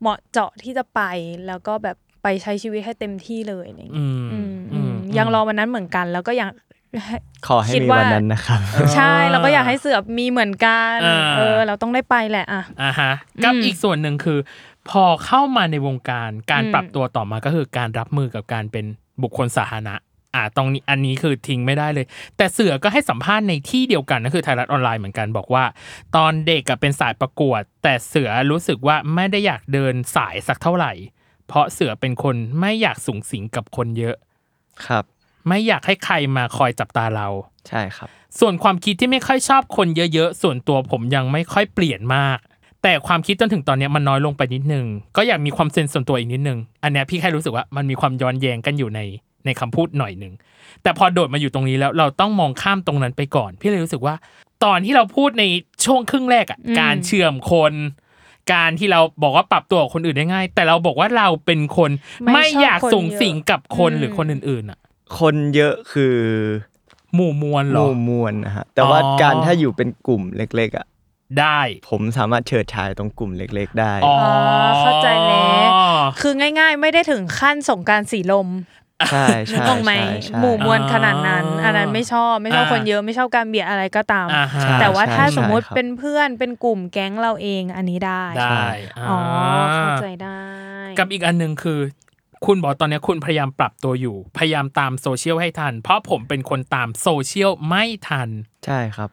S3: เหมาะเจาะที่จะไป แล้วก็แบบไปใช้ชีวิตให้เต็มที่เลยอะไรเงี้ย
S2: อืม
S3: อืม
S2: อื
S3: อื
S2: ม
S3: มยังรอวันนั้นเหมือนกัน แล้วก็ยัง
S4: ขอให้
S3: คิด
S4: มี
S3: ว่า
S4: วันนั้นนะครับ
S3: ใช่เราก็อยากให้เสือบมีเหมือนกัน
S2: อ่า
S3: เออ เราต้องได้ไปแหละอ่ะ
S2: อ่าฮะกับ
S3: อืม
S2: อีกส่วนหนึ่งคือ พอเข้ามาในวงการการ
S3: อืม
S2: ปรับตัวต่อมาก็คือการรับมือกับการเป็นบุคคลสาธารณะอ่าตรงนี้อันนี้คือทิ้งไม่ได้เลย แต่เสือก็ให้สัมภาษณ์ในที่เดียวกันก็คือไทยรัฐออนไลน์เหมือนกันบอกว่า ตอนเด็กกับเป็นสายประกวด แต่เสือรู้สึกว่าไม่ได้อยากเดินสายสักเท่าไหร่ เพราะเสือเป็นคนไม่อยากสูงสิงกับคนเยอะ
S4: ครับ
S2: ไม่อยากให้ใครมาคอยจับตาเรา
S4: ใช่ครับ
S2: ส่วนความคิดที่ไม่ค่อยชอบคนเยอะๆ ส่วนตัวผมยังไม่ค่อยเปลี่ยนมาก แต่ความคิดจนถึงตอนเนี้ยมันน้อยลงไปนิดนึง ก็อยากมีความเซนส์ส่วนตัวอีกนิดนึง อันเนี้ยพี่แค่รู้สึกว่ามันมีความย้อนแย้งกันอยู่ในในคำพูดหน่อยหนึ่ง แต่พอโดดมาอยู่ตรงนี้แล้วเราต้องมองข้ามตรงนั้นไปก่อน พี่เลยรู้สึกว่า ตอนที่เราพูดในช่วงครึ่งแรกอะ
S3: อืม
S2: การเชื่อมคน การที่เราบอกว่าปรับตัวกับคนอื่นได้ง่าย แต่เราบอกว่าเราเป็นคนไม่อยากส่งสิงกับคนหรือคนอื่นๆอะ
S4: คนเยอะคือ
S2: หมู่มวล
S4: ห
S2: เหรอ
S4: มู่มวลนะฮะ แต่
S2: อ๋อ
S4: ว่าการถ้าอยู่เป็นกลุ่มเล็กๆอ่ะ
S2: ได้
S4: ผมสามารถเฉิดฉายตรงกลุ่มเล็ก ๆ ได้
S2: อ๋อ
S3: เข้าใจแล้ว คือง่าย ๆ ไม่ได้ถึงขั้นสงกรารสีลม
S4: ใช่
S3: นึก
S4: ใช่
S3: ออกไหม
S4: ใช่ใช่
S3: หมู่มวลขนาดนั้น
S2: อ่า
S3: อันนั้นไม่ชอบไม่ชอบ
S2: อ่า
S3: คนเยอะไม่ชอบการเบียดอะไรก็ตาม
S2: อ่าฮะ
S3: แต่ว่า
S4: ใช่
S3: ถ้า
S4: ใช่
S3: สมมติ
S4: ครับ
S3: เป็นเพื่อนเป็นกลุ่มแก๊งเราเองอันนี้ได้
S2: ได้
S3: อ๋ออา เข้าใจได้
S2: กับอีกอันหนึ่งคือ คุณบอกตอนเนี้ยคุณพยายามปรับตัวอยู่ พยายามตามโซเชียลให้ทัน เพราะผมเป็นคนตามโซเชียลไม่ทัน
S4: ใช่ครับ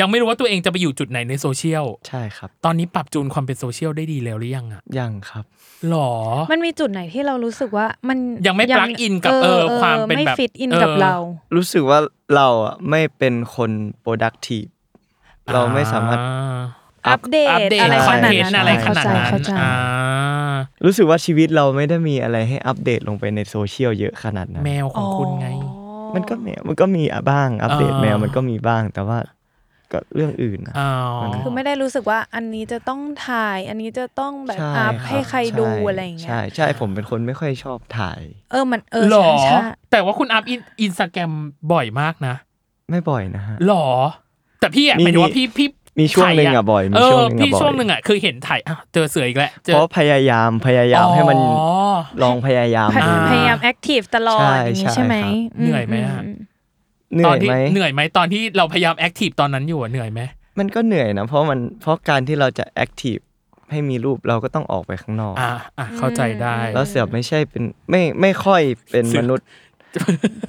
S2: ยังไม่รู้ว่าตัวเองจะไปอยู่จุดไหนในโซเชียล
S4: ใช่ครับ
S2: ตอนนี้ปรับจูนความเป็นโซเชียลได้ดีแล้วหรือยังอะ
S4: ยังครับ
S2: หรอ
S3: มันมีจุดไหนที่เรารู้สึกว่ามัน
S2: ยังไม่ plug in กับเออความเป็นแบบ
S3: ไม่ฟิตอิน
S2: เออ
S3: กับเรา
S4: รู้สึกว่าเราอ่ะไม่เป็นคน productive เราไม่สามารถ
S2: อ่
S3: อัปเดต
S2: อัปเดต
S3: อะไร
S2: ค
S3: ข
S2: อน
S3: นาด
S2: เทน
S3: นั้น
S2: ต์อะไรขนาดนั้
S3: เข้าน ใจ
S2: อ่า
S4: รู้สึกว่าชีวิตเราไม่ได้มีอะไรให้อัปเดตลงไปในโซเชียลเยอะขนาดนั้น
S2: แมวของคุณไง
S4: มันก็แมวมันก็มีอะบ้างอัปเดต
S2: อ่า
S4: แมวมันก็มีบ้าง แต่ว่าก็เรื่องอื่นนะ
S2: อ๋อ
S3: คือไม่ได้รู้สึกว่าอันนี้จะต้องถ่าย อันนี้จะต้องแบบ
S4: ช่
S3: อัพ
S4: บ
S3: ให้ใครดู
S4: ช่
S3: อะไรอย่างเงี้ย
S4: ใช่ใช่ผมเป็นคนไม่ค่อยชอบถ่าย
S3: เออมันเออ
S2: หรอ
S3: ใช่ใช่
S2: แต่ว่าคุณอัพอินสตาแกรมบ่อยมากนะ
S4: ไม่บ่อยนะฮะ
S2: หรอ แต่พี่อ่ะห
S4: มี
S2: มายถึงว่าพี่พี่
S4: มีช่วงหนึ่งอะ
S2: ถ่า
S4: บ่อยมี
S2: เอ
S4: ช่
S2: อ
S4: วงหนึ่งอะ
S2: พี่
S4: บ่อย
S2: ช่วงหนึ่งอ่ะคือเห็นถ่ายอ้าวเจอเสืออีกแล้วจอ
S4: เพราะพยายามพยายามให้มัน
S2: อ๋อ
S4: ลองพยายาม
S3: พย
S4: ดู
S3: พยายามแอคทีฟตลอด
S4: ใช่
S3: อย่างงี้
S4: ใช่
S3: ใช่ไหม
S4: ครับ
S3: อื
S2: เหนื่อยไหมอะ
S3: อื
S4: เหนื่
S2: ตอ
S4: อน ย
S2: ที่
S4: ไหม
S2: เหนื่อยไหมตอนที่เราพยายามแอคทีฟตอนนั้นอยู่อะเหนื่อยไหม
S4: มันก็เหนื่อยนะเพราะมันเพราะการที่เราจะแอคทีฟให้มีรูปเราก็ต้องออกไปข้างนอก
S2: อ่าอ่ะเข้าใจได้
S4: แล้วเสือกไม่ใช่เป็นไม่ไม่ค่อยเป็น
S2: เสือก
S4: ม นุษย์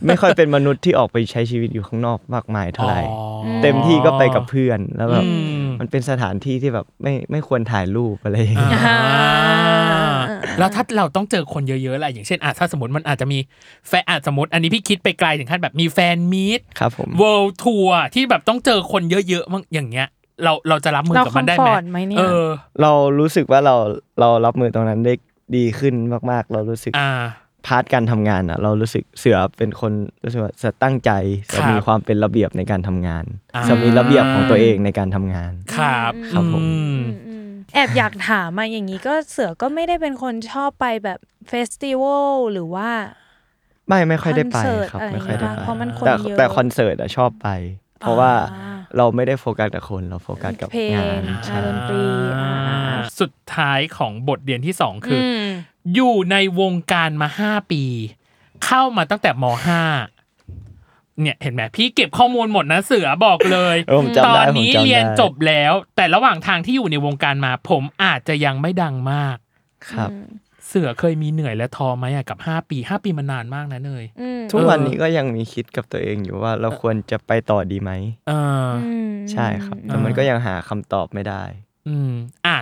S4: ไม่ค่อยเป็นมนุษย์ที่ออกไปใช้ชีวิตอยู่ข้างนอกมากมายเท่าไหร่
S2: อ๋อ
S4: เต็มที่ก็ไปกับเพื่อนแล้วแบบ
S2: อืม
S4: มันเป็นสถานที่ที่แบบไม่ไม่ควรถ่ายรูปอะไรอย่างเงี้ย
S2: อ่าแล้วถ้าเราต้องเจอคนเยอะๆอะไรอย่างเช่นอ่ะถ้าสมมติมันอาจจะมีแฟนอาจสมมติ อันนี้พี่คิดไปไกลถึงขั้นแบบมีแฟนมีต
S4: ครับผม
S2: เวิลด์ทัวร์ที่แบบต้องเจอคนเยอะๆมั้งอย่างเงี้ย เราเราจะรับมือ
S3: เรา
S2: กับ
S3: คอ
S2: มัน
S3: ม
S2: ได้
S3: ฟ
S2: ไหม
S3: อร์ตไหมเนี่
S2: เอย อ
S4: เรารู้สึกว่าเราเรารับมือตรงนั้นได้ดีขึ้นมาก ๆ เรารู้สึก
S2: อ่า
S4: พาร์ทการทำงานอ่ะ เรารู้สึกเสือเป็นคนรู้สึกว่าจะตั้งใจ
S2: ครั
S4: จะ
S2: บ
S4: มีความเป็นระเบียบในการทำงาน
S2: อ่า
S4: จะมีระเบียบของตัวเองในการทำงาน
S2: ครับ
S4: ครับผม
S2: อืม
S3: มแอบอยากถามมาอย่างนี้ก็เสือก็ไม่ได้เป็นคนชอบไปแบบเฟสติวัลหรือว่า
S4: ไม่ไม่ค่อยได้ไป
S3: คอนเสิร์ต
S4: ครับ
S3: อะไร
S4: ไม่ค่อยได้ไป
S3: บ้างเพราะมันคน
S4: แต่
S3: เยอะ
S4: แต่คอนเสิร์ตอะชอบไป เพราะว่า
S3: อ่า
S4: เราไม่ได้โฟกัสกับคนเราโฟกัสกับ
S3: เพลง
S4: งาน
S3: อ่า
S4: ใช่
S3: ดนตรีอ่าอ่าอ่า
S2: สุดท้ายของบทเรียนที่สองคือ
S3: ม
S2: อยู่ในวงการมาห้าปี เข้ามาตั้งแต่มห้าเนี่ยเห็นไหมพี่เก็บข้อมูลหมดนะเสือบอกเลย
S4: เออผม
S2: ต
S4: จำ
S2: อ
S4: ได้
S2: น
S4: ผม
S2: นี้
S4: จำได้
S2: เรียนจบแล้ว แต่ระหว่างทางที่อยู่ในวงการมาผมอาจจะยังไม่ดังมาก
S4: ครับ
S2: เสือเคยมีเหนื่อยและท้อไหมอะกับห้าปีห้าปีมันนานมากนะเนย
S4: ทุกวันนี้ก็ยังมีคิดกับตัวเองอยู่ว่าเราควรจะไปต่อดีไหม
S2: เออ
S4: ใช่ครับแต่มันก็ยังหาคำตอบไม่ได้
S2: อืมอ่ะ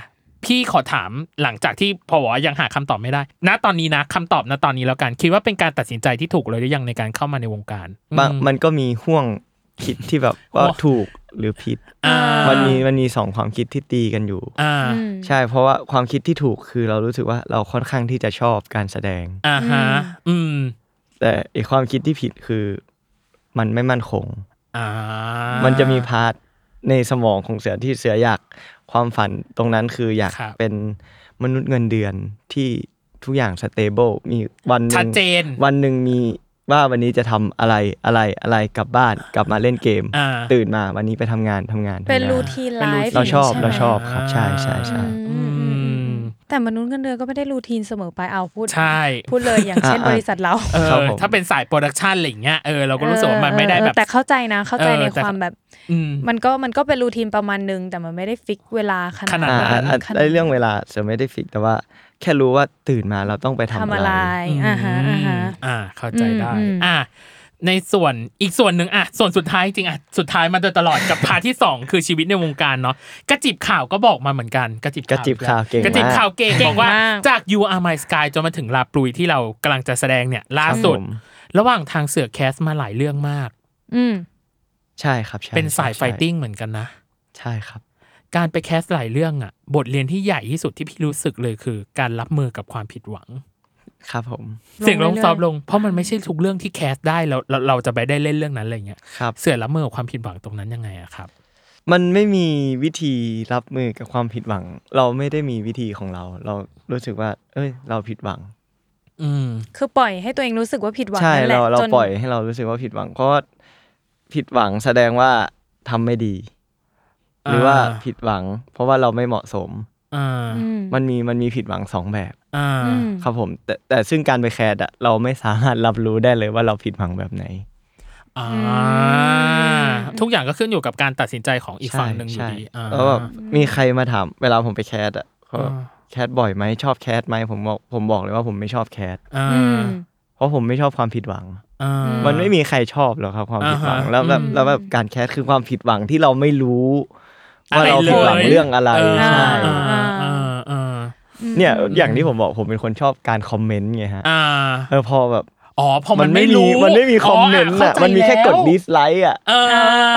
S2: พี่ขอถามหลังจากที่พอวยังหาคำตอบไม่ได้ ณตอนนี้นะคำตอบณตอนนี้แล้วกันคิดว่าเป็นการตัดสินใจที่ถูกเลยหรือยังในการเข้ามาในวงการ
S4: บาง
S2: อื
S4: มันก็มีห่วงคิดที่ แบบ ว่า
S2: ห่วง
S4: ถูกหรือผิด
S2: อ่า
S4: มันมีมันมีสองความคิดที่ตีกันอยู่
S2: อ่า
S4: ใช่ เพราะว่าความคิดที่ถูกคือเรารู้สึกว่าเราค่อนข้างที่จะชอบการแสดง
S2: อ่าฮะอืม
S4: แต่อีกความคิดที่ผิดคือมันไม่มั่นคง
S2: อ่า
S4: มั
S2: มั
S4: นจะมีพาร์ทในสมองของเสือที่เสืออยากความฝันตรงนั้นคืออยาก
S2: ครับ
S4: เป็นมนุษย์เงินเดือนที่ทุกอย่างสเตเบิลมีวันห
S2: ชั
S4: นึ่
S2: ด
S4: ง
S2: เจน
S4: วันหนึ่งมีว่าวันนี้จะทำอะไรอะไรอะไรกลับบ้านกลับมาเล่นเกม
S2: อ่า
S4: ตื่นมาวันนี้ไปทำงานทำงาน
S3: เป็น
S4: ทำงา
S3: รูทีนไลฟ์
S4: เราชอบ
S3: ย่ง
S4: เรา
S3: นี้ใไหม
S4: ชอบครับ ใช่ใช่ใช่
S3: อืมอืมอืมแต่มนุษย์เงินเดือนก็ไม่ได้รูทีนเสมอไปเอาพูด
S2: ใช่
S3: พูดเลยอย่างเช่นบริษัทเรา
S2: เออ
S4: ครับผม
S2: ถ้าเป็นสายโปรดักชันอะไรอย่างเงี้ยเออเราก็รู้สึกว่ามันไม่ได้
S3: เออ
S2: แบ
S3: เอบ อแต่เข้าใจนะเข้าใจ
S2: เออ
S3: ใน
S2: แต่
S3: ความแบบ
S2: อืม
S3: มันก็มันก็เป็นรูทีนประมาณนึงแต่มันไม่ได้ฟิกเวลาขนาด
S2: ขนาด
S4: อ่า
S3: นั้น
S4: อ่า
S3: ขนาด
S4: ไอเรื่องเวลาเสือไม่ได้ฟิกแต่ว่า แค่รู้ว่าตื่นมาเราต้องไปทำ
S3: ทำ
S4: อะ
S3: อะไร
S4: ไร
S3: อ่าฮะอ่าฮะ
S2: อ่าเข้าใจได้
S3: อืมอืม
S2: อ่า ในส่วนอีกส่วนหนึ่งอ่ะส่วนสุดท้ายจริงอ่ะสุดท้ายมาโดยตลอด กับพาร์ทที่สองคือชีวิตในวงการเนาะกระจิบข่าวก็บอกมาเหมือนกันกระจิบ
S4: กระจิบข่าวเก่ง
S2: กระจิบ
S4: มาก
S2: ข่าวเก่ง
S3: เก่ง
S2: บอกว่า
S3: มาก
S2: จาก You Are My Sky จนมาถึงลาปลุยที่เรากำลังจะแสดงเนี่ยล่าสุด
S4: ครับผม
S2: ระหว่างทางเสือแคสมาหลายเรื่องมาก
S3: อืม
S4: ใช่ครับใช่
S2: เป็นสาย
S4: ใช่
S2: ไฟติ้งเหมือนกันนะ
S4: ใช่ครับ
S2: การไปแคสหลายเรื่องอ่ะ บทเรียนที่ใหญ่ที่สุดที่พี่รู้สึกเลยคือ การรับมือกับความผิดหวัง
S4: ครับผม
S2: เสียง
S3: ล
S2: ลง
S3: งเรื่อยๆ
S2: ซอฟต์ลงเพราะมันไม่ใช่ทุกเรื่องที่แคสได้แล้วเราเราจะไปได้เล่นเรื่องนั้นอะไรเงี้ย
S4: ครับ
S2: เสือละเมอกับความผิดหวังตรงนั้นยังไงอะครับ
S4: มันไม่มีวิธีรับมือกับความผิดหวัง เราไม่ได้มีวิธีของเรา เรารู้สึกว่า เอ้ย เราผิดหวัง
S2: อืม
S3: คือปล่อยให้ตัวเองรู้สึกว่าผิดหวัง
S4: ใช่
S3: นั่นแหละ
S4: เราเรา
S3: จน
S4: ปล่อยให้เรารู้สึกว่าผิดหวัง เพราะว่าผิดหวังแสดงว่าทำไม่ดี หรือว่า
S2: อ่า
S4: ผิดหวัง เพราะว่าเราไม่เหมาะสม
S2: อ่า
S4: มันมีมันมีผิดหวังสองแบบ
S2: อ่า
S4: ครับผม แต่แต่ซึ่งการไปแคร์อะเราไม่สามารถรับรู้ได้เลยว่าเราผิดหวังแบบไหน
S2: อ่าทุกอย่างก็ขึ้นอยู่กับการตัดสินใจของอีกฝั่งหนึ่งอยู่ดี
S4: ใช่
S2: อ่า
S4: แล้วแบบมีใครมาถามเวลาผมไปแคสอ่ะเขา
S2: อ่า
S4: แคสบ่อยไหมชอบแคสไหมผมบอกผมบอกเลยว่าผมไม่ชอบแคส
S2: อ่า
S4: เพราะผมไม่ชอบความผิดหวัง
S2: อ่า
S4: มันไม่มีใครชอบหรอกครับความผิดหวัง
S2: อ่าฮะ
S4: แล้วแบบแล้วแบบการแคสคือความผิดหวังที่เราไม่รู้ว่าเราผิดหวั
S2: อะ
S4: ง
S2: ไรเลย
S4: เรื่องอะไร
S2: อ่า
S4: ใช่
S2: อ่าอ่าอ่า
S4: เนี่ยอย่างที่ผมบอกผมเป็นคนชอบการคอมเมนต์ไงฮะ
S2: อ่า
S4: เออพอแบบ
S2: อ๋อพอมัน
S4: ไม่
S2: ไม่
S4: มี
S2: รู้
S4: มันไม่มีคอมเมนต์
S2: เข้า
S4: อ่ะ
S2: ใจ
S4: มันมีแค่กด
S2: ล้ว
S4: ดิสไลค์อ่ะ
S2: อ่า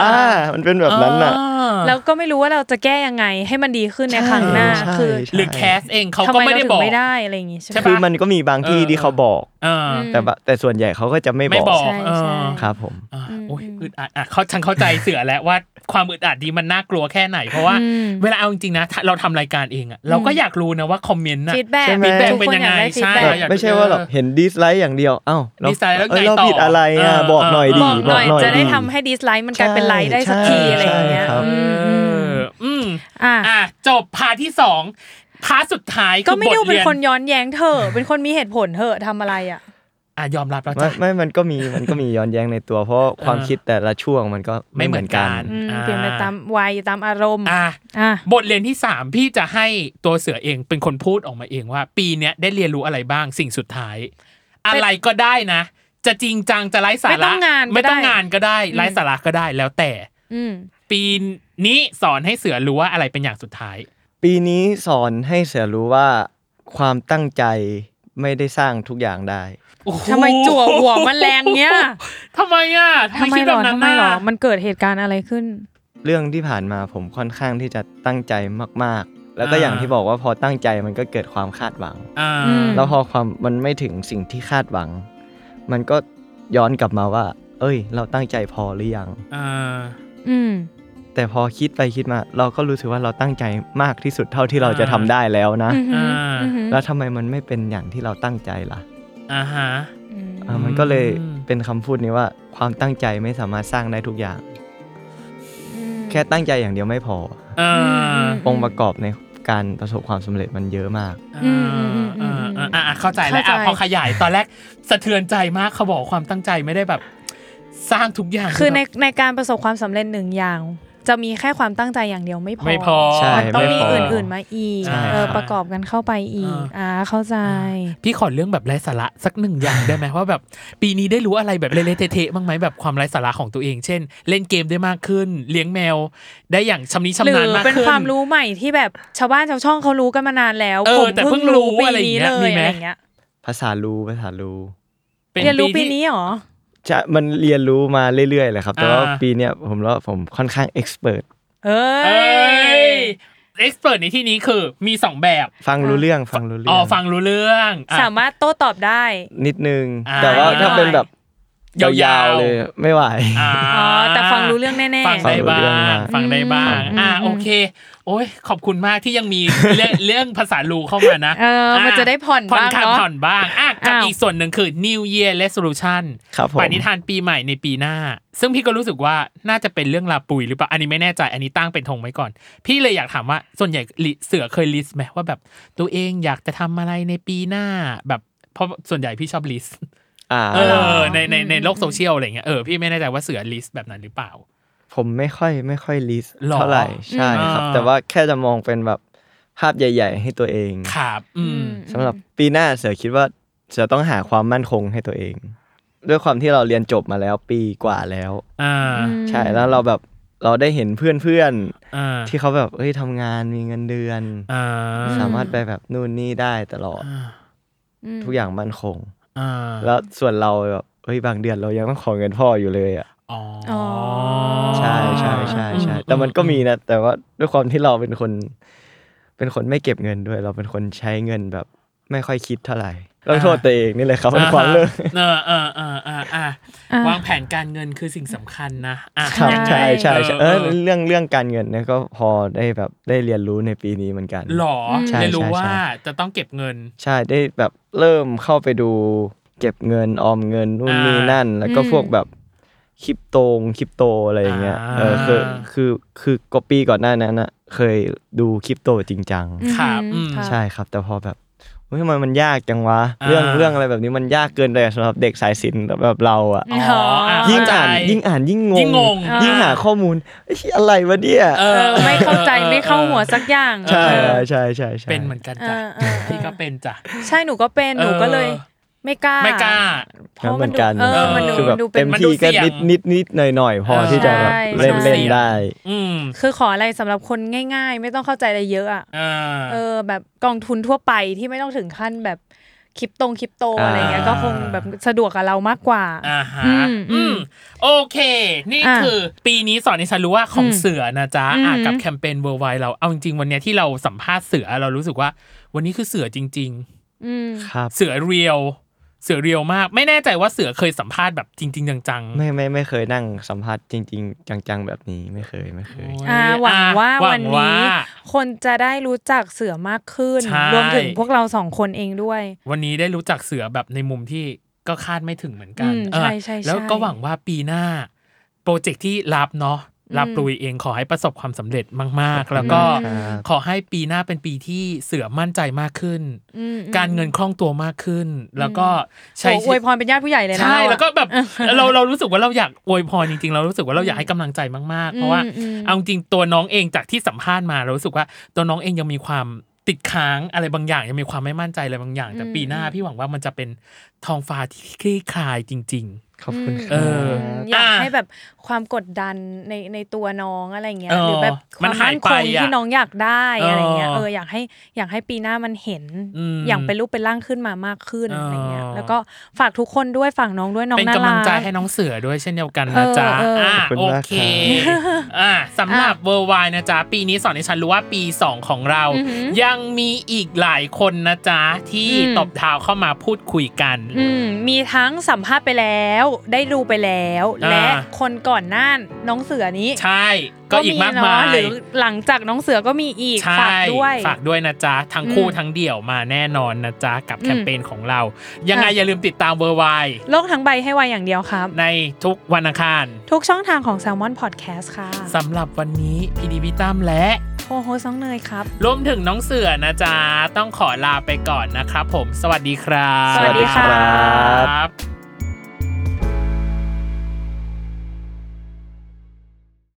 S4: อ่า มันเป็นแบบนั้นอ่ะ
S2: า
S3: แล้วก็ไม่รู้ว่าเราจะแก้ยังไงให้มันดีขึ้นในครั้งหน้า
S4: ใช่
S3: คือ
S4: ใช่
S2: หรือแคสเองเขา
S3: ทำ
S2: ก็
S3: ไม
S2: ไม่
S3: เรา
S2: ได้
S3: ถึ
S2: บอง ก
S3: ไม่ได้อะไรอย่างงี้ใช่
S2: ใช่
S3: ไหม
S2: ปะ
S4: คือมันก็มีบางที่ที่เขาบอก
S2: อ่า
S3: ม
S4: แต่ว่าแต่ส่วนใหญ่เขาก็จะไม่
S2: ไม่บอก
S3: ใช่ใช่
S4: ครับผม
S2: อ่าโอ้ยอึดอัดอ่ะเขาฉันเข้าใจเสือแล้วว่าความอึดอัดนี้มันน่ากลัวแค่ไหน เพราะว่าเวลาเอาจริงๆนะถ้าเราทำรายการเองอ่ะเราก็อยากรู้นะว่าคอมเมนต์น่ะ
S3: ฟีดแบ็ก
S2: ใช่ไหมฟีดแบ็ก
S3: ทุกคนอยากได้
S2: เป็นยังไง
S3: ฟีด
S2: ใช่
S3: แบ็ก
S2: อยาก
S4: ไม่ใช่ว่าแบบเห็นดิสไลค์อย่างเดียวเอ้าเรา
S2: ดิสไลค์แล้วไง
S4: เอ้ยเรา
S2: ต่อ
S4: ผิดอะไรอ่ะ
S2: เออ
S4: บอกหน่อยดี
S3: บอกหน่อยจะได้
S4: ดี
S3: ทำให้ดิสไลค์มันกลายเป็นไลค์ได้สัก
S4: ใช่
S3: ทีอะไรอย่างเงี้ย
S4: ใช่ครับ
S3: อืม
S2: เอ
S3: อืม
S2: ออืม
S3: อ่ะ
S2: อ่ะจบพาร์ทที่สองพาร์ทสุดท้าย
S3: ก็
S2: คือ
S3: ไม่
S2: บท
S3: ดูเป็
S2: เรี
S3: น
S2: ยน
S3: คนย้อนแย้งเธอะเป็นคนมีเหตุผลเธอะทำอะไรอ่ะ
S2: อ่ะยอมรับแล้ว
S4: ไม่
S2: จ้ะ
S4: ไม่ มันก็มี มันก็มีย้อนแย้งในตัว เพราะความคิดแต่ละช่วงมันก็
S2: ไม่
S4: ไม่
S2: เห
S4: เห
S2: มื
S4: มื
S2: อ
S4: อน น
S2: กั
S4: กัน น
S3: อืม
S2: อ่า
S3: เปลี่ยนไปตามวัยตามอารมณ์
S2: อ่ะ
S3: อ่ะ
S2: บทเรียนที่สามพี่จะให้ตัวเสือเองเป็นคนพูดออกมาเองว่า ปีเนี้ยได้เรียนรู้อะไรบ้างสิ่งสุดท้าย อะไรก็ได้นะ จะจริงจังจะไร้สาระ
S3: ไม่ต้องงาน
S2: ไม่
S3: ก็
S2: ต้อง
S3: ด้
S2: งานก็ได้ไร้สาระก็ได้แล้วแต่
S3: อืม
S2: ปีนี้สอนให้เสือรู้ว่าอะไรเป็นอย่างสุดท้าย
S4: ปีนี้สอนให้เสือรู้ว่าความตั้งใจไม่ได้สร้างทุกอย่างได้
S3: ทำไมจั่วหัวมันแรงเนี้ย
S2: ทำไมอ่ะ
S3: ทำไม
S2: คิด
S3: หร
S2: แบ
S3: อบ
S2: นั้น
S3: ทำไม
S2: น่ะ
S3: หรอมันเกิดเหตุการณ์อะไรขึ้น
S4: เรื่องที่ผ่านมาผมค่อนข้างที่จะตั้งใจมาก ๆ แล้วก็อย่างที่บอกว่าพอตั้งใจมันก็เกิดความคาดหวัง
S2: อ่า
S3: อืม
S4: แล้วพอความมันไม่ถึงสิ่งที่คาดหวัง มันก็ย้อนกลับมาว่า เอ้ย เราตั้งใจพอหรือยัง
S2: อ่า
S3: อืม
S4: แต่พอคิดไปคิดมา เราก็รู้สึกว่าเราตั้งใจมากที่สุดเท่าที่เราจะทำได้แล้วนะ
S3: อืม
S2: อ่า
S3: อือหือ
S4: แล้วทำไมมันไม่เป็นอย่างที่เราตั้งใจล่ะ
S2: อ่าฮะ
S3: อืม
S4: อ่ะมันก็เลย
S2: อืม
S4: เป็นคำพูดนี้ว่าความตั้งใจไม่สามารถสร้างได้ทุกอย่าง
S3: อืม
S4: แค่ตั้งใจอย่างเดียวไม่พอ
S2: อ่า
S3: อืม
S4: องค์ประกอบในการประสบความสำเร็จมันเยอะมาก
S3: อืมอืมอืม
S2: อ่าอ่าอ่าเข้าใจแล้ว
S3: เข้า
S2: อ่ะ
S3: ใจ
S2: พอขยายตอนแรกสะเทือนใจมากเขาบอกความตั้งใจไม่ได้แบบ สร้างทุกอย่าง
S3: คือใน
S2: แบบ
S3: ในการประสบความสำเร็จหนึ่งอย่าง จะมีแค่ความตั้งใจอย่างเดียวไม่พอ
S2: ไม่พอ
S4: ใช่
S3: มันต้อง
S4: ไม่
S3: มี
S4: พออื่
S3: อื่นๆมาอีก
S2: ใช่
S3: เออ
S2: ครับ
S3: ประกอบกันเข้าไปอีก
S2: อ่า
S3: อ่าเข้าใจ
S2: พี่ขอเรื่องแบบไร้สาระสักหนึ่งอย่างได้ไหมว่าแบบปีนี้ได้รู้อะไรแบบเละๆเทะๆบ้างไหมแบบความไร้สาระของตัวเอง เช่น เล่นเกมได้มากขึ้น เลี้ยงแมว ได้อย่างชำนิ
S3: หรื
S2: ชำนาญมากขึ้น
S3: เป็นความรู้ใหม่ที่แบบชาวบ้านชาวช่องเขารู้กันมานานแล้ว
S2: เออ
S3: ผม
S2: แต่เพิ่
S3: เพิ่
S2: ง
S3: ง
S2: รู้
S3: รู้ปี
S2: อะไรอย่าง
S3: นี้
S2: เงี้ย
S3: เล
S2: มี
S3: ย
S2: ไหม
S3: อะไรอย่างเงี้ย
S4: ภาษารู้ภาษารู้
S2: ป็
S3: เรียนรู้ปี
S2: ที่
S3: นี้เหรอ
S4: จะมันเรียนรู้มาเรื่อยๆเลยครับ แต่ว่า
S2: อ่า
S4: ปีเนี้ยผมว่าผมค่อนข้างเอ็กซ์เพรส
S3: เอ้
S2: เอ้
S3: ย
S2: ยเอ็กซ์เพรสในที่นี้คือมีสองแบบ
S4: ฟังรู้เรื่องฟังรู้เรื่
S2: อ๋
S4: อ
S2: อง ฟังรู้เรื่องอ่ะ
S3: สามารถโต้ตอบได้
S4: นิดนึง
S2: อ่า
S4: แต่ว่าถ้าเป็นแบบ
S2: ยาวๆ
S4: ยาวๆเลยไม่ไหว
S2: อ๋อ
S3: อ๋อ แต่ฟังรู้เรื่องแน่
S2: ฟังได้บ้า
S4: ฟังรู้เรื่อง
S2: ง
S4: มา
S2: ฟังได้บ้าง
S3: อืม
S2: อ่า
S3: อืม
S2: โอเค โอ้ยขอบคุณมากที่ยังมีเรื่อง เรื่องภาษาลูเข้ามานะ
S3: เออ มันจะได้ผ่อน
S2: ผ่อน
S3: บ้าง
S2: คลาย
S3: เนาะ
S2: ผ่อนบ้างอ่ะกับ
S3: อ้าว
S2: อีกส่วนหนึ่งคือ New Year Resolution
S4: ครับผม
S2: ปณิธานปีใหม่ในปีหน้า ซึ่งพี่ก็รู้สึกว่าน่าจะเป็นเรื่องลาปุยหรือเปล่าอันนี้ไม่แน่ใจอันนี้ตั้งเป็นธงไว้ก่อน พี่เลยอยากถามว่าส่วนใหญ่ลิเสือเคยลิสต์ไหมว่าแบบตัวเองอยากจะทำอะไรในปีหน้าแบบเพราะส่วนใหญ่พี่ชอบลิสต์
S4: อ่า
S2: เออในในในโลกโซเชียลอะไรเงี้ยเออพี่ไม่แน่ใจว่าเสือลิสต์แบบนั้นหรือเปล่า
S4: ผมไม่ค่อยไม่ค่อยลิส
S2: หรอ
S4: เท่าไหร่ใช่
S2: อืม
S4: ครับ
S2: อ่า
S4: แต่ว่าแค่จะมองเป็นแบบภาพใหญ่ ๆ ให้ตัวเอง
S2: ครับอืม
S4: สำหรับปีหน้าเสือคิดว่าเสือต้องหาความมั่นคงให้ตัวเอง ด้วยความที่เราเรียนจบมาแล้วปีกว่าแล้ว
S2: อ่า
S4: ใช่แล้วเราแบบเราได้เห็นเพื่อน
S2: อ่า
S4: ๆ ที่เขาแบบเอ้ยทำงานมีเงินเดือน
S2: อ่า
S4: สามารถไปแบบนู่นนี่ได้ตลอด ทุกอย่างมั่นคง
S2: อ่า
S4: แล้วส่วนเราแบบเฮ้ยบางเดือนเรายังต้องขอเงินพ่ออยู่เลยอ่ะ
S2: อ๋ออ
S3: อ
S4: ใช่ใช่ใช่ใช่แต่มันก็มีนะ แต่ว่าด้วยความที่เราเป็นคน เป็นคนไม่เก็บเงินด้วย เราเป็นคนใช้เงินแบบไม่ค่อยคิดเท่าไหร่ต้องโทษตัวเองนี่เลยครับเป็นความเลิก
S2: เออเออเออเอออ่ะ
S3: อ่ะ
S2: วางแผนการเงินคือสิ่งสำคัญนะอ่ะ
S4: ครับ
S2: ยังไง
S4: ใช่ใช่ใช่เออ
S2: เออ
S4: เรื่องเรื่องการเงินเนี่ยก็พอได้แบบได้เรียนรู้ในปีนี้เหมือนกัน
S2: หรอ
S4: ใช่
S2: เลยรู้
S4: ใช่
S2: ว่าจะต้องเก็บเงิน
S4: ใช่ได้แบบเริ่มเข้าไปดู เก็บเงินออมเงินนู่น
S2: อ่านี่
S4: นี่นั่น แล้วก็
S3: อืม
S4: พวกแบบคริปโตงคริปโตอะไรอย่างเงี้ย
S2: อ่า
S4: เออคือคือคือก็ปีก่อนหน้านั้นนะเคยดูคริปโตจริงจัง
S2: ครับอืม
S4: ใช่ครับ แต่พอแบบเฮ้ยทำไมมันยากจังวะ
S2: อ่า
S4: เรื่องเรื่องอะไรแบบนี้มันยากเกินไปสำหรับเด็กสายศิลป์แบบเราอะ
S2: อ๋ออ่ะ
S4: ยิ่ง
S2: เข้ใจ
S4: อ่านยิ่งอ่านยิ่งง
S2: ยิ่
S4: ง
S2: งงง
S4: ยิ่งหาข้อมูลเอ้ยอะไรวะเนี่ย
S2: เอ
S3: เอ
S2: อ
S3: อ ไม่เข้าใจ
S2: ออออ
S3: ไม่เข้าหัวสักอย่าง
S4: ใช่
S3: เออ
S4: ใช่ใช่ใช่
S2: เป็นเหมือนกันจ้ะ
S3: เออเออเออ
S2: พี่ก็เป็นจ้ะ
S3: ใช่หนูก็เป็นหนูก็เลย ไม่กล้า
S2: ไม่กล้า
S3: เพราะมัน
S4: เหมือนกั
S3: ดู
S4: น
S3: เออมันดู
S4: คือแบบ
S3: ดูเป็
S4: เต็
S3: น
S4: ม
S2: มันดู
S4: ที่ก็
S2: เสี่ยง
S4: นิดนิดนิดหน่อยหน่อยๆ พอ
S2: เออ
S4: ที่จะแบบ
S3: ใช่
S4: เล่น
S2: มันดู
S4: เล่น
S2: เสี่ยง
S4: ได้
S2: อืม
S3: คือขออะไรสำหรับคนง่าย ๆ ไม่ต้องเข้าใจอะไรเยอะอ่ะ
S2: อ่า
S3: เออแบบกองทุนทั่วไปที่ไม่ต้องถึงขั้นแบบคริปตงคริปโตอะไรเงี้ย
S2: อ่า
S3: ก็คงแบบสะดวกกับเรามากกว่า
S2: อ่าฮะ
S3: อืมอื
S2: อืม
S3: ม
S2: โอเค นี่
S3: อ่ะ
S2: คือปีนี้สอนให้ฉันรู้ว่าของ
S3: อืม
S2: เสือนะจ๊ะอ่ะ
S3: อืม
S2: กับแคมเปญเวอร์ไวเราเอาจริงๆวันเนี้ยที่เราสัมภาษณ์เสือเรารู้สึกว่า วันนี้คือเสือจริง
S3: อืม
S4: ครับ
S2: ๆ เสือเรียว เสือเรียวมาก ไม่แน่ใจว่าเสือเคยสัมภาษณ์แบบจริง ๆ จังๆ
S4: ไม่ไม่ไม่เคยนั่งสัมภาษณ์จริง ๆ จังๆ แบบนี้ไม่เคยไม่เคย
S2: โย
S3: อ่าหวัง
S2: อ่ะ
S3: ว่า
S2: ห
S3: วันนี้
S2: า
S3: คนจะได้รู้จักเสือมากขึ้น
S2: ใช่
S3: รวมถึงพวกเราสองคนเองด้วย
S2: วันนี้ได้รู้จักเสือแบบในมุมที่ก็คาดไม่ถึงเหมือนกัน
S3: อืม
S2: เออ
S3: ใช่ใช่ใช่
S2: แล้วก็หวังว่าปีหน้า โปรเจกต์ที่รับเนาะรับ
S3: อืม
S2: ลุยเองขอให้ประสบความสำเร็จมาก ๆ แล้วก็
S3: อืม
S2: ขอให้ปีหน้าเป็นปีที่เสือมั่นใจมากขึ้น
S3: อืม
S2: การเงินคล่องตัวมากขึ้น แล้วก็ใช้
S3: โอ้อวยพรเป็นญาติผู้ใหญ่เลยนะ
S2: ใช่
S3: เราอะ
S2: แล้วก็แบบ เราเรารู้สึกว่าเราอยากอวยพรจริงๆ เรารู้สึกว่าเราอยากให้กำลังใจมากๆ เพราะว่า
S3: อืมอืม
S2: เอาจริงๆตัวน้องเองจากที่สัมภาษณ์มาเรารู้สึกว่าตัวน้องเองยังมีความติดค้างอะไรบางอย่างยังมีความไม่มั่นใจอะไรบางอย่าง แต่ปีหน้าพี่หวังว่ามันจะเป็นทองฟ้าที่คลี่คลายจริง
S4: ขอบคุณค
S2: เอ
S4: รับ
S2: อ
S3: อยาก
S2: อ่ะ
S3: ให้แบบความกดดันในในตัวน้องอะไรเงี้ย
S2: เออ
S3: หรือแบบค
S2: มั
S3: วาน ม
S2: หา
S3: มั่
S2: ย
S3: น
S2: ไป
S3: คง
S2: อะ
S3: ที่น้องอยากได้
S2: เอออ
S3: อะไรเงี้ยเอออยากให้อยากให้ปีหน้ามันเห็น
S2: อืม
S3: อย่างเป็นรูปเป็นร่างขึ้นมามากขึ้น
S2: เอออ
S3: อะไรเงี้ยแล้วก็ฝากทุกคนด้วยฝากน้องด้วยน้อ
S2: ๆ
S3: ง
S2: เป็
S3: น่าก
S2: นำลั
S3: รั
S2: ง
S3: ก
S2: ใจให้น้องเสือด้วยเช่นเดียวกันนะจ๊ะ
S3: เออเอออ่
S2: อ่ะ
S4: ขอบคุณ
S2: โอ
S4: มาก
S2: เค
S4: ครับ
S2: อ่าสำหรับเวอร์ไวนะจ๊ะ ปีนี้สอนให้ฉันรู้ว่าปี 2 ของเรา ยังมีอีกหลายคนนะจ๊ะ ที่
S3: อืม
S2: ตบเท้าเข้ามาพูดคุยกัน
S3: อืมมีทั้งสัมภาษณ์ไปแล้ว ได้ดูไปแล้ว
S2: อ่า
S3: และคนก่อนหน้าน้องเสือนี้
S2: ใช่ก็อีกมากมาย
S3: เนะหรือหลังจากน้องเสือก็มีอีก
S2: ใช่
S3: ฝากด้วย
S2: ฝากด้วยนะจ๊ะ ทั้งคู่
S3: อืม
S2: ทั้งเดี่ยวมาแน่นอนนะจ๊ะ กับ
S3: อืม
S2: แคมเปญของเรา ยังไง
S3: อ่ะ
S2: อย่าลืมติดตามเวอร์ไว
S3: โลกทั้งใบให้ไวอย่างเดียวครับ
S2: ในทุกวันอังคาร
S3: ทุกช่องทางของ Salmon Podcast ค่ะ
S2: สำหรับวันนี้พีดีพิตั้มและ
S3: โคโฮสต์น้องเนยครับ
S2: รวมถึงน้องเสือนะจ๊ะ ต้องขอลาไปก่อนนะครับผม สวัสดีครับ
S3: สวัสดีครั
S2: ครับ